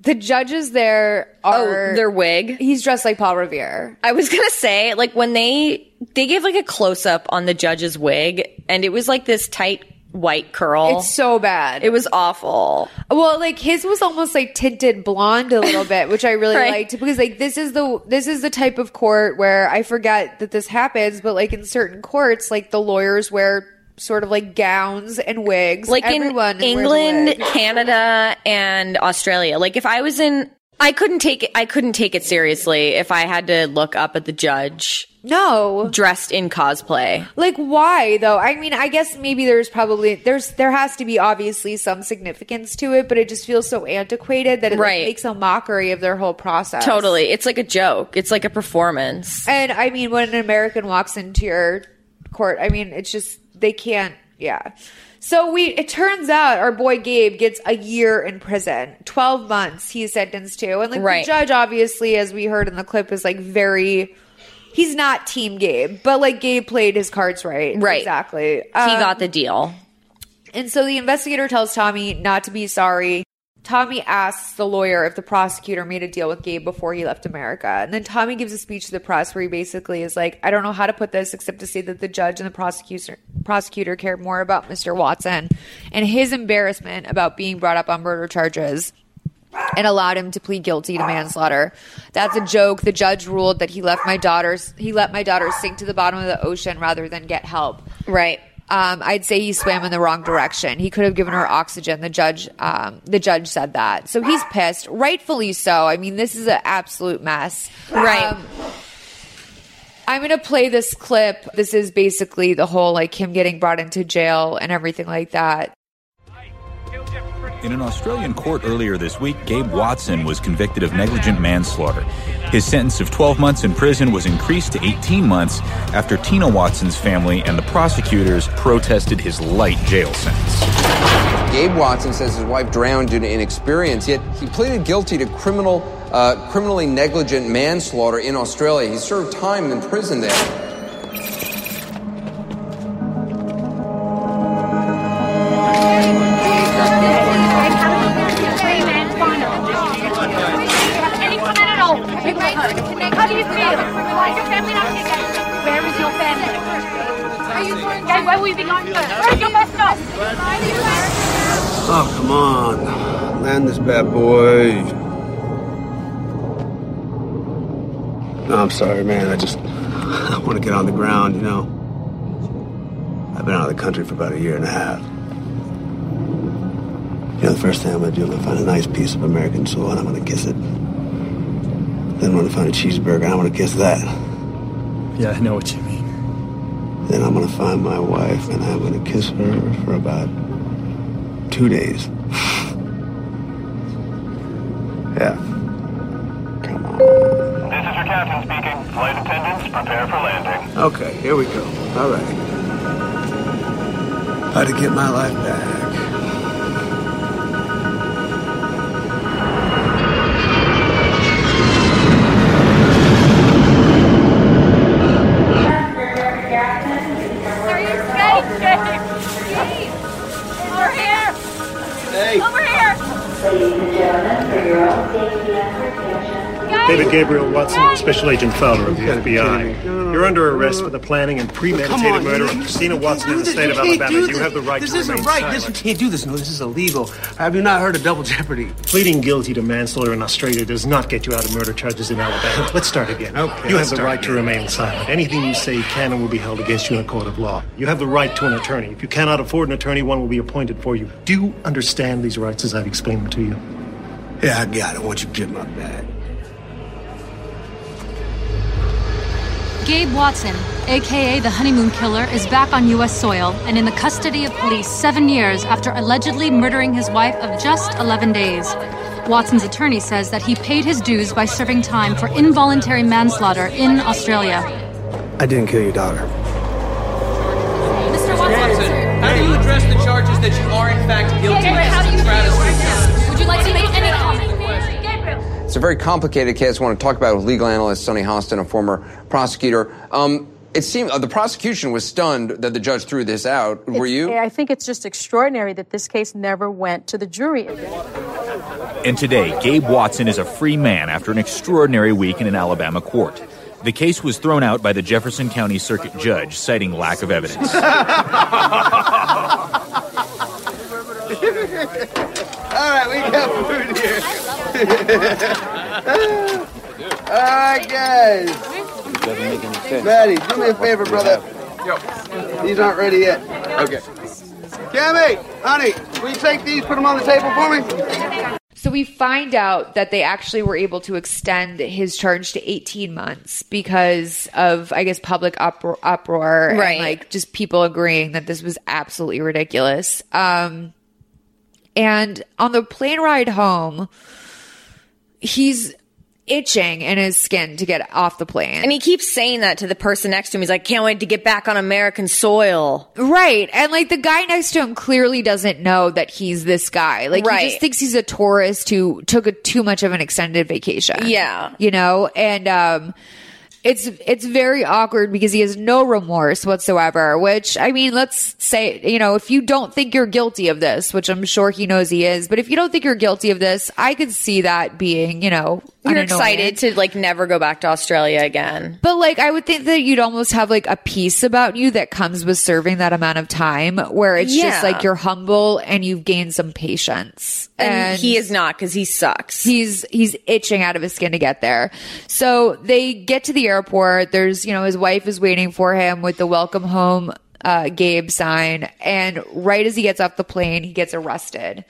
The judges there are oh, their wig. He's dressed like Paul Revere. I was gonna say, like when they they gave like a close up on the judge's wig, and it was like this tight white curl. It's so bad. It was awful. Well, like his was almost like tinted blonde a little bit, *laughs* which I really Right. liked because like this is the this is the type of court where I forget that this happens, but like in certain courts, like the lawyers wear sort of like gowns and wigs. like Everyone wears in a England, wig. Canada, and Australia. Like if I was in, I couldn't take it. I couldn't take it seriously if I had to look up at the judge. No, dressed in cosplay. Like why though? I mean, I guess maybe there's probably there's there has to be obviously some significance to it, but it just feels so antiquated that it like, Right. makes a mockery of their whole process. Totally, it's like a joke. It's like a performance. And I mean, when an American walks into your court, I mean, it's just they can't. Yeah. So we it turns out our boy Gabe gets a year in prison, twelve months he's sentenced to, and like Right. the judge obviously, as we heard in the clip, is like very. He's not Team Gabe, but like Gabe played his cards right. Right. Exactly. He he got the deal. and so the investigator tells Tommy not to be sorry. Tommy asks the lawyer if the prosecutor made a deal with Gabe before he left America. And then Tommy gives a speech to the press where he basically is like, I don't know how to put this except to say that the judge and the prosecutor prosecutor cared more about Mr. Watson and his embarrassment about being brought up on murder charges and allowed him to plead guilty to manslaughter. That's a joke. The judge ruled that he left my daughters he let my daughters sink to the bottom of the ocean rather than get help. Right. Um, I'd say he swam in the wrong direction. He could have given her oxygen. The judge um, the judge said that. So he's pissed, rightfully so. I mean, this is an absolute mess. Right. Um, I'm going to play this clip. This is basically the whole like him getting brought into jail and everything like that. In an Australian court earlier this week, Gabe Watson was convicted of negligent manslaughter. His sentence of 12 months in prison was increased to 18 months after Tina Watson's family and the prosecutors protested his light jail sentence. Gabe Watson says his wife drowned due to inexperience, yet he pleaded guilty to criminal, uh, criminally negligent manslaughter in Australia. He served time in prison there. Anyone at all? How do you feel? Why is your family not here? Where is your family? Are you going? Okay, where will you be going first? Where's your bus stop? Oh, come on. Land this bad boy. No, I'm sorry, man. I just *laughs* I want to get on the ground, you know. I've been out of the country for about a year and a half. You know, the first thing I'm going to do, I'm going to find a nice piece of American soil and I'm going to kiss it. Then I'm going to find a cheeseburger and I'm going to kiss that. Yeah, I know what you mean. Then I'm going to find my wife and I'm going to kiss her for about two days. yeah. Okay, here we go. All right. How to get my life back. Over here! Over here! David Gabriel Watson, Special Agent Fowler of the FBI. You're under arrest for the planning and premeditated on, murder you of Christina Watson in the This- state of you can't Alabama. do You this. have the right This to isn't remain right. silent. This you can't do this. No, this is illegal. Have you not heard of double jeopardy? Pleading guilty to manslaughter in Australia does not get you out of murder charges in *laughs* Alabama. Let's start again. Okay, you have let's the start right to remain silent. Anything you say can and will be held against you in a court of law. You have the right to an attorney. If you cannot afford an attorney, one will be appointed for you. Do you understand these rights as I've explained them to you? Yeah, I got it. Once you get my bag. Gabe Watson, aka the Honeymoon Killer, is back on U.S. soil and in the custody of police seven years after allegedly murdering his wife of just 11 days. Watson's attorney says that he paid his dues by serving time for involuntary manslaughter in Australia. I didn't kill your daughter. Mr. Watson, how do you address the charges that you are in fact guilty Gabriel, how do of you feel right travesty? now? Would you like to make any comment? It's a very complicated case. I want to talk about it with legal analyst Sonny Hostin, a former prosecutor. Um, it seemed uh, the prosecution was stunned that the judge threw this out. Were It's- you? I think it's just extraordinary that this case never went to the jury. And today, Gabe Watson is a free man after an extraordinary week in an Alabama court. The case was thrown out by the Jefferson County Circuit Judge, citing lack of evidence. All right, we got food here. All right, guys. Doesn't make any sense. Maddie, do me a favor, brother. Yo. These aren't ready yet. Okay. Cammy, honey, will you take these, put them on the table for me? So we find out that they actually were able to extend his charge to 18 months because of, I guess, public upro- uproar Right. and like just people agreeing that this was absolutely ridiculous. Um, and on the plane ride home, he's itching in his skin to get off the plane. And he keeps saying that to the person next to him. He's like, can't wait to get back on American soil. Right. And like the guy next to him clearly doesn't know that he's this guy. Like he Right. just thinks he's a tourist who took a, too much of an extended vacation. Yeah. You know, and um it's it's very awkward because he has no remorse whatsoever, which I mean, let's say, you know, if you don't think you're guilty of this, which I'm sure he knows he is, but if you don't think you're guilty of this, I could see that being, you know, an You're annoyance. excited to like never go back to Australia again. But like, I would think that you'd almost have like a peace about you that comes with serving that amount of time, where it's just Yeah. like you're humble and you've gained some patience. And he is not because he sucks. He's he's itching out of his skin to get there. So they get to the airport. There's you know his wife is waiting for him with the welcome home uh, Gabe sign, and right as he gets off the plane, he gets arrested.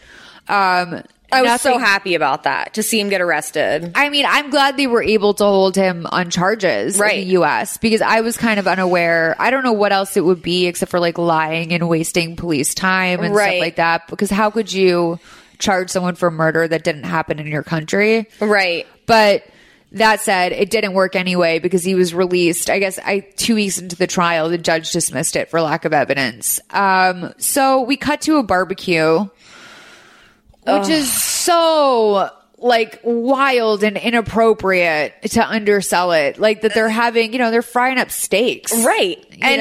Um, I was so nothing- happy about that to see him get arrested. I mean, I'm glad they were able to hold him on charges in the U.S. because I was kind of unaware. I don't know what else it would be except for like lying and wasting police time and Right. stuff like that. Because how could you charge someone for murder that didn't happen in your country? Right. But that said, it didn't work anyway because he was released. I guess I two weeks into the trial, the judge dismissed it for lack of evidence. Um, so we cut to a barbecue which Ugh. is so like wild and inappropriate to undersell it. Like that they're having, you know, they're frying up steaks. Right. and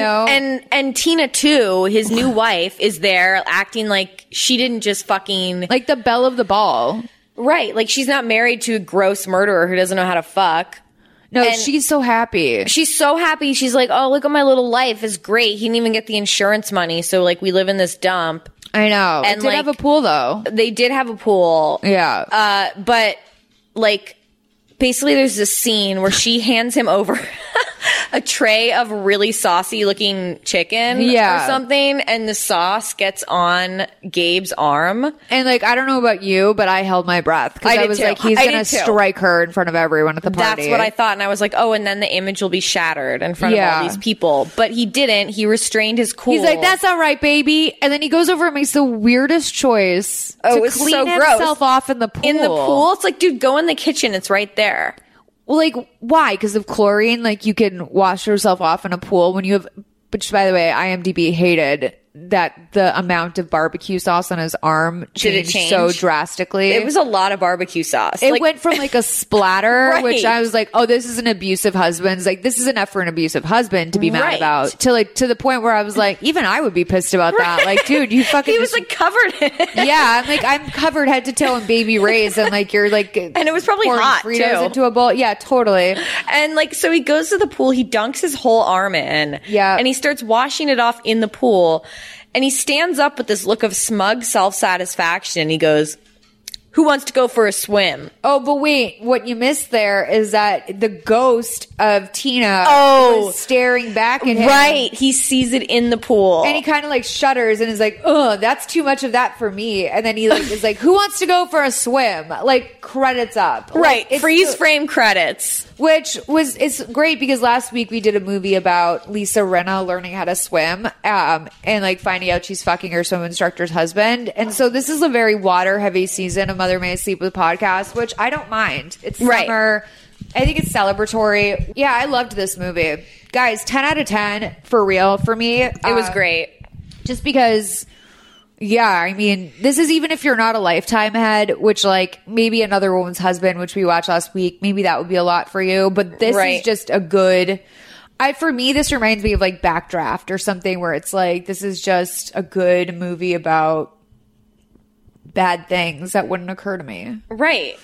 and and Tina too, his *sighs* new wife, is there acting like she didn't just fucking like the belle of the ball. Right. Like she's not married to a gross murderer who doesn't know how to fuck. No, she's so happy. She's so happy. She's like, Oh, look at my little life. It's great. He didn't even get the insurance money, so like we live in this dump. I know. It did have a pool though. They did have a pool. Yeah. Uh, but like basically there's this scene where she hands him over a tray of really saucy looking chicken Yeah. or something and the sauce gets on Gabe's arm. And like I don't know about you, but I held my breath because I I, did was too. like, he's I gonna did too. strike her in front of everyone at the party. That's what I thought. And I was like, oh, and then the image will be shattered in front Yeah. of all these people. But he didn't. He restrained his cool. He's like, that's all right, baby. And then he goes over and makes the weirdest choice Oh, it to was clean so gross. himself off in the pool. in the pool. It's like, dude, go in the kitchen. It's right there. Well, like, why? Because of chlorine, like, you can wash yourself off in a pool when you have, which, by the way, IMDb hated that the amount of barbecue sauce on his arm Did it changed so change? drastically. It was a lot of barbecue sauce. It Like- went from *laughs* like a splatter, Right. which I was like, "Oh, this is an abusive husband's like this is enough for an abusive husband to be mad Right. about." To like to the point where I was like, "Even I would be pissed about that." Like, *laughs* dude, you fucking. He was like covered in it. yeah, I'm like I'm covered head to toe in baby rays, and like you're like, and it was probably hot, Fritos too. into a bowl. Yeah, totally. And like, so he goes to the pool, he dunks his whole arm in. Yeah. And he starts washing it off in the pool. And he stands up with this look of smug self satisfaction. He goes, Who wants to go for a swim? Oh, but wait, what you missed there is that the ghost of Tina Oh. was staring back at him. Right. He sees it in the pool. And he kind of like shudders and is like, "Oh, that's too much of that for me." And then he like is like, "Who wants to go for a swim?" Like credits up, Like, Right. it's Freeze the- frame credits. which was it's great because last week we did a movie about Lisa Renna learning how to swim, um, and like finding out she's fucking her swim instructor's husband. And so this is a very water heavy season of Mother May I Sleep with podcast, which I don't mind. It's Right. summer. I think it's celebratory. Yeah, I loved this movie, guys. Ten out of ten for real for me. It was great, just because. Yeah, I mean, this is even if you're not a lifetime head, which like maybe another woman's husband, which we watched last week, maybe that would be a lot for you. But this Right. is just a good. I for me, this reminds me of like Backdraft or something where it's like this is just a good movie about bad things that wouldn't occur to me. Right.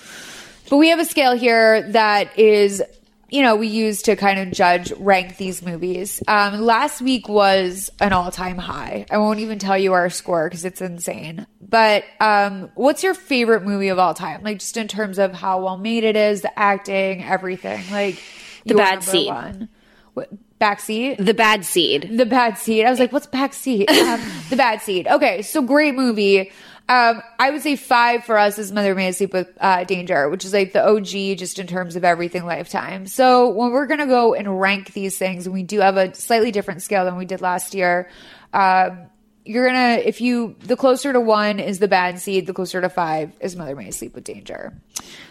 But we have a scale here that is, you know, we use to kind of judge, rank these movies. Um, last week was an all time high. I won't even tell you our score because it's insane. But um, what's your favorite movie of all time? Like, just in terms of how well made it is, the acting, everything. Like, The your bad number seed. one. What, backseat? The bad seed. The bad seed. I was like, what's *laughs* backseat? Um, the bad seed. Okay, so great movie. Um, I would say five for us is Mother May I Sleep with uh, Danger, which is like the OG just in terms of everything lifetime. So when we're gonna go and rank these things, and we do have a slightly different scale than we did last year. Um, you're gonna if you the closer to one is the bad seed, the closer to five is Mother May I Sleep with Danger.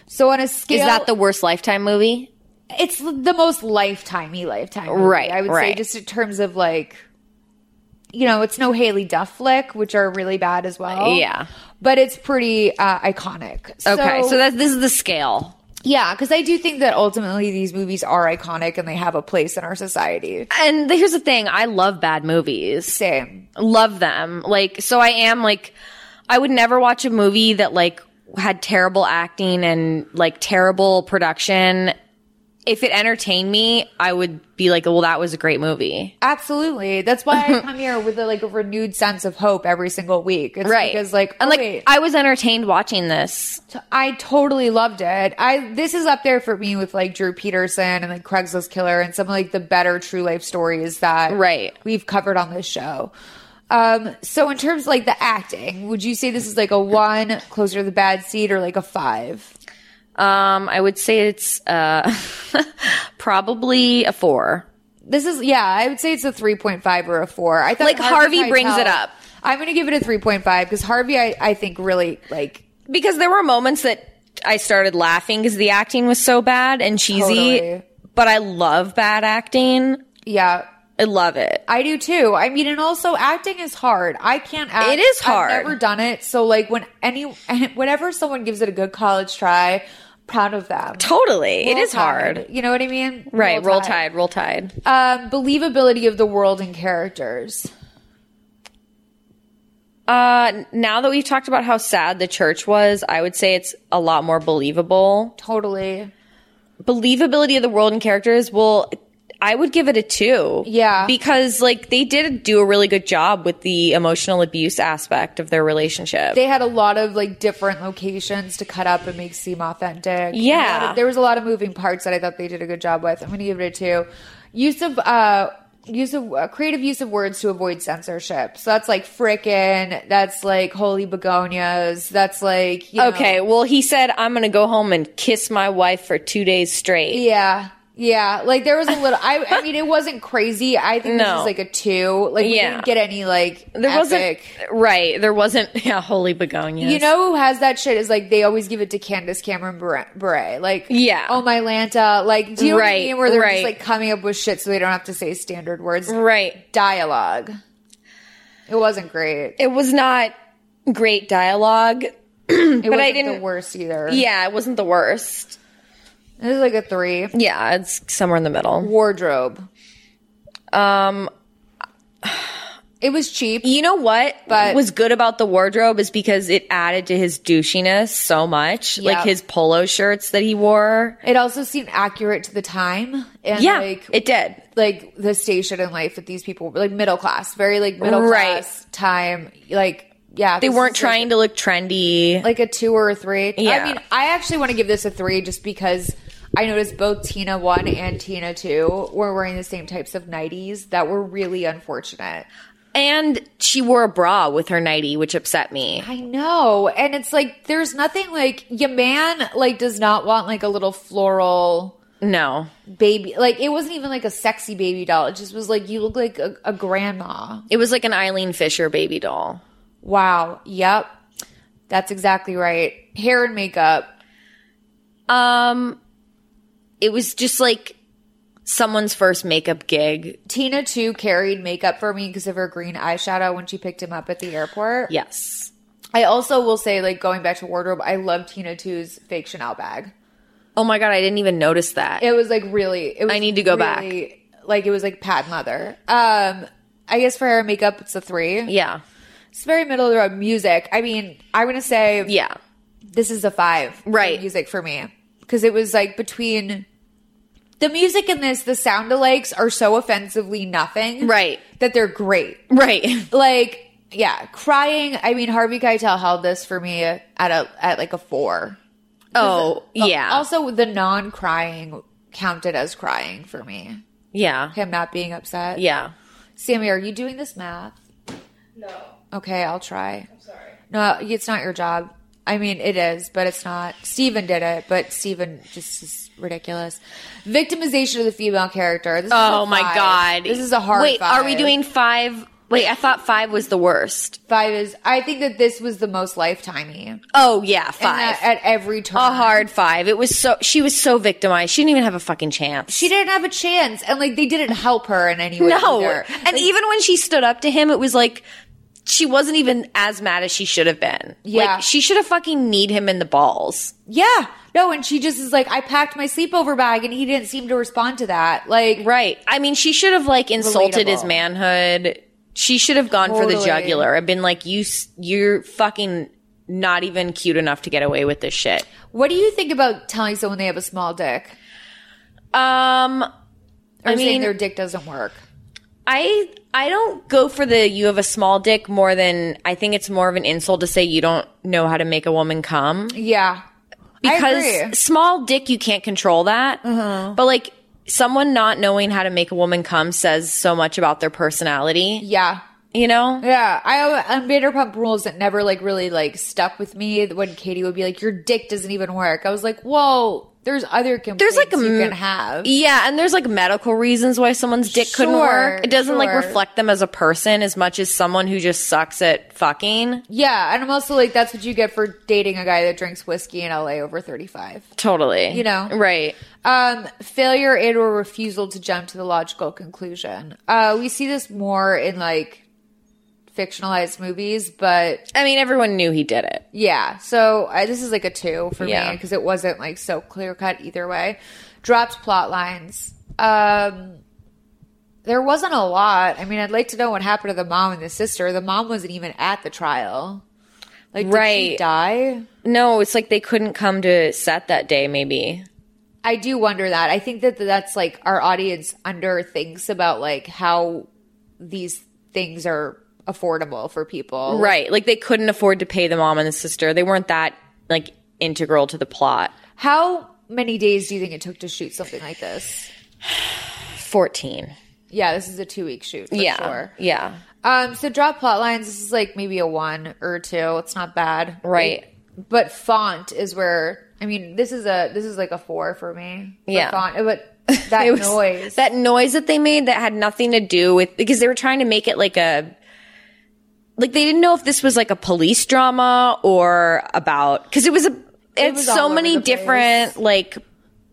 So on a scale, Is that the worst lifetime movie? it's the most lifetimey lifetime, movie, Right, I would say right. just in terms of like, you know, it's no Haley Duff flick, which are really bad as well. Uh, Yeah. but it's pretty uh, iconic. Okay. So, that's this is the scale. yeah, because I do think that ultimately these movies are iconic and they have a place in our society. And here's the thing, I love bad movies. Same. Love them. Like so I am like I would never watch a movie that like had terrible acting and like terrible production. If it entertained me, I would be like, "Well, that was a great movie." Absolutely, that's why *laughs* I come here with a, like a renewed sense of hope every single week. It's Right. because like, And oh, like wait. I was entertained watching this. I totally loved it. I this is up there for me with like Drew Peterson and like Craigslist Killer and some of like the better true life stories that Right. we've covered on this show. Um, so in terms of like the acting, would you say this is like a one closer to the bad seat or like a five? Um, I would say it's uh *laughs* probably a 4. This is yeah, I would say it's a three point five or a four. I thought Like, Harvey brings it up. I'm gonna give it a three point five because Harvey, I, I think really like because there were moments that I started laughing because the acting was so bad and cheesy. Totally. But I love bad acting. Yeah. I love it. I do too. I mean, and also acting is hard. I can't act. It is hard. I've never done it. So like when any *laughs* whenever someone gives it a good college try, proud of them. Totally. it Roll is Tide. hard. You know what I mean? Right. Roll tide. Roll tide. Um, believability of the world and characters. Uh, now that we've talked about how sad the church was, I would say it's a lot more believable. Totally. Believability of the world and characters. Well, I would give it a two. Yeah. Because like they did do a really good job with the emotional abuse aspect of their relationship. They had a lot of like different locations to cut up and make seem authentic. Yeah. A lot of- there was a lot of moving parts that I thought they did a good job with. I'm going to give it a two. Use of uh use of uh, creative use of words to avoid censorship. So that's like frickin', that's like holy begonias, that's like you know- Okay, well, he said, I'm going to go home and kiss my wife for two days straight. Yeah. Yeah, like there was a little. I, I mean, it wasn't crazy. I think this No. was like a two. Like we Yeah. didn't get any like There epic- wasn't, right, there wasn't, *laughs* yeah, holy begonias. You know who has that shit is like they always give it to Candace Cameron Bure, Bure. like Yeah. oh my Lanta, like do you know what I Right, mean? Where they're right. just like coming up with shit so they don't have to say standard words, Right. Dialogue. It wasn't great, It was not great dialogue, *clears throat* it but wasn't I didn't, the worst either. yeah, it wasn't the worst. this is like a three. Yeah, it's somewhere in the middle. Wardrobe. Um, It was cheap. you know what But- was good about the wardrobe is because it added to his douchiness so much, Yep. like his polo shirts that he wore. It also seemed accurate to the time and yeah, like it did. like the station in life that these people were like middle class, very like middle Right. class time, like yeah, They this weren't is, trying to look trendy. Like a two or a three. Yeah. I mean, I actually want to give this a three just because I noticed both Tina one and Tina two were wearing the same types of nighties that were really unfortunate. And she wore a bra with her nightie, which upset me. I know, and it's like there's nothing like your man like does not want like a little floral no baby. Like it wasn't even like a sexy baby doll. It just was like you look like a, a grandma. It was like an Eileen Fisher baby doll. Wow. Yep. That's exactly right. Hair and makeup. Um, it was just like someone's first makeup gig. Tina too carried makeup for me because of her green eyeshadow when she picked him up at the airport. Yes. I also will say, like going back to wardrobe, I love Tina two's fake Chanel bag. Oh my god, I didn't even notice that. It was like really. It was I need to go back. back. Like it was like patent leather. Um, I guess for hair and makeup, it's a three. Yeah, it's very middle of the road. Music. I mean, I'm gonna say yeah, this is a five. Right, music for me because it was like between the music in this, the sound alikes are so offensively nothing. Right, that they're great. Right, *laughs* like. Yeah, crying. I mean, Harvey Keitel held this for me at a at like a four. Oh, Al- yeah. Also, the non crying counted as crying for me. Yeah. Him not being upset. Yeah. Sammy, are you doing this math? No. Okay, I'll try. I'm sorry. No, it's not your job. I mean, it is, but it's not. Steven did it, but Steven just is ridiculous. Victimization of the female character. This is Oh a my five. god. This is a hard Wait, are we five. doing five? Wait, I thought five was the worst. Five is. I think that this was the most lifetimey. Oh yeah, five. that at every turn. A hard five. It was so she was so victimized. She didn't even have a fucking chance. She didn't have a chance, and like they didn't help her in any way. No. either. And even when she stood up to him, it was like she wasn't even as mad as she should have been. Yeah. Like she should have fucking kneed him in the balls. Yeah. No, and she just is like, I packed my sleepover bag and he didn't seem to respond to that. Like Right. I mean, she should have like insulted his Relatable. manhood. She should have gone for the Totally. jugular and been like, "You, s- you're fucking not even cute enough to get away with this shit." What do you think about telling someone they have a small dick? Um Or I saying mean- their dick doesn't work. I I don't go for the you have a small dick more than I think it's more of an insult to say you don't know how to make a woman come. Yeah. Because Uh-huh. agree. small dick you can't control that. Mhm. But like someone not knowing how to make a woman come says so much about their personality. Yeah. You know? Yeah. I on Vanderpump rules that never like really like stuck with me when Katie would be like, Your dick doesn't even work. I was like, Whoa, there's other complaints there's like you can have. Yeah, and there's like medical reasons why someone's dick couldn't Sure, work. It doesn't like sure. reflect them as a person as much as someone who just sucks at fucking. Yeah, and I'm also like, that's what you get for dating a guy that drinks whiskey in LA over 35. Totally. You know? Right. Um, failure and or refusal to jump to the logical conclusion. Uh, we see this more in like fictionalized movies, but I mean, everyone knew he did it. Yeah, so I, this is like a two for me Yeah. because it wasn't like so clear cut either way. Dropped plot lines. Um, there wasn't a lot. I mean, I'd like to know what happened to the mom and the sister. The mom wasn't even at the trial. Like, did she Right. die? No, it's like they couldn't come to set that day, maybe. I do wonder that. I think that that's like our audience under thinks about like how these things are affordable for people. Right. Like they couldn't afford to pay the mom and the sister. They weren't that like integral to the plot. How many days do you think it took to shoot something like this? 14. Yeah, this is a two week shoot for yeah. sure. Yeah. Um, so drop plot lines. This is like maybe a one or two. It's not bad, Right. Like, but font is where I mean, this is a this is like a four for me. for Yeah. font. *laughs* But that It was- noise. That noise that they made that had nothing to do with because they were trying to make it like a like they didn't know if this was like a police drama or about because it was a It it's was all so over many the place. different like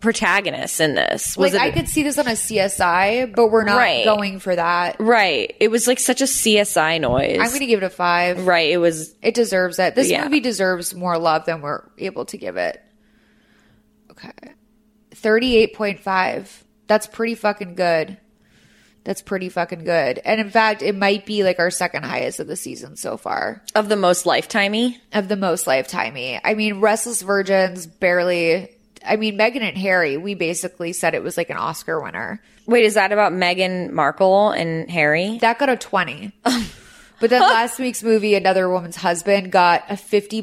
protagonists in this. Was like I it could see this on a CSI, but we're not Right. going for that. Right. It was like such a CSI noise. I'm gonna give it a five. Right. It was It deserves it. This Yeah. movie deserves more love than we're able to give it. Okay. Thirty eight point five. That's pretty fucking good. That's pretty fucking good. And in fact, it might be like our second highest of the season so far. of the most lifetimey. Of the most lifetimey. I mean, Restless Virgins barely I mean, Meghan and Harry, we basically said it was like an Oscar winner. Wait, is that about Meghan Markle and Harry? *laughs* That got a 20. But then last week's movie, Another Woman's Husband, got a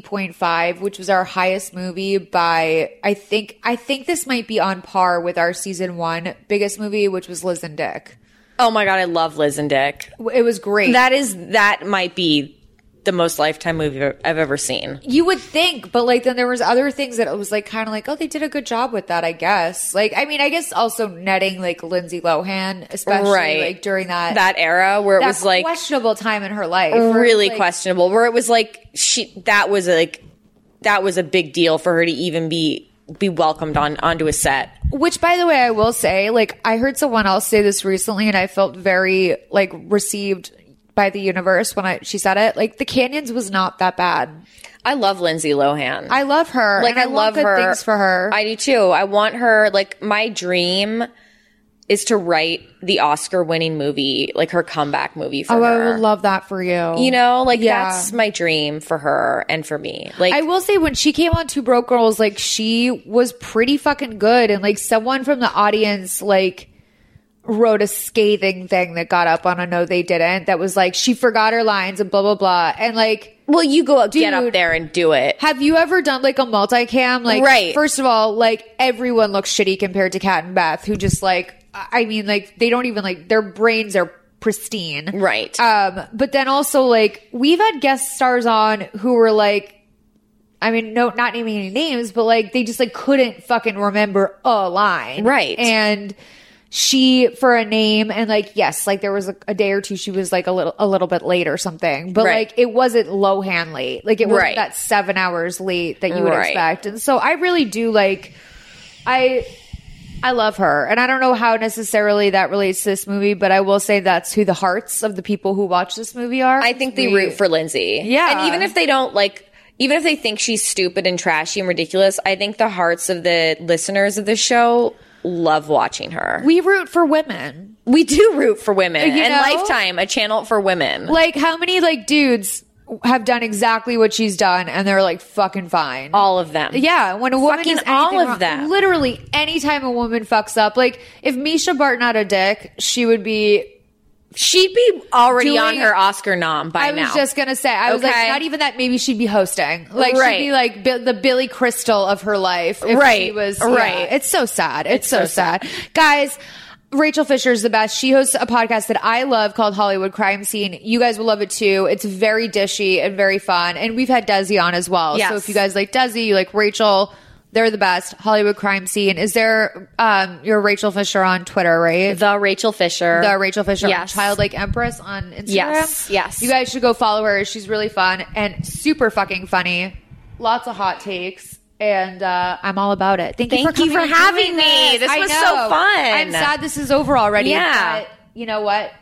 50.5, which was our highest movie by, I think, I think this might be on par with our season one biggest movie, which was Liz and Dick. Oh my god, I love Liz and Dick. It was great. That is that might be the most lifetime movie I've ever seen. You would think, but like then there was other things that it was like kind of like, oh, they did a good job with that, I guess. Like, I mean, I guess also netting like Lindsay Lohan, especially Right. like during that That era where it was, like, questionable time in her life, where it was, Really like, questionable. Where it was like she that was like that was a big deal for her to even be be welcomed on onto a set. Which, by the way, I will say, like, I heard someone else say this recently, and I felt very like received by the universe when I she said it. Like, the canyons was not that bad. I love Lindsay Lohan. I love her. Like and I, want love good her. Things for her. I do too. I want her. Like my dream is to write the Oscar-winning movie, like her comeback movie for oh, I her. would love that for you. you know, like Yeah. that's my dream for her and for me. Like I will say when she came on Two Broke Girls, like she was pretty fucking good, and like someone from the audience like wrote a scathing thing that got up on a no they didn't that was like she forgot her lines and blah blah blah and like well you go up dude, get up there and do it. have you ever done like a multicam like Right. first of all like everyone looks shitty compared to kat and beth who just like i I mean like they don't even like their brains are pristine right um but then also like we've had guest stars on who were like I mean, no, not naming any names, but like they just like couldn't fucking remember a line, Right. And she for a name, and like yes, like there was a, a day or two she was like a little a little bit late or something, but Right. like it wasn't Lohan late, like it wasn't Right. that seven hours late that you would Right. expect. And so I really do like I I love her, and I don't know how necessarily that relates to this movie, but I will say that's who the hearts of the people who watch this movie are. I think they We- root for Lindsay. Yeah. And even if they don't like even if they think she's stupid and trashy and ridiculous, I think the hearts of the listeners of the show love watching her. we root for women. We do root for women You and know? Lifetime, a channel for women. Like how many like dudes have done exactly what she's done and they're like fucking fine. All of them. Yeah, when a woman Fucking does anything all of wrong- them. Literally anytime a woman fucks up, like if Misha Barton had a dick, she would be She'd be already doing- on her Oscar nom by I was now. just gonna say, I was like, Okay. not even that. Maybe she'd be hosting, like Right. she'd be like Bi- the Billy Crystal of her life, if She Right. was yeah. Right. It's so sad. It's, so, sad. guys. Rachel Fisher is the best. She hosts a podcast that I love called Hollywood Crime Scene. You guys will love it too. It's very dishy and very fun. And we've had Desi on as well. Yes. So if you guys like Desi, you like Rachel, they're the best. Hollywood Crime Scene. Is there um your Rachel Fisher on Twitter, right? The Rachel Fisher. The Rachel Fisher on Yes. Childlike Empress on Instagram. Yes, yes. You guys should go follow her. She's really fun and super fucking funny. Lots of hot takes. And uh, I'm all about it. Thank, you for, Thank you coming for and having doing me. This I was know. so fun. I'm sad this is over already. Yeah. But you know what?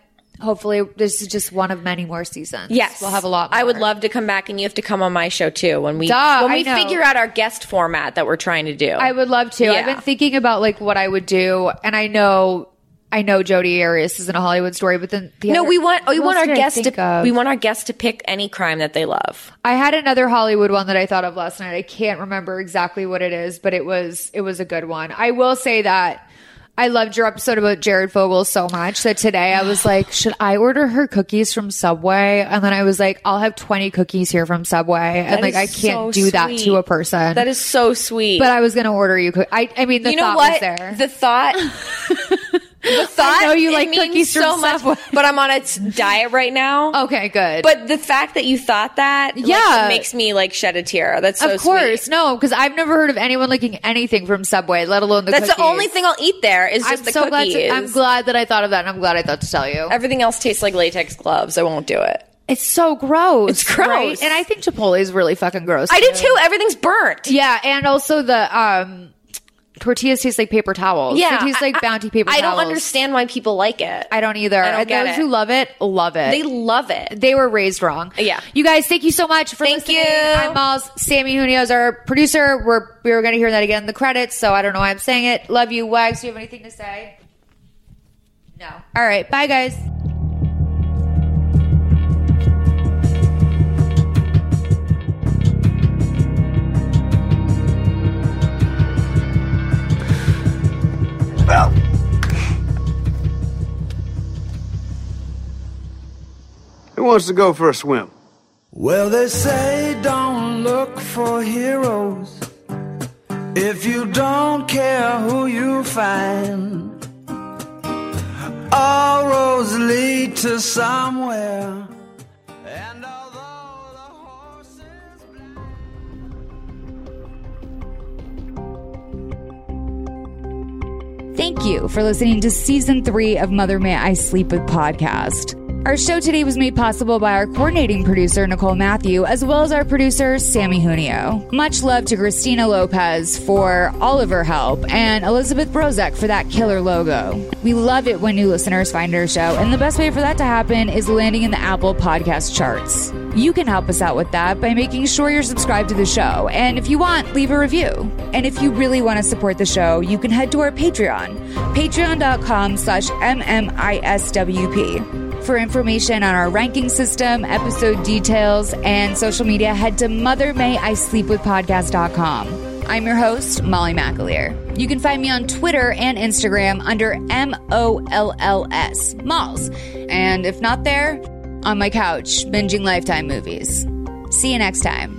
Hopefully, this is just one of many more seasons. Yes, We'll have a lot more. I would love to come back, and you have to come on my show too when we Duh, when I we know. figure out our guest format that we're trying to do. I would love to. I've Yeah. been thinking about like what I would do, and I know, I know Jodi Arias isn't a Hollywood story, but then the no, other- we want we what want else our did I guests think to of? we want our guests to pick any crime that they love. I had another Hollywood one that I thought of last night. I can't remember exactly what it is, but it was it was a good one. I will say that I loved your episode about Jared Fogle so much that today I was like, should I order her cookies from Subway? And then I was like, I'll have 20 cookies here from Subway. and That like is I can't so do that to sweet. a person. That is so sweet. but I was going to order you cook I I mean the you know thought what? was there. *laughs* The thought. the thought. know you it like means cookies from so much, Subway. *laughs* but I'm on a t- diet right now. Okay, good. But the fact that you thought that, like, Yeah. makes me like shed a tear. That's so of course, sweet. no, because I've never heard of anyone liking anything from Subway, let alone the That's the cookies. only thing I'll eat there is just I'm the so glad cookies. to- I'm glad that I thought of that, and I'm glad I thought to tell you. Everything else tastes like latex gloves. I won't do it. It's so gross. It's gross. And I think Chipotle is really fucking gross. I do too. Everything's burnt. Yeah, and also the um tortillas taste like paper towels. Yeah, They taste like I- bounty paper I towels. don't understand why people like it. I don't either. I don't and get those it. who love it, love it. They love it. they were raised wrong. Yeah. You guys, thank you so much for Thank listening. you. I'm Miles. Sammy Junio is our producer. We're we were gonna hear that again in the credits, so I don't know why I'm saying it. Love you, Wags. Do you have anything to say? No. All right. Bye guys. It wasn't wants to go for a swim? Well, they say don't look for heroes if you don't care who you find. All roads lead to somewhere. Thank you for listening to season three of Mother May I Sleep With podcast. Our show today was made possible by our coordinating producer, Nicole Matthew, as well as our producer, Sammy Junio. Much love to Christina Lopez for all of her help and Elizabeth Brozek for that killer logo. We love it when new listeners find our show, and the best way for that to happen is landing in the Apple podcast charts. You can help us out with that by making sure you're subscribed to the show. And if you want, leave a review. And if you really want to support the show, you can head to our Patreon, patreon.com slash MMISWP. For information on our ranking system, episode details, and social media, head to mothermayisleepwithpodcast.com. I'm your host, Molly McAleer. You can find me on Twitter and Instagram under M O L L S, Malls. And if not there, on my couch, binging Lifetime movies. See you next time.